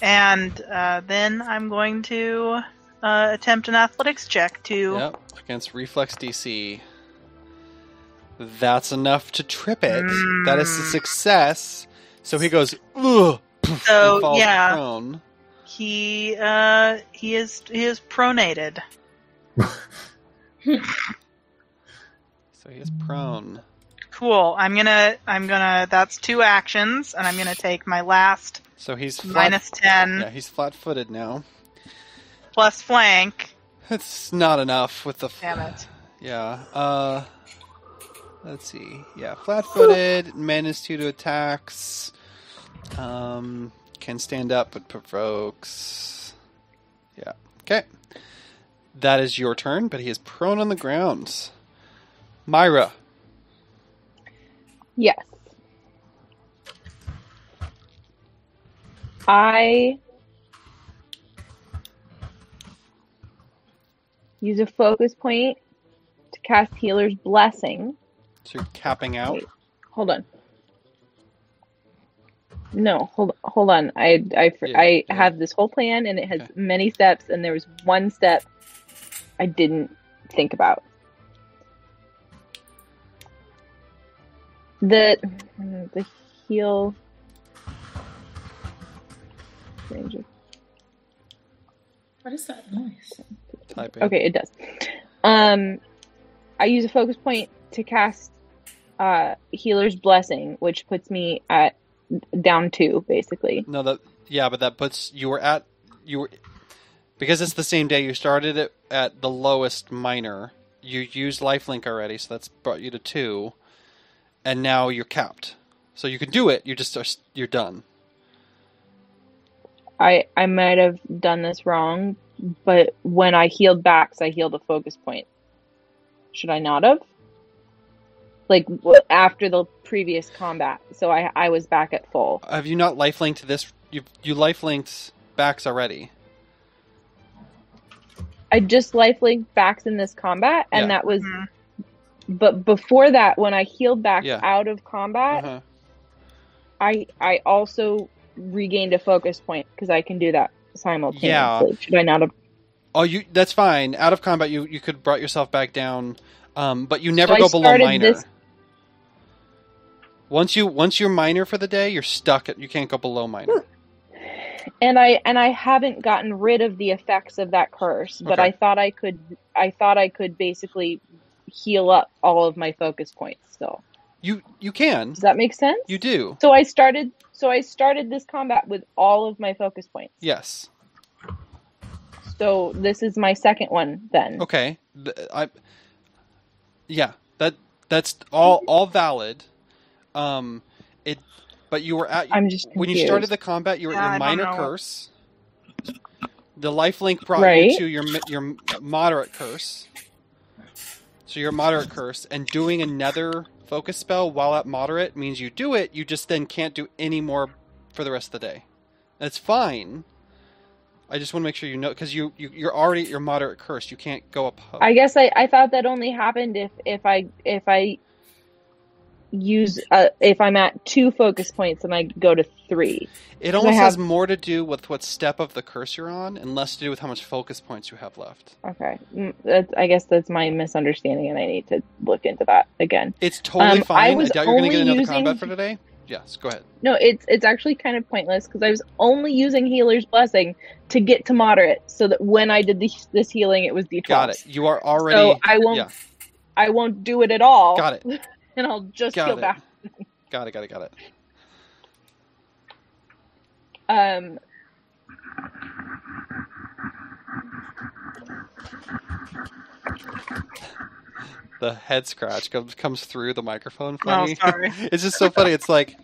Speaker 1: And uh, then I'm going to uh, attempt an athletics check to.
Speaker 2: Yep. Against reflex DC. That's enough to trip it. That is a
Speaker 1: Mm.
Speaker 2: success. So he goes, ugh. poof,
Speaker 1: So,
Speaker 2: and
Speaker 1: Oh,
Speaker 2: falls
Speaker 1: yeah.
Speaker 2: prone.
Speaker 1: He uh, he is he is pronated.
Speaker 2: So he is prone.
Speaker 1: Cool. I'm gonna I'm gonna. That's two actions, and I'm gonna take my last
Speaker 2: So he's flat,
Speaker 1: minus ten.
Speaker 2: Yeah, he's flat-footed now.
Speaker 1: plus flank.
Speaker 2: It's not enough with the. f-
Speaker 1: Damn it.
Speaker 2: Yeah. Uh, let's see. Yeah, flat-footed, minus two to attacks. Um, can stand up, but provokes. Yeah. Okay. That is your turn, but he is prone on the ground. Myra.
Speaker 3: Yes. I
Speaker 6: Use a focus point to cast Healer's Blessing.
Speaker 2: So you're capping out.
Speaker 3: hold on. No, hold hold on. I I fr-
Speaker 2: Yeah,
Speaker 3: I
Speaker 2: yeah.
Speaker 3: have this whole plan and it has
Speaker 2: Okay.
Speaker 3: many steps and there was one step I didn't think about.
Speaker 6: The the heal
Speaker 3: Ranger.
Speaker 4: What is that noise?
Speaker 2: Type in.
Speaker 3: Okay, it does. Um, I use a focus point to cast uh, Healer's Blessing, which puts me at down two, basically.
Speaker 2: No, that yeah, but that puts you were at you were because it's the same day you started it at the lowest minor. You used lifelink already, so that's brought you to two, and now you're capped. So you can do it. You just are, s- you're done.
Speaker 3: I I might have done this wrong, but when I healed backs, I healed a focus point. Should I not have? Like w- after the previous combat, so I I was back at full.
Speaker 2: Have you not lifelinked this? You you lifelinked backs already.
Speaker 3: I just lifelinked backs in this combat, and
Speaker 2: Yeah.
Speaker 3: that was.
Speaker 1: Mhm.
Speaker 3: But before that, when I healed back
Speaker 2: Yeah.
Speaker 3: out of combat,
Speaker 2: Uh-huh.
Speaker 3: I I also regained a focus point because I can do that simultaneously. Should I not have?
Speaker 2: Oh, you that's fine. Out of combat, you you could brought yourself back down, um, but you never
Speaker 3: So I
Speaker 2: go below
Speaker 3: started
Speaker 2: minor.
Speaker 3: this-
Speaker 2: Once you once you're minor for the day, you're stuck. At, you can't go below minor.
Speaker 3: And I and I haven't gotten rid of the effects of that curse, but
Speaker 2: Okay.
Speaker 3: I thought I could. I thought I could basically heal up all of my focus points. Still,
Speaker 2: You you can.
Speaker 3: does that make sense?
Speaker 2: You do.
Speaker 3: So I started. So I started this combat with all of my focus points.
Speaker 2: Yes.
Speaker 3: So this is my second one then.
Speaker 2: Okay. Th- I. Yeah. That that's all all valid. Um, it. But you were at
Speaker 3: I'm just
Speaker 2: when you
Speaker 3: confused.
Speaker 2: started the combat. You were
Speaker 1: Yeah,
Speaker 2: in
Speaker 1: I
Speaker 2: a
Speaker 1: don't
Speaker 2: minor
Speaker 1: know.
Speaker 2: curse. The lifelink brought
Speaker 3: Right.
Speaker 2: you to your mi- your moderate curse. So your moderate curse and doing another focus spell while at moderate means you do it, you just then can't do any more for the rest of the day. That's fine. I just want to make sure you know cuz you, you you're already at your moderate curse. You can't go up
Speaker 3: I guess I, I thought that only happened if if I if I use uh, if I'm at two focus points and I go to three.
Speaker 2: It almost has
Speaker 3: have-
Speaker 2: more to do with what step of the curse you're on and less to do with how much focus points you have left.
Speaker 3: Okay, Mm, that's, I guess that's my misunderstanding, and I need to look into that again.
Speaker 2: It's totally
Speaker 3: Um, I
Speaker 2: fine. I,
Speaker 3: was
Speaker 2: doubt you're going to
Speaker 3: only
Speaker 2: get another
Speaker 3: using-
Speaker 2: combat for today. Yes, go ahead.
Speaker 3: No, it's it's actually kind of pointless because I was only using Healer's Blessing to get to moderate, so that when I did this, this healing, it was D12.
Speaker 2: Got it. You are already.
Speaker 3: So I won't
Speaker 2: yeah.
Speaker 3: I won't do it at all,
Speaker 2: Got it.
Speaker 3: and I'll just
Speaker 2: Got
Speaker 3: heal
Speaker 2: it.
Speaker 3: back.
Speaker 2: Got it. Got it. Got it.
Speaker 3: Um,
Speaker 2: The head scratch comes comes through the microphone.
Speaker 1: Oh,
Speaker 2: Funny.
Speaker 1: sorry.
Speaker 2: it's just so funny. It's like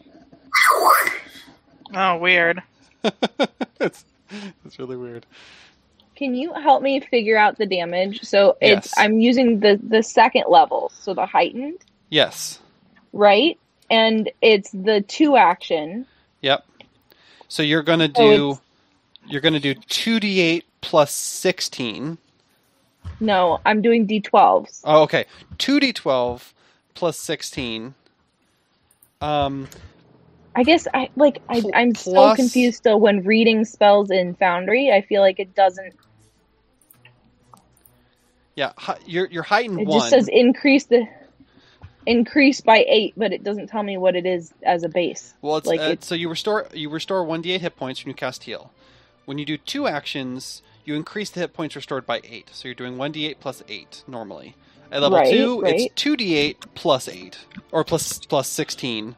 Speaker 1: Oh, weird.
Speaker 2: it's it's really weird.
Speaker 3: Can you help me figure out the damage? So it's
Speaker 2: Yes.
Speaker 3: I'm using the the second level, so the heightened,
Speaker 2: Yes.
Speaker 3: right? And it's the two action.
Speaker 2: Yep. So you're gonna
Speaker 3: So
Speaker 2: do
Speaker 3: it's-
Speaker 2: you're gonna do two d eight plus sixteen.
Speaker 3: No, I'm doing d12s.
Speaker 2: Oh, okay. Two d twelve plus sixteen. Um,
Speaker 3: I guess I like I
Speaker 2: Pl-
Speaker 3: I'm so
Speaker 2: plus-
Speaker 3: confused still when reading spells in Foundry. I feel like it doesn't.
Speaker 2: yeah, hi, you're you're heightened
Speaker 3: It
Speaker 2: one.
Speaker 3: just says increase the increase by eight, but it doesn't tell me what it is as a base.
Speaker 2: Well, it's,
Speaker 3: Like,
Speaker 2: uh,
Speaker 3: it's-
Speaker 2: so you restore you restore one d8 hit points when you cast heal. When you do two actions, you increase the hit points restored by eight. So you're doing one d8 plus eight normally. At level
Speaker 3: Right,
Speaker 2: two,
Speaker 3: right.
Speaker 2: it's two d8 plus eight or plus plus sixteen,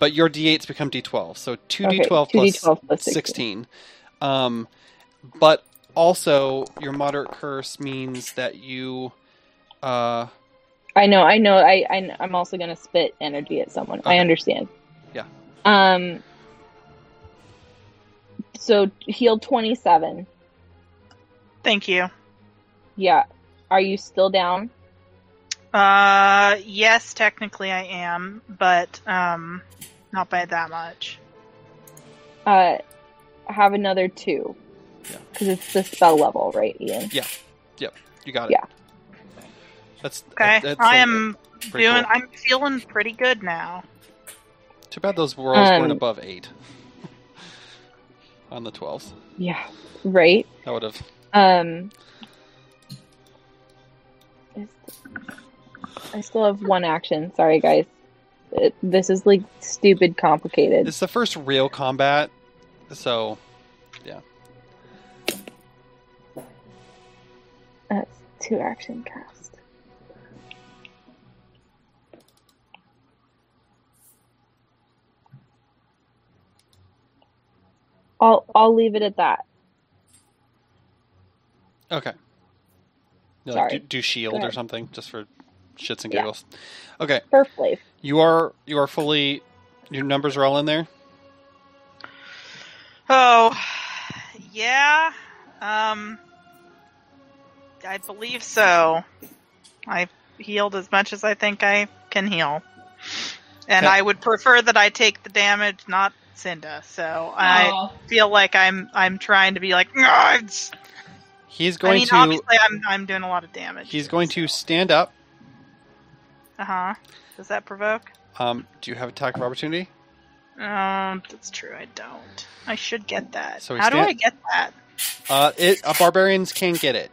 Speaker 2: but your d8s become d12. So two
Speaker 3: Okay,
Speaker 2: d12
Speaker 3: two
Speaker 2: plus
Speaker 3: d12 plus
Speaker 2: 16.
Speaker 3: 16.
Speaker 2: Um, but also your moderate curse means that you uh
Speaker 3: I know, I know. I, I I'm also gonna spit energy at someone.
Speaker 2: Okay.
Speaker 3: I understand.
Speaker 2: Yeah.
Speaker 3: Um. So heal twenty seven.
Speaker 1: Thank you.
Speaker 3: Yeah. Are you still down?
Speaker 1: Uh, yes, technically I am, but um, not by that much.
Speaker 3: Uh, have another two.
Speaker 2: Yeah.
Speaker 3: Because it's the spell level, right, Ian?
Speaker 2: you got it.
Speaker 3: Yeah.
Speaker 2: That's
Speaker 1: Okay,
Speaker 2: that's
Speaker 1: I
Speaker 2: a-
Speaker 1: am
Speaker 2: pretty
Speaker 1: doing.
Speaker 2: cool.
Speaker 1: I'm feeling pretty good now.
Speaker 2: Too bad those rolls
Speaker 3: Um,
Speaker 2: weren't above eight on the twelfth.
Speaker 3: Yeah. Right.
Speaker 2: That would have.
Speaker 3: Um. is- I still have one action. Sorry, guys. It, this is like stupid complicated.
Speaker 2: It's the first real combat, so
Speaker 3: That's two action cast. I'll I'll leave it at that.
Speaker 2: okay. You know,
Speaker 3: Sorry.
Speaker 2: Do, do shield
Speaker 3: Go
Speaker 2: or
Speaker 3: ahead.
Speaker 2: something just for shits and
Speaker 3: Yeah.
Speaker 2: giggles. Okay,
Speaker 3: Perf life.
Speaker 2: you are you are fully. Your numbers are all in there.
Speaker 1: Oh, yeah. Um, I believe so. I've healed as much as I think I can heal, and
Speaker 2: Okay.
Speaker 1: I would prefer that I take the damage, not Cinda. So I
Speaker 4: Aw.
Speaker 1: feel like I'm I'm trying to be like. "Nah, it's-"
Speaker 2: He's
Speaker 1: I
Speaker 2: going
Speaker 1: mean,
Speaker 2: to
Speaker 1: obviously, I'm I'm doing a lot of damage.
Speaker 2: he's going to stand up.
Speaker 1: Uh huh. Does that provoke?
Speaker 2: Um, do you have attack of opportunity?
Speaker 1: Um, that's true. I don't. I should get that.
Speaker 2: So we
Speaker 1: How do
Speaker 2: stand-
Speaker 1: I get that?
Speaker 2: Uh, it uh, barbarians can get it.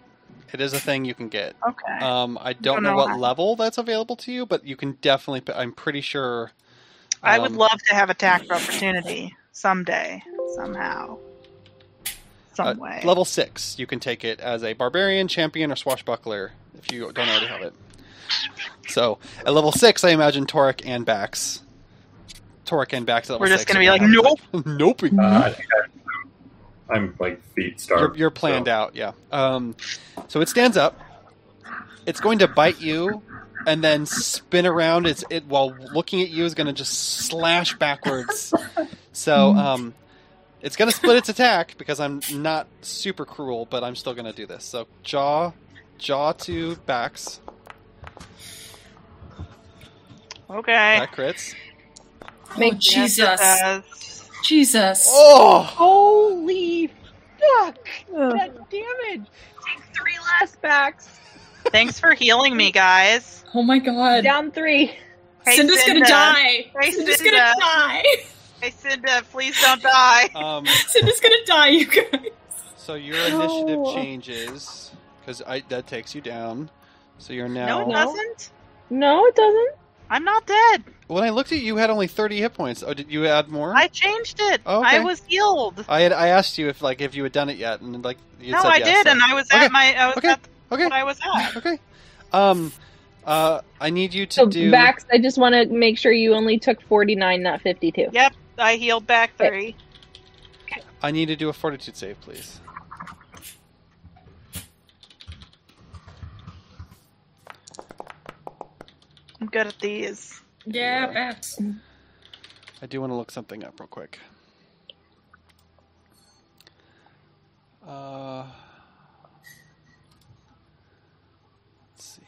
Speaker 2: It is a thing you can get.
Speaker 1: Okay.
Speaker 2: Um, I don't
Speaker 1: Don't
Speaker 2: know
Speaker 1: know
Speaker 2: what
Speaker 1: how.
Speaker 2: level that's available to you, but you can definitely. p- I'm pretty sure.
Speaker 1: I would
Speaker 2: um,
Speaker 1: love to have attack of opportunity someday, somehow, some
Speaker 2: Uh,
Speaker 1: way.
Speaker 2: Level six, you can take it as a barbarian, champion, or swashbuckler if you don't already have it. So at level six, I imagine Toric and Bax. Toric and Bax. At level
Speaker 1: We're just
Speaker 2: six,
Speaker 1: gonna be
Speaker 2: are
Speaker 1: like,
Speaker 2: have it. nope.
Speaker 5: Uh, I think I- I'm like feet starved.
Speaker 2: You're, you're planned
Speaker 5: so-
Speaker 2: out, yeah. Um, so it stands up. It's going to bite you, and then spin around. It's it while looking at you is going to just slash backwards. So um, It's gonna split its attack because I'm not super cruel, but I'm still gonna do this. So jaw, jaw to backs,
Speaker 1: Okay. Eh.
Speaker 2: back crits.
Speaker 4: Oh,
Speaker 1: Yes, it
Speaker 4: Jesus.
Speaker 1: does.
Speaker 4: Jesus.
Speaker 2: Oh,
Speaker 3: Holy fuck!
Speaker 7: Ugh.
Speaker 3: That damage! Take three last backs.
Speaker 1: Thanks for healing me, guys.
Speaker 4: Oh my god.
Speaker 3: Down three.
Speaker 1: Hey,
Speaker 4: Cinda's gonna
Speaker 1: Cinda.
Speaker 4: die.
Speaker 1: Hey,
Speaker 4: Cinda's
Speaker 1: Cinda.
Speaker 4: gonna die.
Speaker 1: Hey, Cinda, please don't die.
Speaker 2: um,
Speaker 4: Cinda's gonna die, you guys.
Speaker 2: so your initiative
Speaker 7: No.
Speaker 2: changes because I that takes you down. So you're
Speaker 1: No,
Speaker 2: now.
Speaker 1: it doesn't.
Speaker 3: No, it doesn't.
Speaker 1: I'm not dead.
Speaker 2: When I looked at you, you had only 30 hit points. Oh, did you add more?
Speaker 1: I changed it.
Speaker 2: Oh, okay.
Speaker 1: I was healed.
Speaker 2: I had I asked you if like if you had done it yet, and like you
Speaker 1: no,
Speaker 2: said
Speaker 1: I
Speaker 2: yes,
Speaker 1: did,
Speaker 2: so-
Speaker 1: and I was
Speaker 2: Okay,
Speaker 1: at my. I was
Speaker 2: okay,
Speaker 1: at
Speaker 2: okay,
Speaker 1: what I was at.
Speaker 2: okay. Um, uh, I need you to
Speaker 3: So
Speaker 2: do
Speaker 3: Vax, I just want to make sure you only took forty nine, not fifty two.
Speaker 1: Yep, I healed back
Speaker 3: Okay.
Speaker 1: three.
Speaker 2: I need to do a fortitude save, please.
Speaker 1: I'm good at these.
Speaker 4: Yeah, Bax.
Speaker 2: I do want to look something up real quick. Uh, let's see.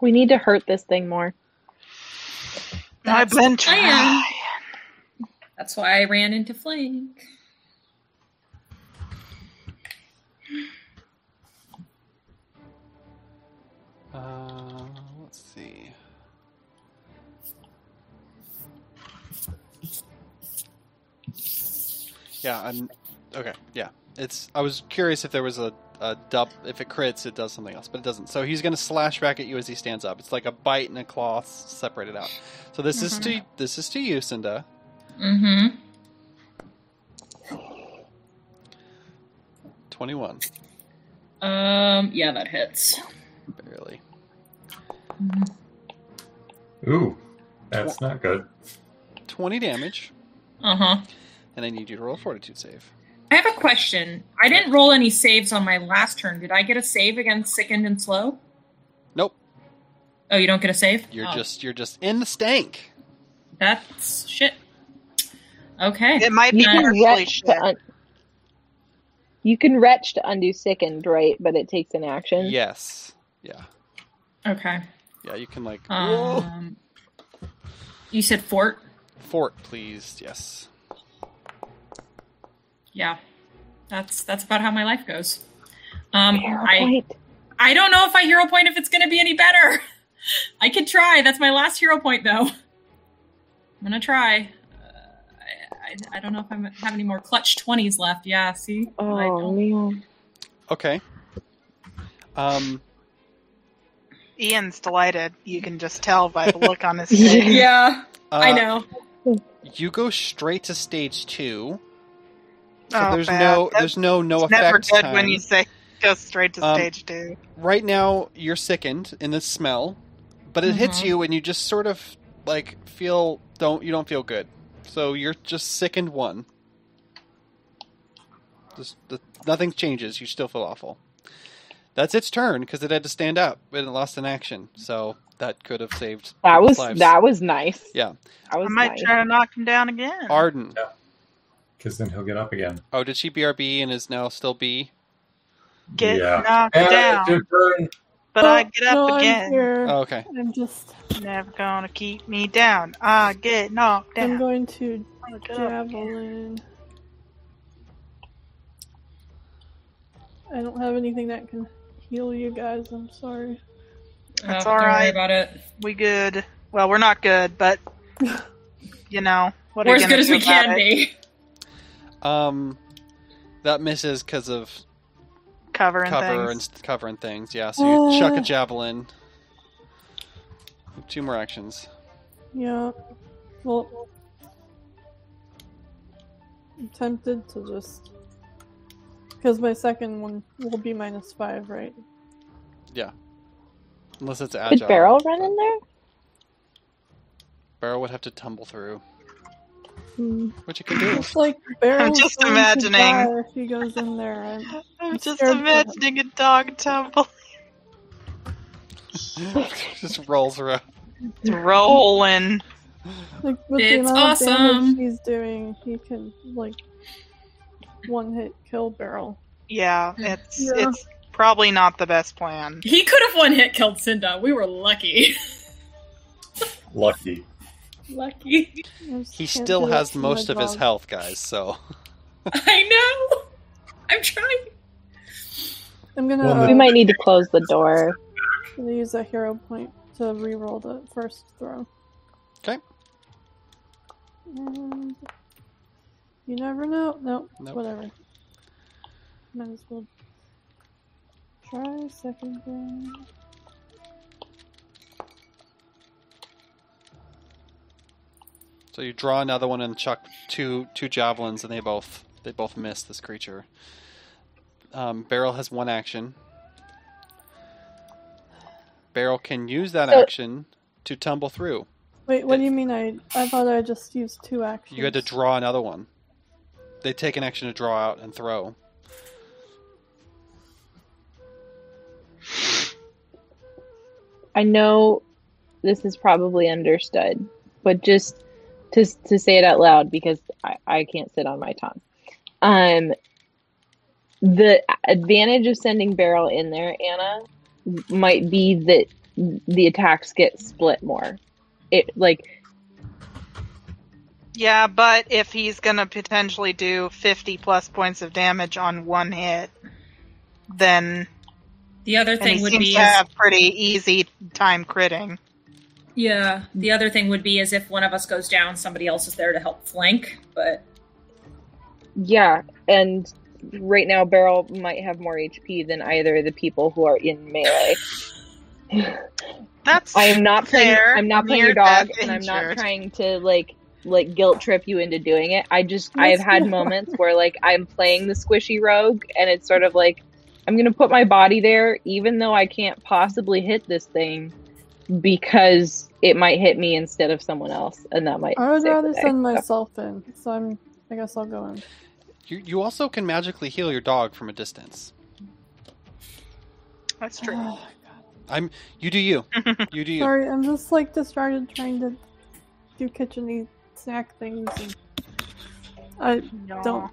Speaker 3: We need to hurt this thing more.
Speaker 4: That's-
Speaker 1: I've been
Speaker 4: I am.
Speaker 1: trying.
Speaker 4: That's why I ran into Flank.
Speaker 2: Uh, let's see. Yeah, I'm okay. Yeah, it's. I was curious if there was a, a dub. If it crits, it does something else, but it doesn't. So he's gonna slash back at you as he stands up. It's like a bite and a claw s- separated out. So this is to this is to you, Cinda.
Speaker 4: Mm-hmm.
Speaker 2: Twenty one,
Speaker 4: Um, yeah, that hits.
Speaker 2: barely.
Speaker 5: Ooh, that's not good.
Speaker 2: Twenty damage,
Speaker 4: Uh-huh.
Speaker 2: and I need you to roll a fortitude save.
Speaker 4: I have a question. I didn't roll any saves on my last turn. Did I get a save against sickened and slow?
Speaker 2: Nope,
Speaker 4: Oh, you don't get a save?
Speaker 2: you're
Speaker 4: Oh,
Speaker 2: just you're just in the stank.
Speaker 4: that's shit. Okay.
Speaker 1: It might be
Speaker 3: You
Speaker 1: partially
Speaker 3: can retch
Speaker 1: shit.
Speaker 3: to un- you can retch to undo sickened, right? But it takes an action.
Speaker 2: Yes. Yeah.
Speaker 4: Okay.
Speaker 2: Yeah, you can like Whoa.
Speaker 4: Um You said fort?
Speaker 2: fort, please. Yes.
Speaker 4: Yeah. That's that's about how my life goes. Um
Speaker 3: Hero
Speaker 4: I
Speaker 3: point.
Speaker 4: I don't know if I hero point if it's gonna be any better. I could try. That's my last hero point though. I'm gonna try. Uh, I, I, I don't know if I have any more clutch 20s left. Yeah, see? I
Speaker 3: Oh
Speaker 4: don't.
Speaker 3: man.
Speaker 2: Okay. Um.
Speaker 1: Ian's delighted. You can just tell by the look on his
Speaker 3: Yeah.
Speaker 1: face.
Speaker 4: Yeah,
Speaker 2: uh,
Speaker 4: I know.
Speaker 2: You go straight to stage two. So
Speaker 1: Oh,
Speaker 2: there's
Speaker 1: bad.
Speaker 2: no,
Speaker 1: That's
Speaker 2: there's no, no effect
Speaker 1: never good
Speaker 2: time.
Speaker 1: when you say go straight to
Speaker 2: Um,
Speaker 1: stage two.
Speaker 2: Right now, you're sickened in the smell, but it hits
Speaker 4: Mhm.
Speaker 3: Mm-hmm.
Speaker 2: you, and you just sort of like feel don't you don't feel good. So you're just sickened one. Just the, nothing changes. You still feel awful. That's its turn because it had to stand up and it lost an action. So that could have saved.
Speaker 3: That
Speaker 2: people's
Speaker 3: was
Speaker 2: lives.
Speaker 3: that was nice.
Speaker 2: Yeah.
Speaker 3: That
Speaker 1: I
Speaker 3: was
Speaker 1: might
Speaker 3: nice.
Speaker 1: try to knock him down again.
Speaker 2: Arden.
Speaker 5: Because then he'll get up again.
Speaker 2: Oh, did she BRB and is now still B?
Speaker 1: get
Speaker 5: yeah.
Speaker 1: knocked
Speaker 5: And it's
Speaker 1: down,
Speaker 5: your turn.
Speaker 1: but I get
Speaker 7: no,
Speaker 1: up
Speaker 7: I'm
Speaker 1: again.
Speaker 7: here.
Speaker 2: Oh, okay.
Speaker 7: I'm just.
Speaker 1: Never gonna keep me down. I get knocked
Speaker 7: I'm
Speaker 1: down.
Speaker 7: going to
Speaker 1: I'll get up again.
Speaker 7: javelin. I don't have anything that can heal you guys. I'm sorry.
Speaker 1: That's
Speaker 4: Oh,
Speaker 1: all
Speaker 4: Don't worry
Speaker 1: right.
Speaker 4: about it.
Speaker 1: We good. Well, we're not good, but you know what?
Speaker 4: We're
Speaker 1: are you
Speaker 4: as good
Speaker 1: gonna
Speaker 4: as
Speaker 1: do
Speaker 4: we
Speaker 1: about
Speaker 4: can
Speaker 1: it?
Speaker 4: be.
Speaker 2: Um, that misses because of
Speaker 1: Covering
Speaker 2: cover
Speaker 1: things.
Speaker 2: and st- cover and things. Yeah. So you chuck a
Speaker 7: Ah.
Speaker 2: javelin. Two more actions.
Speaker 7: Yeah. Well, I'm tempted to just. Because my second one will be minus five, right?
Speaker 2: Unless it's
Speaker 3: Could
Speaker 2: agile.
Speaker 3: barrel
Speaker 2: but
Speaker 3: run in there?
Speaker 2: Barrel would have to tumble through,
Speaker 4: Mm-hmm.
Speaker 7: Hmm.
Speaker 2: which it can do.
Speaker 7: It's like barrel.
Speaker 1: just
Speaker 7: going
Speaker 1: imagining.
Speaker 7: To die if he goes in there, I'm,
Speaker 1: I'm
Speaker 7: I'm
Speaker 1: just
Speaker 7: scared for him.
Speaker 1: imagining a dog tumble.
Speaker 2: Just rolls around.
Speaker 1: It's rolling.
Speaker 7: Like with the
Speaker 4: It's
Speaker 7: amount of
Speaker 4: awesome.
Speaker 7: damage he's doing, he could like one hit kill Barrel.
Speaker 1: Yeah, it's
Speaker 4: Yeah.
Speaker 1: it's probably not the best plan.
Speaker 4: He could have one hit killed Cinda. We were lucky.
Speaker 5: Lucky.
Speaker 4: lucky.
Speaker 7: I just
Speaker 2: He
Speaker 7: can't
Speaker 2: still
Speaker 7: do it
Speaker 2: has
Speaker 7: to my
Speaker 2: most of his
Speaker 7: dog.
Speaker 2: health, guys. So
Speaker 4: I know. I'm trying.
Speaker 7: I'm gonna,
Speaker 5: Well,
Speaker 7: uh,
Speaker 3: We might need to close the door.
Speaker 7: gonna use a hero point to reroll the first throw.
Speaker 2: 'Kay.
Speaker 7: And Mm, you never know. No,
Speaker 2: Nope.
Speaker 7: whatever. Might as well try second thing.
Speaker 2: so you draw another one and chuck two two javelins, and they both they both miss this creature. Um, Barrel has one action. Barrel can use that
Speaker 3: So-
Speaker 2: action to tumble through.
Speaker 7: Wait, what do you mean? I I thought I just used two actions.
Speaker 2: You had to draw another one. They take an action to draw out and throw.
Speaker 3: I know this is probably understood, but just to to say it out loud because I, I can't sit on my tongue. Um, the advantage of sending Barrel in there, Anna, might be that the attacks get split more. It like
Speaker 1: Yeah, but if he's gonna potentially do fifty plus points of damage on one hit, then
Speaker 4: The other
Speaker 1: and he
Speaker 4: thing would
Speaker 1: seems
Speaker 4: be
Speaker 1: to have pretty easy time critting.
Speaker 4: yeah. The other thing would be is if one of us goes down, somebody else is there to help flank. But
Speaker 3: yeah, and right now Barrel might have more HP than either of the people who are in melee.
Speaker 1: That's
Speaker 3: I am not playing.
Speaker 1: Fair.
Speaker 3: I'm not playing
Speaker 1: You're
Speaker 3: your dog,
Speaker 1: that
Speaker 3: and I'm
Speaker 1: injured.
Speaker 3: not trying to like like guilt trip you into doing it. I just I
Speaker 7: Yes,
Speaker 3: have had
Speaker 7: you are.
Speaker 3: moments where like I'm playing the squishy rogue, and it's sort of like I'm gonna put my body there, even though I can't possibly hit this thing because it might hit me instead of someone else, and that might.
Speaker 7: I would
Speaker 3: save the
Speaker 7: rather
Speaker 3: day.
Speaker 7: send
Speaker 3: So,
Speaker 7: myself in, so I'm. I guess I'll go in.
Speaker 2: You, you also can magically heal your dog from a distance.
Speaker 1: That's true.
Speaker 7: Oh,
Speaker 2: You do you. You do you.
Speaker 7: Sorry, I'm just like distracted trying to do kitcheny snack things. And I don't.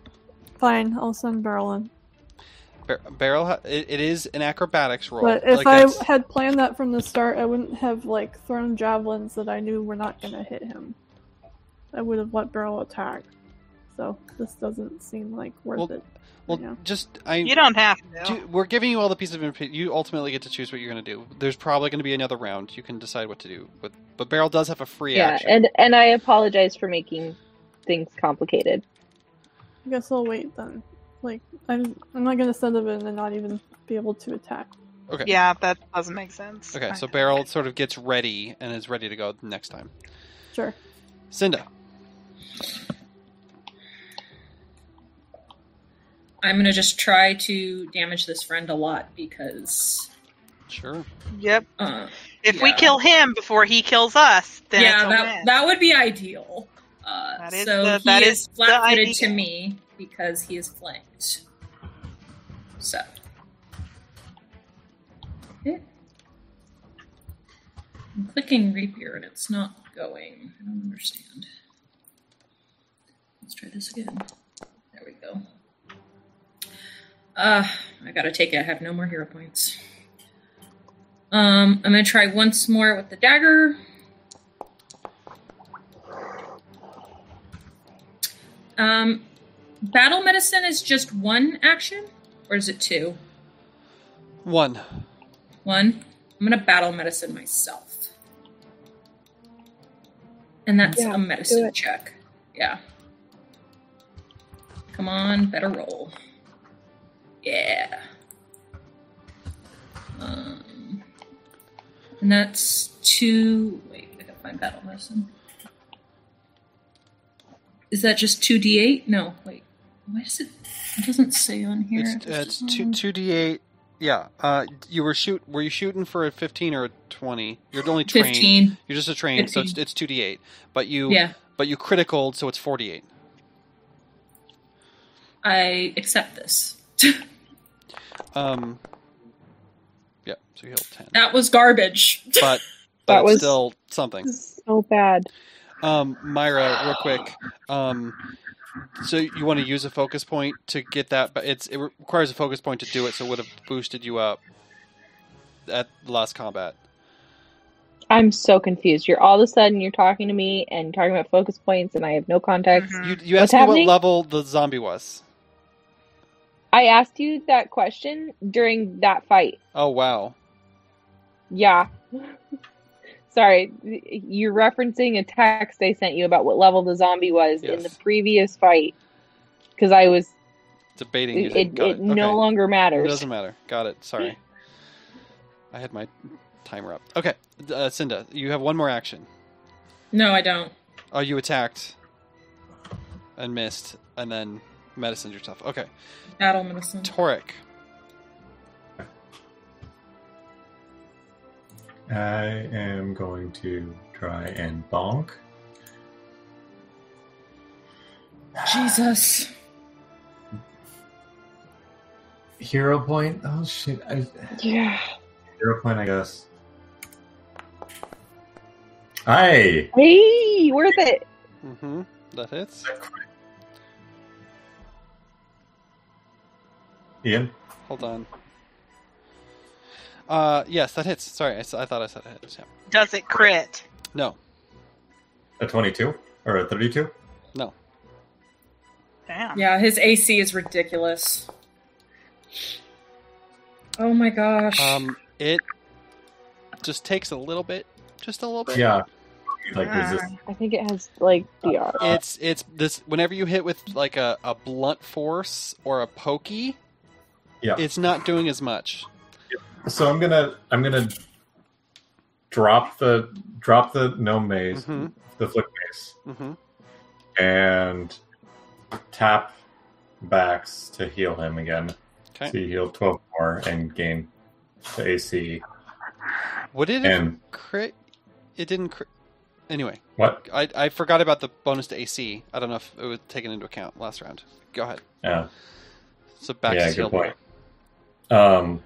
Speaker 7: Fine, I'll send Barrel in.
Speaker 2: Bar- barrel, ha- it, it is an acrobatics roll.
Speaker 7: But if
Speaker 2: Like,
Speaker 7: I
Speaker 2: that's-
Speaker 7: had planned that from the start, I wouldn't have like thrown javelins that I knew were not going to hit him. I would have let Barrel attack. So this doesn't seem like worth
Speaker 2: Well,
Speaker 7: it.
Speaker 2: well,
Speaker 7: yeah.
Speaker 2: just I.
Speaker 1: You don't have to.
Speaker 2: do- we're giving you all the pieces of information. You ultimately get to choose what you're going to do. There's probably going to be another round. You can decide what to do. But but barrel does have a free
Speaker 3: yeah,
Speaker 2: action.
Speaker 3: and and I apologize for making things complicated.
Speaker 7: I guess I'll wait then. Like I'm, I'm not going to send him in and not even be able to attack.
Speaker 2: okay.
Speaker 1: Yeah, that doesn't make sense.
Speaker 2: Okay. So
Speaker 1: I-
Speaker 2: barrel sort of gets ready and is ready to go next time.
Speaker 7: Sure.
Speaker 2: Cinda,
Speaker 4: I'm gonna just try to damage this friend a lot because
Speaker 2: sure.
Speaker 1: Yep.
Speaker 4: uh,
Speaker 1: If we
Speaker 4: Yeah.
Speaker 1: kill him before he kills us, then it's
Speaker 4: yeah,
Speaker 1: a
Speaker 4: that
Speaker 1: win.
Speaker 4: that would be ideal. Uh,
Speaker 1: That is
Speaker 4: so
Speaker 1: the-
Speaker 4: he
Speaker 1: that
Speaker 4: is,
Speaker 1: is the
Speaker 4: flat-footed to
Speaker 1: ideal.
Speaker 4: me because he is flanked. So Yeah. I'm clicking rapier and it's not going. I don't understand. Let's try this again. There we go. Uh, I gotta take it. I have no more hero points. Um, I'm gonna try once more with the dagger. Um, battle medicine is just one action, or is it two?
Speaker 2: One.
Speaker 4: One. I'm gonna battle medicine myself, and that's
Speaker 3: Yeah,
Speaker 4: a medicine check. Yeah. Come on, better roll. Yeah. Um, and that's two. Wait, I gotta find battle medicine. Is that just two d8? No, wait. Why does it? It doesn't say on here.
Speaker 2: It's, uh, it's two two d eight. Yeah. Uh, you were shoot. Were you shooting for a fifteen or a twenty? You're only trained.
Speaker 4: Fifteen.
Speaker 2: You're just a train, so it's it's two d eight. But you
Speaker 4: Yeah.
Speaker 2: but you criticaled, so it's forty eight.
Speaker 4: I accept this.
Speaker 2: Um, Yep. So you healed ten.
Speaker 4: That was garbage.
Speaker 2: But but
Speaker 3: That
Speaker 2: it's
Speaker 3: was-
Speaker 2: still something.
Speaker 3: So bad.
Speaker 2: Um, Myra, real quick. Um, so you want to use a focus point to get that, but it's it requires a focus point to do it. So it would have boosted you up at the last combat.
Speaker 3: I'm so confused. You're all of a sudden you're talking to me and talking about focus points, and I have no context.
Speaker 1: Mhm.
Speaker 2: You you
Speaker 3: What's
Speaker 2: asked me what
Speaker 3: happening?
Speaker 2: level the zombie was.
Speaker 3: I asked you that question during that fight.
Speaker 2: Oh wow.
Speaker 3: Yeah. Sorry, you're referencing a text I sent you about what level the zombie was in the
Speaker 2: Yes.
Speaker 3: previous fight because I was.
Speaker 2: Debating you.
Speaker 3: It,
Speaker 2: didn't-
Speaker 3: it,
Speaker 2: got Okay.
Speaker 3: no longer
Speaker 2: It
Speaker 3: matters.
Speaker 2: doesn't matter. Got it. Sorry. I had my timer up. Okay, uh, Cinda, you have one more action.
Speaker 4: no, I don't.
Speaker 2: Oh, you attacked and missed, and then medicined yourself. Okay,
Speaker 4: Battle medicine.
Speaker 2: Toric.
Speaker 5: I am going to try and bonk.
Speaker 4: Jesus.
Speaker 5: Hero point? Oh shit. I,
Speaker 3: Yeah.
Speaker 5: hero point, I guess. Aye!
Speaker 3: Hey, worth it.
Speaker 2: Mm-hmm. That hits.
Speaker 5: Ian?
Speaker 2: Hold on. Uh, yes, that hits. Sorry, I, s- I thought I said it hits. Yeah.
Speaker 1: Does it crit?
Speaker 2: No,
Speaker 5: A 22? Or a 32?
Speaker 2: no.
Speaker 1: Damn.
Speaker 4: Yeah, his AC is ridiculous. Oh my gosh.
Speaker 2: Um, it just takes a little bit, just a little bit.
Speaker 5: Yeah. Like, resist.
Speaker 3: I think it has like
Speaker 2: Uh,
Speaker 3: DR.
Speaker 5: Uh,
Speaker 2: It's it's this whenever you hit with like a, a blunt force or a pokey,
Speaker 5: Yeah.
Speaker 2: it's not doing as much.
Speaker 5: So I'm gonna I'm gonna drop the drop the gnome maze,
Speaker 2: Mhm.
Speaker 5: the flick maze,
Speaker 2: Mm-hmm.
Speaker 5: and tap backs to heal him again.
Speaker 2: Okay.
Speaker 5: So you heal twelve more and gain the AC.
Speaker 2: Would it have
Speaker 5: And
Speaker 2: crit? It didn't crit. Anyway,
Speaker 5: what?
Speaker 2: I, I forgot about the bonus to AC. I don't know if it was taken into account last round. Go ahead.
Speaker 5: Yeah.
Speaker 2: So back
Speaker 5: yeah,
Speaker 2: to
Speaker 5: good
Speaker 2: healed.
Speaker 5: point. Um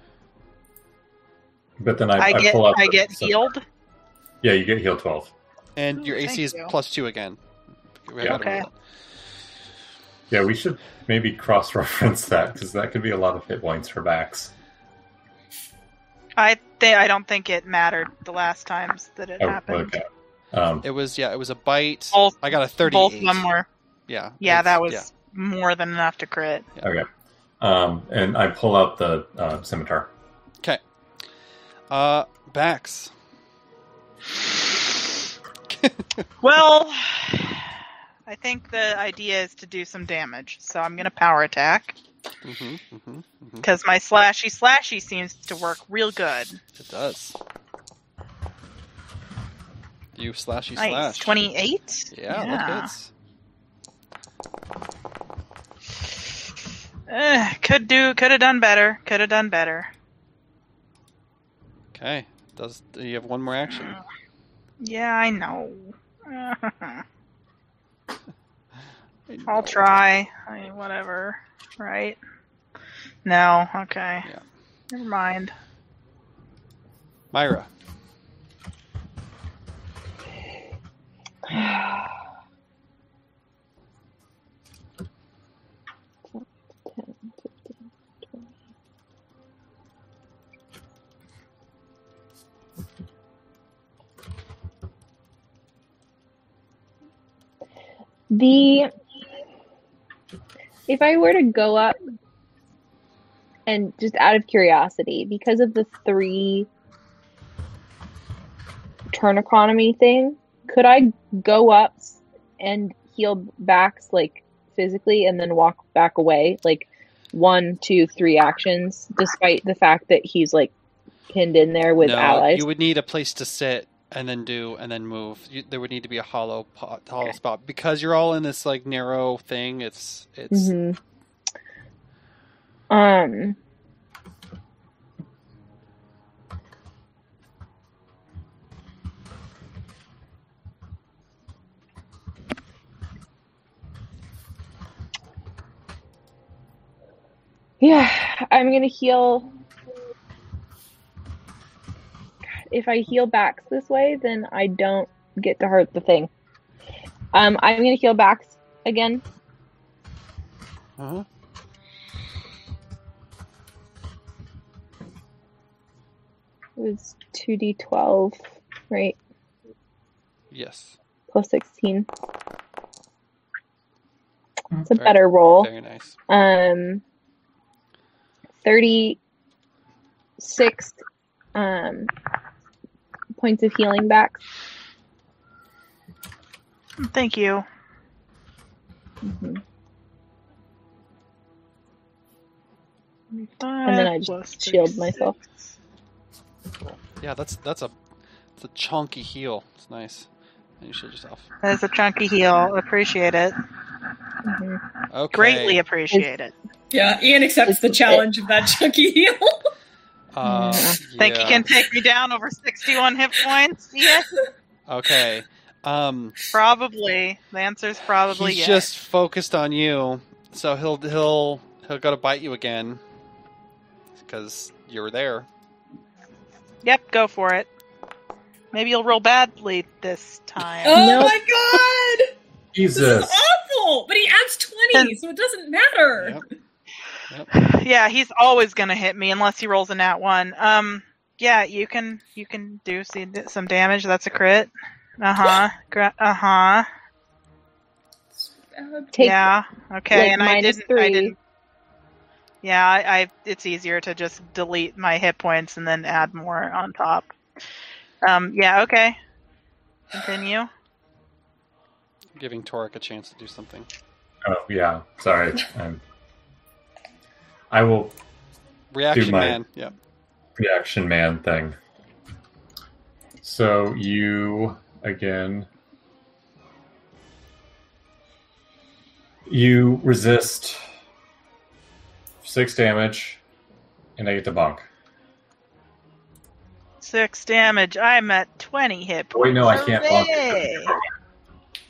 Speaker 5: but then I,
Speaker 1: I, get
Speaker 5: pull out
Speaker 1: I
Speaker 5: the-
Speaker 1: get
Speaker 5: so-
Speaker 1: healed.
Speaker 5: Yeah, you get heal twelve.
Speaker 2: And your
Speaker 1: Ooh,
Speaker 2: AC
Speaker 1: thank
Speaker 2: is
Speaker 1: you.
Speaker 2: plus two again. We
Speaker 5: Yeah.
Speaker 2: haven't rolled
Speaker 1: Okay.
Speaker 5: Yeah, we should maybe cross reference that because that could be a lot of hit points for backs.
Speaker 1: I th- I don't think it mattered the last times that it
Speaker 5: Oh,
Speaker 1: happened.
Speaker 5: okay. Um,
Speaker 2: that. It was yeah, it was a bite.
Speaker 1: Both-
Speaker 2: I got a thirty.
Speaker 1: Both of them were.
Speaker 2: Yeah.
Speaker 1: Yeah,
Speaker 2: it's-
Speaker 1: that was
Speaker 2: yeah.
Speaker 1: more than enough to crit.
Speaker 5: um, and I pull out the uh, scimitar.
Speaker 2: Uh, Bax.
Speaker 1: Well, I think the idea is to do some damage, so I'm going to power attack Mm-hmm,
Speaker 2: hmm hmm hmm
Speaker 1: because my slashy slashy seems to work real good.
Speaker 2: It does. You slashy
Speaker 1: nice,
Speaker 2: slash.
Speaker 1: twenty-eight.
Speaker 2: Yeah, that hits.
Speaker 1: Eh, could do. Could have done better. Could have done better.
Speaker 2: Okay. Does you have one more action?
Speaker 1: Yeah, I know.
Speaker 2: No.
Speaker 1: I'll try. I mean, whatever. Right? No. Okay.
Speaker 2: Yeah.
Speaker 1: Never mind.
Speaker 2: Myra.
Speaker 3: The if I were to go up and just out of curiosity, because of the three turn economy thing, could I go up s- and heal backs like physically and then walk back away like one, two, three actions, despite the fact that he's like pinned in there with
Speaker 2: no,
Speaker 3: allies?
Speaker 2: You would need a place to sit and then do and then move. You, there would need to be a hollow pot, hollow spot because you're all in this like narrow thing. It's it's
Speaker 3: hmm Um. Yeah, I'm gonna heal if I heal backs this way, then I don't get to hurt the thing. Um, I'm gonna heal backs again.
Speaker 2: Uh-huh.
Speaker 3: It was two d twelve, right?
Speaker 2: Yes.
Speaker 3: Plus sixteen. It's a
Speaker 2: Very-
Speaker 3: better roll.
Speaker 2: Very nice.
Speaker 3: um 36 um points of healing back
Speaker 1: Thank you.
Speaker 3: and then i just
Speaker 1: Plus
Speaker 3: shield
Speaker 1: 36.
Speaker 3: myself
Speaker 2: Yeah, that's that's a it's a chunky heal. It's nice. And you shield yourself.
Speaker 1: That's a chunky heal. Appreciate it.
Speaker 2: Okay.
Speaker 1: Greatly appreciate it.
Speaker 4: Yeah, Ian accepts the challenge of that chunky heel.
Speaker 2: Uh,
Speaker 1: Think you
Speaker 2: yeah.
Speaker 1: can take me down over 61 hit points? Yes,
Speaker 2: Okay. Um,
Speaker 1: probably. The answer's probably
Speaker 2: he's
Speaker 1: yes.
Speaker 2: just focused on you, so he'll he'll he'll go to bite you again because you were there.
Speaker 1: Yep, go for it. Maybe you'll roll badly this time.
Speaker 4: Oh
Speaker 3: Nope.
Speaker 4: my god! This is
Speaker 5: Jesus.
Speaker 4: awful! But he adds 20, so it doesn't matter.
Speaker 2: Yep.
Speaker 1: Yeah, he's always gonna hit me unless he rolls a nat one. Um, yeah, you can you can do see- some damage. That's a crit. Uh huh. Gra- uh huh.
Speaker 4: Uh,
Speaker 3: take
Speaker 1: Yeah. Okay.
Speaker 3: like,
Speaker 1: and I
Speaker 3: minus
Speaker 1: didn't. I
Speaker 3: three.
Speaker 1: didn't. Yeah, I, I. It's easier to just delete my hit points and then add more on top. Um. Yeah. Okay. Continue.
Speaker 2: Giving Torek a chance to do something.
Speaker 5: Oh yeah, sorry. I'm, I will
Speaker 2: Reaction
Speaker 5: my-
Speaker 2: man. Yeah.
Speaker 5: reaction man thing. So you again. You resist six damage, and I get to bonk.
Speaker 1: Six damage. I'm at twenty hit points.
Speaker 5: Wait, no, I can't bonk.
Speaker 1: Hooray!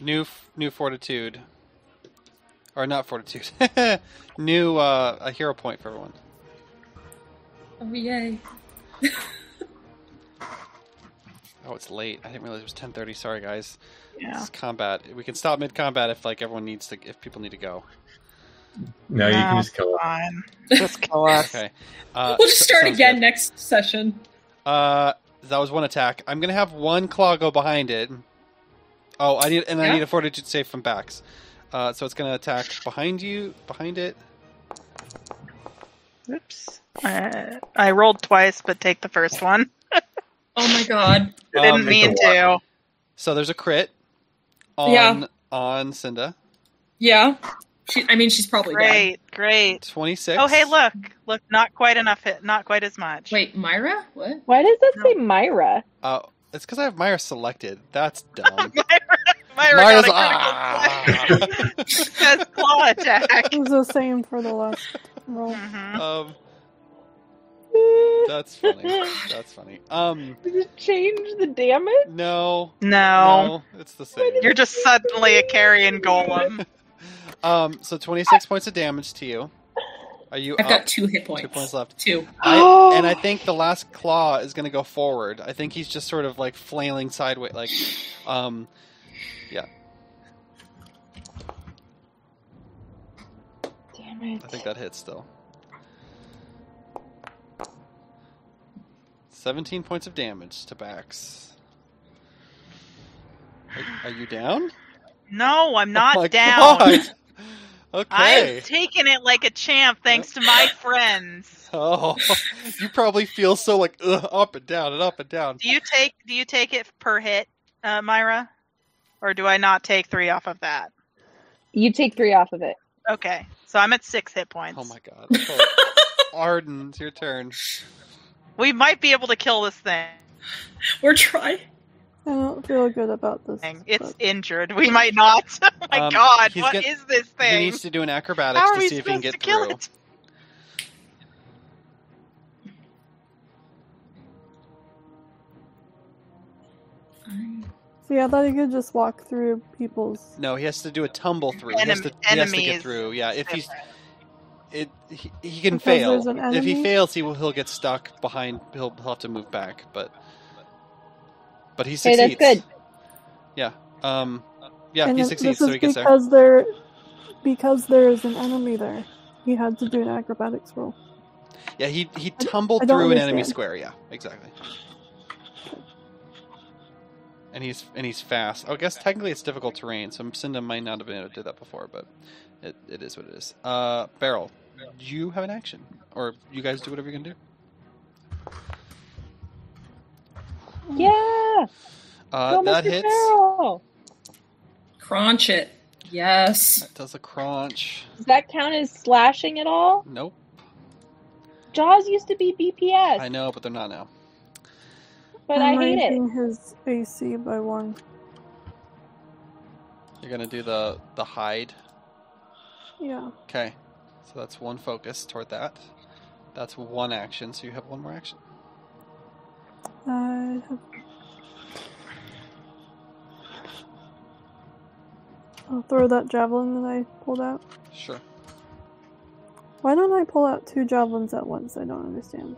Speaker 2: New f- new fortitude. Or not fortitude. new uh, a hero point for everyone.
Speaker 4: oh, yay.
Speaker 2: Oh, it's late. I didn't realize it was ten thirty. Sorry, guys.
Speaker 1: Yeah.
Speaker 2: This is combat. We can stop mid combat if like everyone needs to. If people need to go.
Speaker 5: No, you can
Speaker 1: No.
Speaker 5: just kill it.
Speaker 1: Fine. Just kill us.
Speaker 2: Okay. Uh,
Speaker 4: we'll just
Speaker 2: so-
Speaker 4: start
Speaker 2: sounds
Speaker 4: again
Speaker 2: good.
Speaker 4: next session.
Speaker 2: Uh, that was one attack. I'm gonna have one claw go behind it. Oh, I need and I
Speaker 4: Yeah.
Speaker 2: need a fortitude save from backs. Uh, so it's gonna attack behind you, behind it.
Speaker 1: Oops. Uh, I rolled twice, but take the first one.
Speaker 4: Oh my god.
Speaker 2: Um,
Speaker 1: Didn't mean
Speaker 5: the
Speaker 1: to.
Speaker 2: So there's a crit on
Speaker 4: Yeah.
Speaker 2: on Cinda.
Speaker 4: Yeah. She, I mean, she's probably dead.
Speaker 1: Great, great.
Speaker 2: Twenty six.
Speaker 1: Oh, hey, look, look, not quite enough hit, not quite as much.
Speaker 4: Wait, Myra? What?
Speaker 3: why does that
Speaker 1: No.
Speaker 3: say myra
Speaker 2: Uh, it's because I have Myra selected. That's dumb.
Speaker 1: Myra
Speaker 2: Myra's
Speaker 1: got a critical
Speaker 2: ah.
Speaker 1: success because claw attack.
Speaker 7: It was the same for the last roll.
Speaker 1: Mhm.
Speaker 2: um, that's funny. That's funny. Um,
Speaker 3: Uh, does it change the damage
Speaker 2: no,
Speaker 1: No,
Speaker 2: no, it's the same.
Speaker 1: you're just suddenly a carrion golem.
Speaker 2: Um, so 26 points of damage to you. Are you
Speaker 4: I've
Speaker 2: up?
Speaker 4: got two hit points.
Speaker 2: Uh, Two points left.
Speaker 4: Two.
Speaker 2: I, and I think the last claw is going to go forward. I think he's just sort of like flailing sideways, like, um, yeah.
Speaker 3: damn it
Speaker 2: I think that hits still. 17 points of damage to Bax. Are, are you down?
Speaker 1: No, I'm not
Speaker 2: Oh my
Speaker 1: down.
Speaker 2: God. Okay.
Speaker 1: I've taken it like a champ, thanks to my friends.
Speaker 2: Oh, you probably feel so like ugh, up and down and up and down.
Speaker 1: Do you take? Do you take it per hit, uh, Myra, or do I not take three off of that?
Speaker 3: you take three off of it
Speaker 1: Okay, so I'm at six hit points.
Speaker 2: Oh my god. Okay. Arden, it's your turn.
Speaker 1: We might be able to kill this thing.
Speaker 4: We're trying.
Speaker 7: I don't feel good about this.
Speaker 1: thing. It's
Speaker 7: but-
Speaker 1: injured. We might not. oh my
Speaker 2: Um,
Speaker 1: god,
Speaker 2: he's
Speaker 1: What is
Speaker 2: gonna-
Speaker 1: this
Speaker 2: He
Speaker 1: thing?
Speaker 2: needs to do an acrobatics
Speaker 1: How are
Speaker 2: to
Speaker 1: we
Speaker 2: see if he can
Speaker 1: supposed to
Speaker 2: get
Speaker 1: kill
Speaker 2: through.
Speaker 1: it?
Speaker 7: See, I thought you could just walk through people's.
Speaker 2: No, he has to do a tumble through. he, has
Speaker 1: Enemy-
Speaker 2: to, he has to get
Speaker 1: enemies.
Speaker 2: through. Yeah, if he's it, he, he can
Speaker 7: Because there's
Speaker 2: fail.
Speaker 7: an
Speaker 2: If he
Speaker 7: enemy?
Speaker 2: fails, he will he'll get stuck behind. He'll, he'll have to move back. But but he
Speaker 3: Hey,
Speaker 2: succeeds.
Speaker 3: that's good.
Speaker 2: Um, yeah,
Speaker 7: and
Speaker 2: he
Speaker 7: it-
Speaker 2: succeeds,
Speaker 7: this
Speaker 2: so
Speaker 7: is
Speaker 2: he gets there.
Speaker 7: because there, because there is an enemy there. He had to do an acrobatics roll.
Speaker 2: Yeah, he he
Speaker 7: I don't-
Speaker 2: tumbled
Speaker 7: I don't
Speaker 2: through an enemy
Speaker 7: understand.
Speaker 2: square. Yeah, exactly. And he's and he's fast. Oh, I guess technically it's difficult terrain, so Cinda might not have been able to do that before, but it, it is what it is. Uh, Barrel, you have an action, or you guys do whatever you can do.
Speaker 3: Yeah.
Speaker 2: Uh,
Speaker 3: Go,
Speaker 2: that
Speaker 3: Mr.
Speaker 2: hits.
Speaker 3: Farrell.
Speaker 4: Crunch it. Yes.
Speaker 2: That does a crunch.
Speaker 3: Does that count as slashing at all?
Speaker 2: Nope.
Speaker 3: Jaws used to be BPS,
Speaker 2: I know, but they're not now.
Speaker 3: but I
Speaker 7: I'm
Speaker 3: hate
Speaker 1: Oh
Speaker 3: it.
Speaker 7: raising his AC by one.
Speaker 2: You're gonna do the the hide.
Speaker 7: Yeah.
Speaker 2: Okay, so that's one focus toward that. That's one action, so you have one more action.
Speaker 7: I have. I'll throw that javelin that I pulled out.
Speaker 2: Sure.
Speaker 7: Why don't I pull out two javelins at once? I don't understand.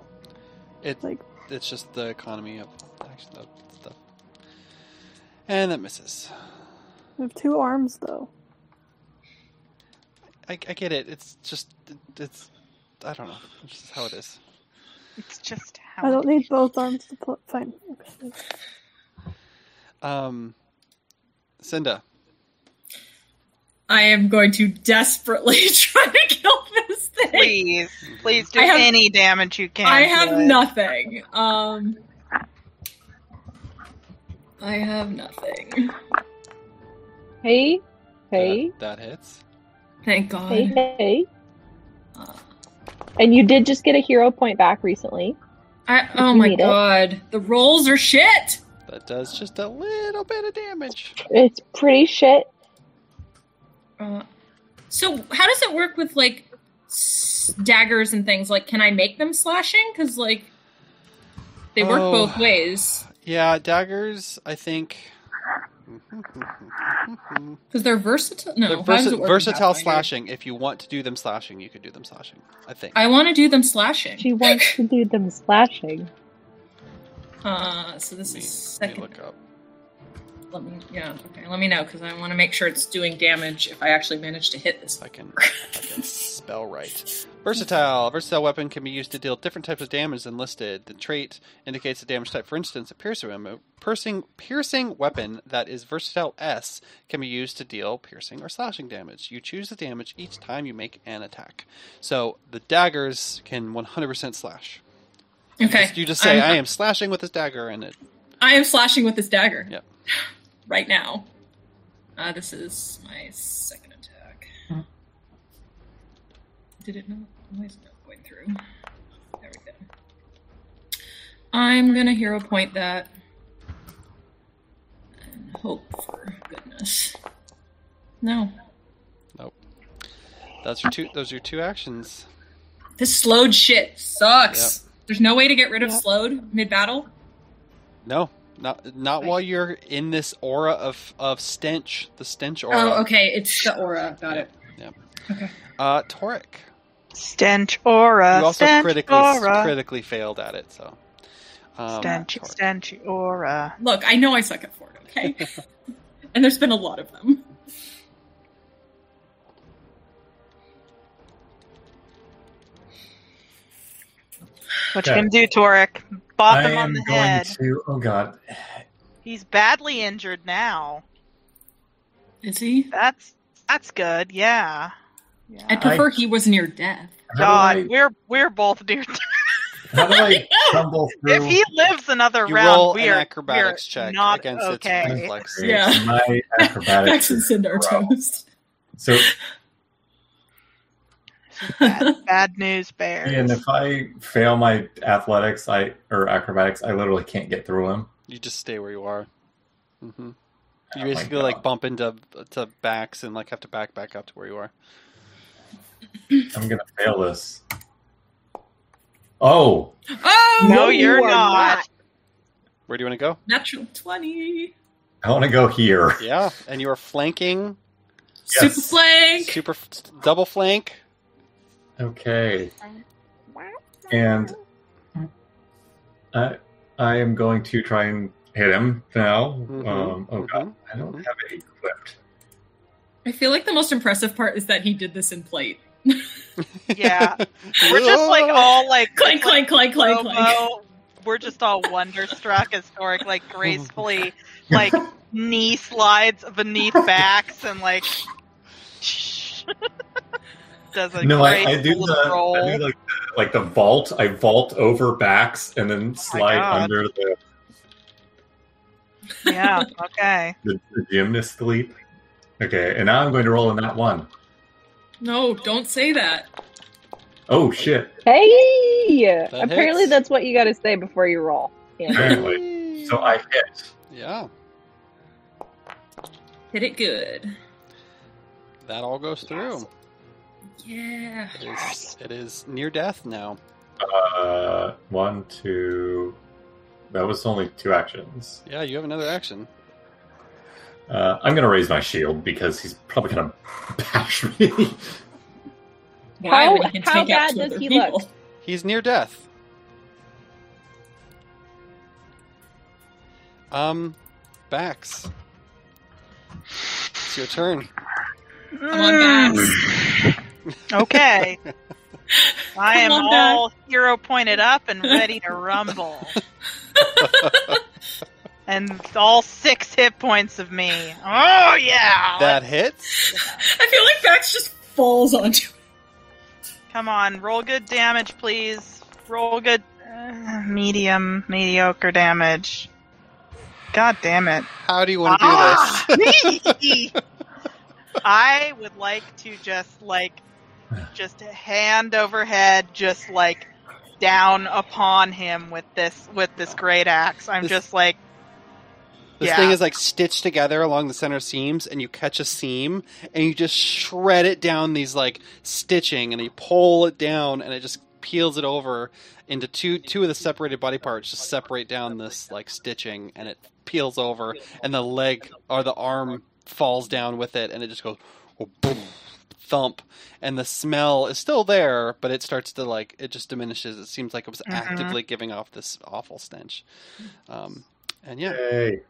Speaker 2: It
Speaker 7: Like-
Speaker 2: it's just the economy of action of stuff. And that misses.
Speaker 7: I have two arms though.
Speaker 2: I, I get it. It's just it's I don't know. It's just how it is.
Speaker 1: It's just how.
Speaker 7: I don't need both arms to pull. Fine. Okay.
Speaker 2: Um, Cinda,
Speaker 4: I am going to desperately try to kill this thing.
Speaker 1: Please, please do
Speaker 4: I have-
Speaker 1: any damage you can.
Speaker 4: I
Speaker 1: to
Speaker 4: have
Speaker 1: it.
Speaker 4: nothing. Um, I have nothing.
Speaker 3: Hey, hey,
Speaker 2: that, that hits.
Speaker 4: Thank
Speaker 3: hey,
Speaker 4: God.
Speaker 3: hey.
Speaker 4: Uh,
Speaker 3: And you did just get a hero point back recently.
Speaker 4: I, oh
Speaker 3: You
Speaker 4: my
Speaker 3: need it.
Speaker 4: God. The rolls are shit.
Speaker 2: That does just a little bit of damage.
Speaker 3: It's pretty shit.
Speaker 4: Uh, so how does it work with like s- daggers and things? Like, can I make them slashing? Because like they work
Speaker 2: Oh.
Speaker 4: both ways.
Speaker 2: Yeah, daggers. I think.
Speaker 4: Because they're versatile. No,
Speaker 2: They're
Speaker 4: how does
Speaker 2: versa-
Speaker 4: it work
Speaker 2: versatile
Speaker 4: with Pathfinder?
Speaker 2: slashing. If you want to do them slashing, you could do them slashing. I think.
Speaker 4: I want to do them slashing.
Speaker 3: She wants to do them slashing.
Speaker 4: uh, so this
Speaker 2: Let me-
Speaker 4: is
Speaker 2: let me
Speaker 4: second.
Speaker 2: look up.
Speaker 4: Let me, yeah, okay. Let me know because I want to make sure it's doing damage if I actually manage to hit this.
Speaker 2: if I can, if I can spell right. Versatile. A versatile weapon can be used to deal different types of damage than listed. The trait indicates the damage type. For instance, a piercing, weapon- piercing, piercing weapon that is versatile S can be used to deal piercing or slashing damage. You choose the damage each time you make an attack. So the daggers can 100% slash. You
Speaker 4: Okay,
Speaker 2: just, you just say,
Speaker 4: I'm-
Speaker 2: "I am slashing with this dagger," and it
Speaker 4: I am slashing with this dagger.
Speaker 2: Yep.
Speaker 4: right now. Uh, this is my second attack. Did it not? Why is it not going through? There we go. I'm gonna hero point that and hope for goodness. No,
Speaker 2: that's your two. Those are your two actions.
Speaker 4: this slowed shit sucks. There's no way to get rid of
Speaker 7: Yep.
Speaker 4: slowed mid battle.
Speaker 2: No. Not not
Speaker 4: Right.
Speaker 2: while you're in this aura of, of stench, the stench aura.
Speaker 4: Oh, okay, it's the aura. Got it.
Speaker 2: Uh, Toric.
Speaker 1: Stench aura.
Speaker 2: you also
Speaker 1: stench
Speaker 2: critically
Speaker 1: aura.
Speaker 2: critically failed at it, so. Um,
Speaker 1: stench,
Speaker 2: Toric.
Speaker 1: stench aura.
Speaker 4: Look, I know I suck at Ford. Okay, and there's been a lot of them.
Speaker 1: What
Speaker 5: Okay.
Speaker 1: you gonna do, Toric? Bop
Speaker 5: I
Speaker 1: him on
Speaker 5: am
Speaker 1: the
Speaker 5: going
Speaker 1: head.
Speaker 5: to. Oh god.
Speaker 1: He's badly injured now.
Speaker 4: Is he?
Speaker 1: That's that's good. Yeah. Yeah.
Speaker 4: I prefer he was near death.
Speaker 5: How
Speaker 1: God,
Speaker 5: do
Speaker 1: we're we're both near.
Speaker 5: I, how do I tumble
Speaker 1: If
Speaker 5: through?
Speaker 1: he lives another
Speaker 2: You
Speaker 1: round,
Speaker 2: roll
Speaker 1: we
Speaker 2: an
Speaker 1: are,
Speaker 2: acrobatics
Speaker 1: we are
Speaker 2: check
Speaker 1: not
Speaker 2: against
Speaker 1: okay.
Speaker 2: its reflex.
Speaker 4: Yeah.
Speaker 5: My
Speaker 4: Max
Speaker 5: acrobatics.
Speaker 4: and
Speaker 5: is-
Speaker 4: Cinder are
Speaker 5: Wow.
Speaker 4: toast.
Speaker 5: so
Speaker 1: Bad, bad news bears.
Speaker 5: and if I fail my athletics, I or acrobatics, I literally can't get through him.
Speaker 2: You just stay where you are. hmm You
Speaker 5: Oh my
Speaker 2: basically like
Speaker 5: God.
Speaker 2: bump into to backs and like have to back back up to where you are.
Speaker 5: I'm gonna fail this. Oh,
Speaker 4: Oh,
Speaker 1: No, you're not.
Speaker 2: Where do you want to go?
Speaker 4: natural twenty.
Speaker 5: I want to go here.
Speaker 2: Yeah, and you are flanking,
Speaker 5: Yes.
Speaker 4: Super flank.
Speaker 2: super f- double flank.
Speaker 5: Okay. And I I am going to try and hit him now.
Speaker 2: Mhm,
Speaker 5: Um, oh god, I don't
Speaker 2: mhm.
Speaker 5: have it equipped.
Speaker 4: I feel like the most impressive part is that he did this in plate.
Speaker 1: Yeah. We're just like all like
Speaker 4: Clank, clank, clank, clank, clank.
Speaker 1: Robo, we're just all wonderstruck as Doric like gracefully like knee slides beneath backs and like does a
Speaker 5: no, I,
Speaker 1: great
Speaker 5: I do the
Speaker 1: roll.
Speaker 5: I do like the, like the vault. I vault over backs and then slide
Speaker 1: Oh God.
Speaker 5: under the,
Speaker 1: yeah, okay.
Speaker 5: the, the gymnast leap. Okay, and now I'm going to roll in that one.
Speaker 4: No, don't say that.
Speaker 5: Oh shit!
Speaker 3: Hey! Apparently,
Speaker 2: hits.
Speaker 3: that's what you got to say before you roll.
Speaker 5: Apparently, so I hit.
Speaker 2: Yeah,
Speaker 4: Hit it good.
Speaker 2: that all goes through.
Speaker 4: Yeah.
Speaker 2: It is, it is near death now.
Speaker 5: Uh, one, two. That was only two actions.
Speaker 2: Yeah, you have another action.
Speaker 5: Uh, I'm going to raise my shield because he's probably going to bash me.
Speaker 4: Why
Speaker 3: How-
Speaker 4: when you can
Speaker 3: how
Speaker 4: take out
Speaker 3: bad
Speaker 4: two
Speaker 3: does
Speaker 4: other
Speaker 3: he
Speaker 4: people?
Speaker 3: look?
Speaker 2: He's near death. Um, Bax. It's your turn.
Speaker 4: Come on, Max.
Speaker 1: Okay. I am
Speaker 4: Come on back.
Speaker 1: all hero pointed up and ready to rumble. and all six hit points of me. Oh yeah.
Speaker 2: That hits.
Speaker 4: I feel like Max just falls onto
Speaker 1: Come on, roll good damage, please. Roll good uh, medium, mediocre damage. God damn it.
Speaker 2: How do you want to do
Speaker 1: Ah,
Speaker 2: this?
Speaker 1: me! I would like to just like just hand over head, just like down upon him with this with this great axe. I'm
Speaker 2: This-
Speaker 1: just like
Speaker 2: This
Speaker 1: Yeah.
Speaker 2: thing is like stitched together along the center seams, and you catch a seam, and you just shred it down these like stitching, and you pull it down, and it just peels it over into two two of the separated body parts. Just separate down this like stitching, and it peels over, and the leg or the arm falls down with it, and it just goes oh, boom, thump, and the smell is still there, but it starts to like it just diminishes. It seems like it was
Speaker 1: Mhm.
Speaker 2: actively giving off this awful stench, um, and yeah.
Speaker 5: Yay.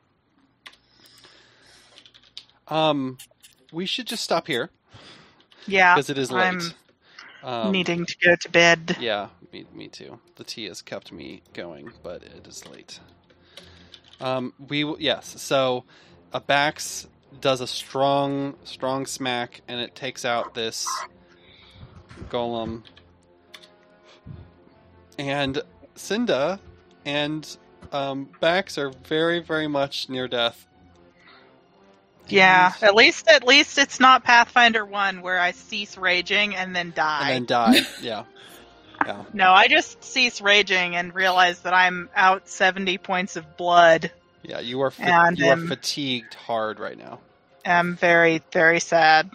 Speaker 2: Um, we should just stop here
Speaker 1: yeah,
Speaker 2: because it is late.
Speaker 1: I'm
Speaker 2: um,
Speaker 1: needing to go to bed.
Speaker 2: Yeah, me, me too. The tea has kept me going, but it is late. Um, we will- yes. So, a Bax does a strong, strong smack, and it takes out this golem. And Cinda and um, Bax are very, very much near death.
Speaker 1: Yeah,
Speaker 2: And-
Speaker 1: at least at least it's not Pathfinder 1 where I cease raging and then die.
Speaker 2: and then die. yeah. Yeah.
Speaker 1: No, I just cease raging and realize that I'm out 70 points of blood.
Speaker 2: Yeah, you are fa-
Speaker 1: And,
Speaker 2: you are
Speaker 1: um,
Speaker 2: fatigued hard right now.
Speaker 1: I'm very, very sad.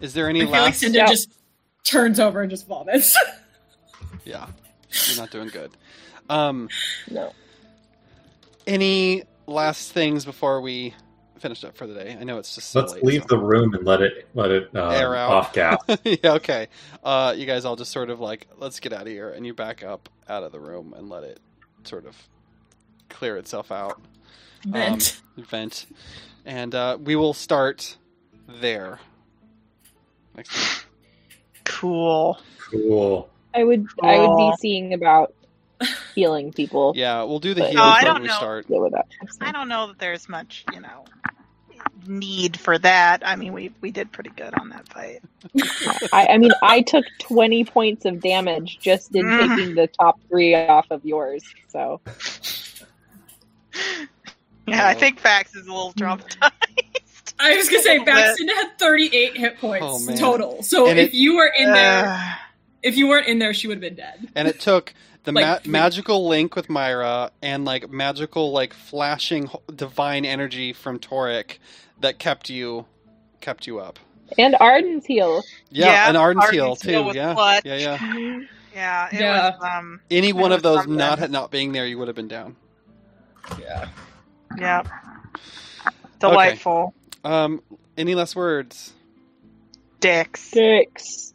Speaker 2: Is there
Speaker 4: I
Speaker 2: any
Speaker 4: feel like
Speaker 2: last?
Speaker 4: Cinder just turns over and just vomits.
Speaker 2: yeah, you're not doing good. Um,
Speaker 3: No.
Speaker 2: Any last things before we finish up for the day? I know it's just so
Speaker 5: Let's
Speaker 2: late,
Speaker 5: leave
Speaker 2: so-
Speaker 5: the room and let it let it uh,
Speaker 2: Air out.
Speaker 5: off gas.
Speaker 2: yeah, okay. Uh, you guys all just sort of like let's get out of here, and you back up out of the room and let it sort of clear itself out.
Speaker 4: Vent.
Speaker 2: event, and uh, we will start there. Next time.
Speaker 1: Cool.
Speaker 5: Cool.
Speaker 3: I would I would
Speaker 1: Cool.
Speaker 3: be seeing about healing people.
Speaker 2: Yeah, we'll do the
Speaker 3: But-
Speaker 2: heals
Speaker 3: No, I
Speaker 2: when
Speaker 1: Oh, don't
Speaker 2: we
Speaker 1: know.
Speaker 2: start.
Speaker 3: Deal with that.
Speaker 1: I don't know that there's much, you know, need for that. I mean, we we did pretty good on that fight.
Speaker 3: I, I mean, I took 20 points of damage just in
Speaker 1: Mm.
Speaker 3: taking the top three off of yours. So,
Speaker 1: Yeah, I
Speaker 2: Yeah.
Speaker 1: think Fax is a little traumatized.
Speaker 4: I was gonna say
Speaker 1: Little bit.
Speaker 4: Baxton had 38 hit points
Speaker 2: Oh, man.
Speaker 4: total. So
Speaker 2: And
Speaker 4: if
Speaker 2: it-
Speaker 4: you were in there,
Speaker 1: Uh,
Speaker 4: if you weren't in there, she would have been dead.
Speaker 2: and it took the
Speaker 4: Like,
Speaker 2: ma-
Speaker 4: three-
Speaker 2: magical link with Myra and like magical like flashing h- divine energy from Toric that kept you kept you up.
Speaker 3: and Arden's heal.
Speaker 2: Yeah,
Speaker 1: Yeah,
Speaker 2: and Arden's
Speaker 1: Arden's
Speaker 2: heal
Speaker 1: heal
Speaker 2: too.
Speaker 1: was
Speaker 2: Yeah,
Speaker 1: clutch.
Speaker 2: yeah, yeah.
Speaker 1: yeah, it
Speaker 4: Yeah.
Speaker 1: was um
Speaker 2: Any one
Speaker 1: was
Speaker 2: of those
Speaker 1: something.
Speaker 2: not not being there, you would have been down.
Speaker 4: Yeah.
Speaker 1: yeah. Delightful.
Speaker 2: Um, any last words?
Speaker 1: Dicks.
Speaker 3: Dicks.